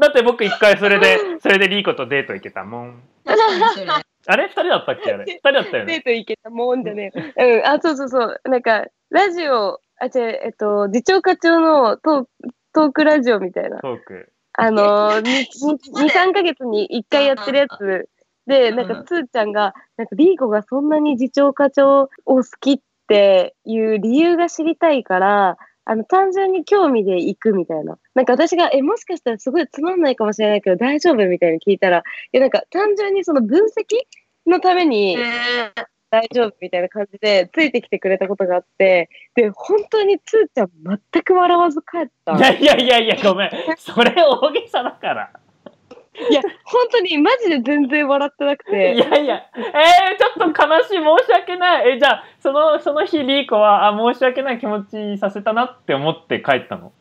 Speaker 2: だって僕一回それで、それでリーコとデート行けたもん。
Speaker 1: 確かにそれ
Speaker 2: あれ二人だったっけあれ二人だったよ
Speaker 3: デ
Speaker 2: ね。
Speaker 3: ート行けたもんじゃねえよ。うん、あ、そうそうそう。なんか、ラジオ、あ、違う、えっと、次長課長のトートークラジオみたいな。
Speaker 2: トーク。
Speaker 3: あのー、2、3ヶ月に1回やってるやつで、
Speaker 1: うん
Speaker 3: なんか、つーちゃんが、なんか、リーコがそんなに次長課長を好きっていう理由が知りたいから、あの、単純に興味で行くみたいな。なんか私が、え、もしかしたらすごいつまんないかもしれないけど大丈夫みたいに聞いたら、いや、なんか単純にその分析のために、
Speaker 1: えー
Speaker 3: 大丈夫みたいな感じでついてきてくれたことがあってで本当につーちゃん全く笑わず帰った
Speaker 2: いやいやいやいや、ごめん。それ大げさだから。
Speaker 3: いや本当にマジで全然笑ってなく
Speaker 2: い
Speaker 3: て
Speaker 2: やいや、えー、ちょっと悲しい、申し訳ない。えじゃあ、その、その日、リーコは、あ、申し訳ない気持ちにさせたなって思って帰ったの。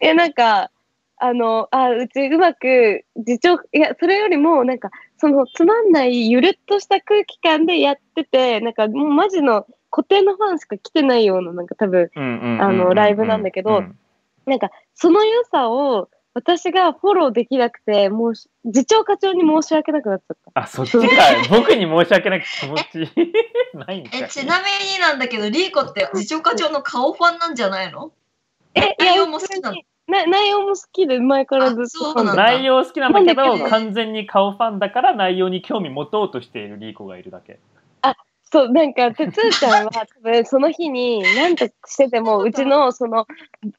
Speaker 3: いやなんかあのあうちうまく自重いやそれよりもなんかそのつまんないゆるっとした空気感でやっててなんかもうマジの固定のファンしか来てないようななんか多分
Speaker 2: うんうん
Speaker 3: あのライブなんだけど
Speaker 2: うん
Speaker 3: なんか、その良さを私がフォローできなくて、もうし、次長課長に申し訳なくなっちゃった。
Speaker 2: あ、そっちか い。僕に申し訳ない気持ちないんかい。
Speaker 1: えちなみになんだけどリーコって次長課長の顔ファンなんじゃないの
Speaker 3: え
Speaker 1: 内容も好きなの
Speaker 3: 普通にな内容も好きで、前からず
Speaker 1: あ
Speaker 3: っと
Speaker 1: そうなんだ
Speaker 2: 内容好きなんだけ
Speaker 3: な
Speaker 2: ど
Speaker 3: んだけど
Speaker 2: 完全に顔ファンだから内容に興味持とうとしているリーコがいるだけ
Speaker 3: そう、なんか、てつー ちゃんは多分その日に何としてでも、うちのその、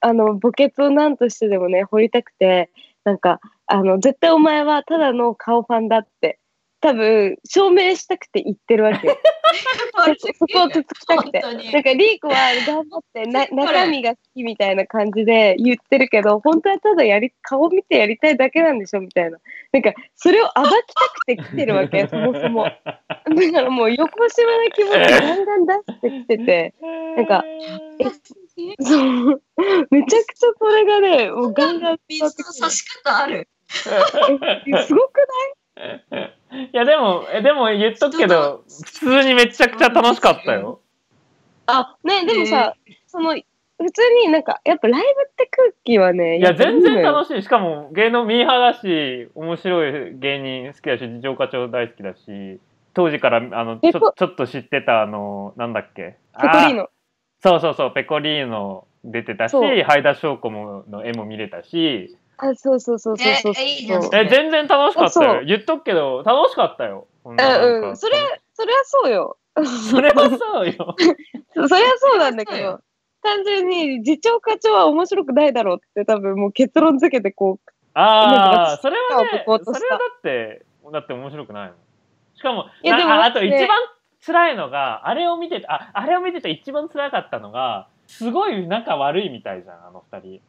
Speaker 3: あの、墓穴を何としてでもね、掘りたくて、なんか、あの、絶対お前はただの顔ファンだって、多分証明したくて言ってるわ けよ。そそこを突きたく
Speaker 1: 本
Speaker 3: て。
Speaker 1: 当に
Speaker 3: なんか、リーコは頑張ってな、
Speaker 1: これ
Speaker 3: 中身が好きみたいな感じで言ってるけど、本当はただやり、顔見てやりたいだけなんでしょみたいな。なんか、それを暴きたくて来てるわけ、そもそも。だからもう横島な気持ちがだんだん出してきてて、な んか、えそう、めちゃくちゃそれがね、もうガンガン伝わって
Speaker 1: 水の
Speaker 3: く
Speaker 1: 差し方ある。
Speaker 3: る。すごく
Speaker 2: いやでもえでも言っとくけど普通にめちゃくちゃ楽しかったよ
Speaker 3: あ、ね、でもさ、その、普通になんか、やっぱライブって空気はね、
Speaker 2: いや全然
Speaker 3: しい
Speaker 2: 楽しいしかも芸能ミーハーだし面白い芸人好きだし上課長大好きだし当時からあのち
Speaker 3: え
Speaker 2: ょ
Speaker 3: こ
Speaker 2: ちょっと知ってたあのなんだっけ
Speaker 3: のよ。ペコリー
Speaker 2: あー
Speaker 3: ノ。
Speaker 2: そうそうそうペコリーノ出てたし
Speaker 3: そう
Speaker 2: ハイダ翔子もの絵も見れたし
Speaker 3: あ、そうそうそうそうそうそう。
Speaker 1: えいいじゃん
Speaker 3: うん
Speaker 1: ね
Speaker 2: え全然楽しかった
Speaker 3: そ
Speaker 2: よ
Speaker 3: う
Speaker 2: 言っとくけど楽しかったようん
Speaker 3: うん、それ、それはそうよ。
Speaker 2: それはそうよ
Speaker 3: それはそうなんだ
Speaker 1: そ
Speaker 3: け
Speaker 1: うよ
Speaker 3: ど、単純に次長課長は面白くないだろうって多分もう結論付けてこう
Speaker 2: ああそれは
Speaker 3: そう
Speaker 2: ねそ
Speaker 3: ぼ
Speaker 2: れは
Speaker 3: こっ
Speaker 2: だ
Speaker 3: とした
Speaker 2: ってだって面白くないもんしかも
Speaker 3: いや
Speaker 2: な
Speaker 3: でも
Speaker 2: あ
Speaker 3: だ
Speaker 2: あ
Speaker 3: っ
Speaker 2: と
Speaker 3: て
Speaker 2: 一番辛いのがあれを見てたああれを見てた一番辛かったのがすごい仲悪いみたいじゃんあの二人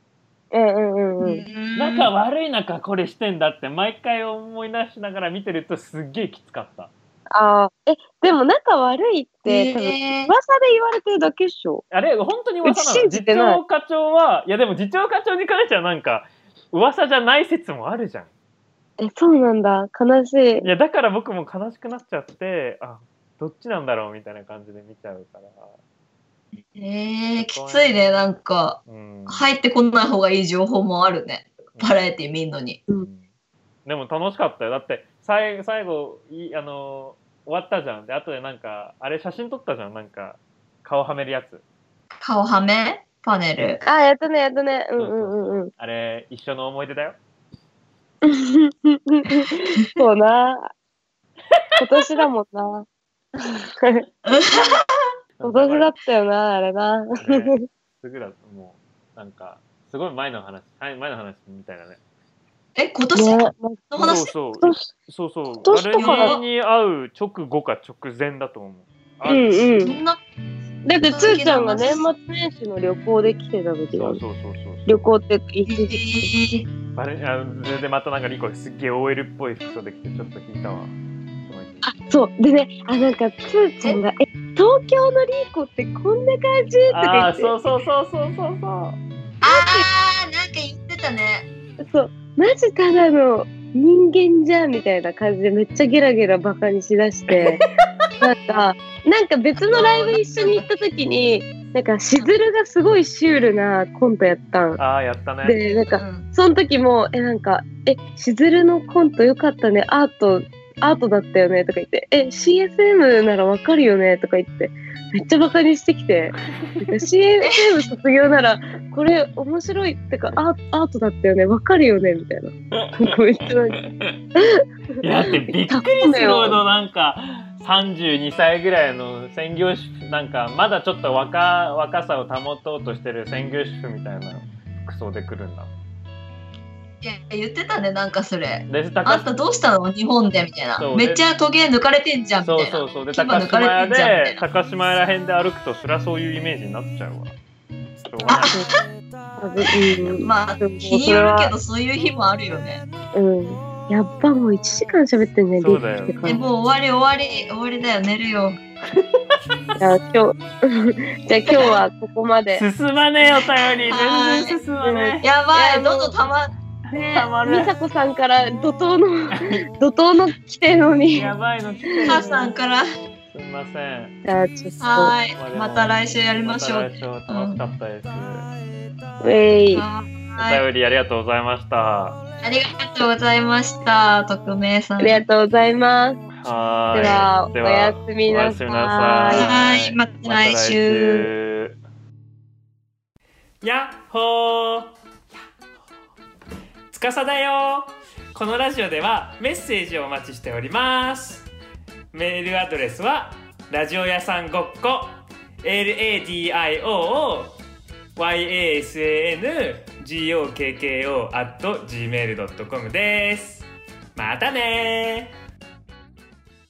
Speaker 3: うんうんうんうん。
Speaker 2: 仲悪い中これしてんだって毎回思い出しながら見てるとすっげえきつかった
Speaker 3: ああ、え、でも仲悪いって、多分
Speaker 1: えー
Speaker 3: 噂で言われてるだけっしょ。
Speaker 2: あれ本当に噂なの
Speaker 3: うち信
Speaker 2: 次
Speaker 3: じてない
Speaker 2: 長課長はいやでも次長課長に関してはなんか噂じゃない説もあるじゃん
Speaker 3: え、そうなんだ。悲しい
Speaker 2: い。やだから僕も悲しくなっちゃってあどっちなんだろうみたいな感じで見ちゃうから、
Speaker 1: えー、きついね、なんか。
Speaker 2: うん
Speaker 1: 入ってこない方がいい情報もあるね。バラエティ見んのに。
Speaker 2: うんでも楽しかったよだって最最後いあの終わったじゃんで後でなんかあれ写真撮ったじゃんなんか顔はめるやつ
Speaker 1: 顔はめパネル。
Speaker 3: あ、やったね、やったね。うんうんうんうん。
Speaker 2: あれ一緒の思い出だよ
Speaker 3: そうな。今年だもん な。今年だったよな、あれな。
Speaker 2: ねすぐだもうなんかすごい前の話はい前の話みたいだね
Speaker 1: え、今
Speaker 3: ね、
Speaker 1: 年
Speaker 3: なんか
Speaker 1: の
Speaker 2: そう
Speaker 1: 話
Speaker 2: そう
Speaker 3: 今年
Speaker 2: そうそう
Speaker 3: 年と
Speaker 1: かだ
Speaker 2: 我々に会う直後か直前だと思うあ
Speaker 3: うんうん
Speaker 1: そんな、
Speaker 3: だって、つーちゃんが年末年始の旅行で来てた時
Speaker 2: そ
Speaker 3: だよ
Speaker 2: う。そうそうそう
Speaker 3: 旅行って一
Speaker 1: え
Speaker 3: 時期。
Speaker 1: ー
Speaker 2: バレあそれでまたなんかリコすっげえ OL っぽい服装で着てちょっと引いたわすごい
Speaker 3: あ、そう。でね、あ、なんか、つーちゃんが、え、東京のリーコってこんな感じとか言
Speaker 2: ああ
Speaker 3: っ て。
Speaker 2: そうそうそうそうそうそう
Speaker 1: あー、なんか言ってたね。
Speaker 3: そう、マジただの人間じゃんみたいな感じでめっちゃゲラゲラバカにしだして、なんか、なんか別のライブ一緒に行った時に、なんかしずるがすごいシュールなコントやったん。
Speaker 2: ああやったね
Speaker 3: で、なん
Speaker 1: う
Speaker 3: か、
Speaker 1: ん。
Speaker 3: その時も、え、なんか、え、しずるのコントよかったね、アート、アートだったよねとか言って、え、CSM ならわかるよねとか言って、めっちゃバカにしてきて、なん か CSM 卒業なら、これ面白いってか、アーアートだったよね、わかるよねみたいな。なんかめっちゃなんか
Speaker 2: いや だってびっくりするほどなんか32歳ぐらいの専業主婦なんかまだちょっと若若さを保とうとしてる専業主婦みたいな服装で来るんだ
Speaker 1: いや言ってたね、なんかそれ。
Speaker 2: で
Speaker 1: あ
Speaker 2: 高
Speaker 1: んたどうしたの日本でみたいな
Speaker 2: そう。
Speaker 1: めっちゃトゲ抜かれてんじゃんみたい
Speaker 2: そう
Speaker 1: な。
Speaker 2: そうそうで
Speaker 1: 牙
Speaker 2: 高
Speaker 1: 抜か
Speaker 2: 島
Speaker 1: れ
Speaker 2: 屋
Speaker 1: てんじゃんみたい
Speaker 2: で
Speaker 1: な。
Speaker 2: 高島屋ら辺で歩くとそりゃそういうイメージになっちゃうわしょうがない
Speaker 3: うん
Speaker 1: まあ、
Speaker 3: でも
Speaker 1: 日に
Speaker 3: それ
Speaker 1: よる
Speaker 3: は
Speaker 1: けど、そういう日もあるよね。
Speaker 3: うん。やっぱもう1時間喋ってんね、
Speaker 2: そうだよ
Speaker 3: リーコ
Speaker 1: え、
Speaker 3: ってか
Speaker 1: もう終わり終わり、終わりだよ、寝るよ。
Speaker 3: じゃあ今日、じゃあ今日はここまで。
Speaker 2: 進まねえお便り
Speaker 1: はい
Speaker 2: 全然進まね
Speaker 1: やば
Speaker 3: いやも
Speaker 1: い、
Speaker 3: う
Speaker 1: どんどんたま、
Speaker 2: え
Speaker 1: ね
Speaker 2: たま
Speaker 3: 美
Speaker 2: る
Speaker 3: 佐子さんから怒涛 の、怒涛の来てるのに。
Speaker 2: やばいの来てる
Speaker 1: 母さんから。
Speaker 2: すいません
Speaker 3: じゃあちょっと。
Speaker 1: はーい、また来週やりましょ
Speaker 2: ま
Speaker 1: う。
Speaker 2: た来週楽しかったです、
Speaker 3: ウェイ。
Speaker 1: は
Speaker 2: お
Speaker 1: ーい、
Speaker 2: 便りありがとうございましたは
Speaker 1: ありがとうございました、匿名さ
Speaker 3: あ
Speaker 1: ん。
Speaker 3: りがとうございます。
Speaker 2: ーい
Speaker 3: では、お
Speaker 2: で
Speaker 3: やすみ
Speaker 2: おや
Speaker 3: な
Speaker 2: す
Speaker 3: さ
Speaker 2: みなさ
Speaker 3: い
Speaker 2: い。
Speaker 1: はい、また来週。
Speaker 2: やっほー
Speaker 4: 司だよこのラジオではメッセージをお待ちしておりますメールアドレスはラジオ屋さんごっこ LADIO YASANGOKKO at gmail.com ですまたねー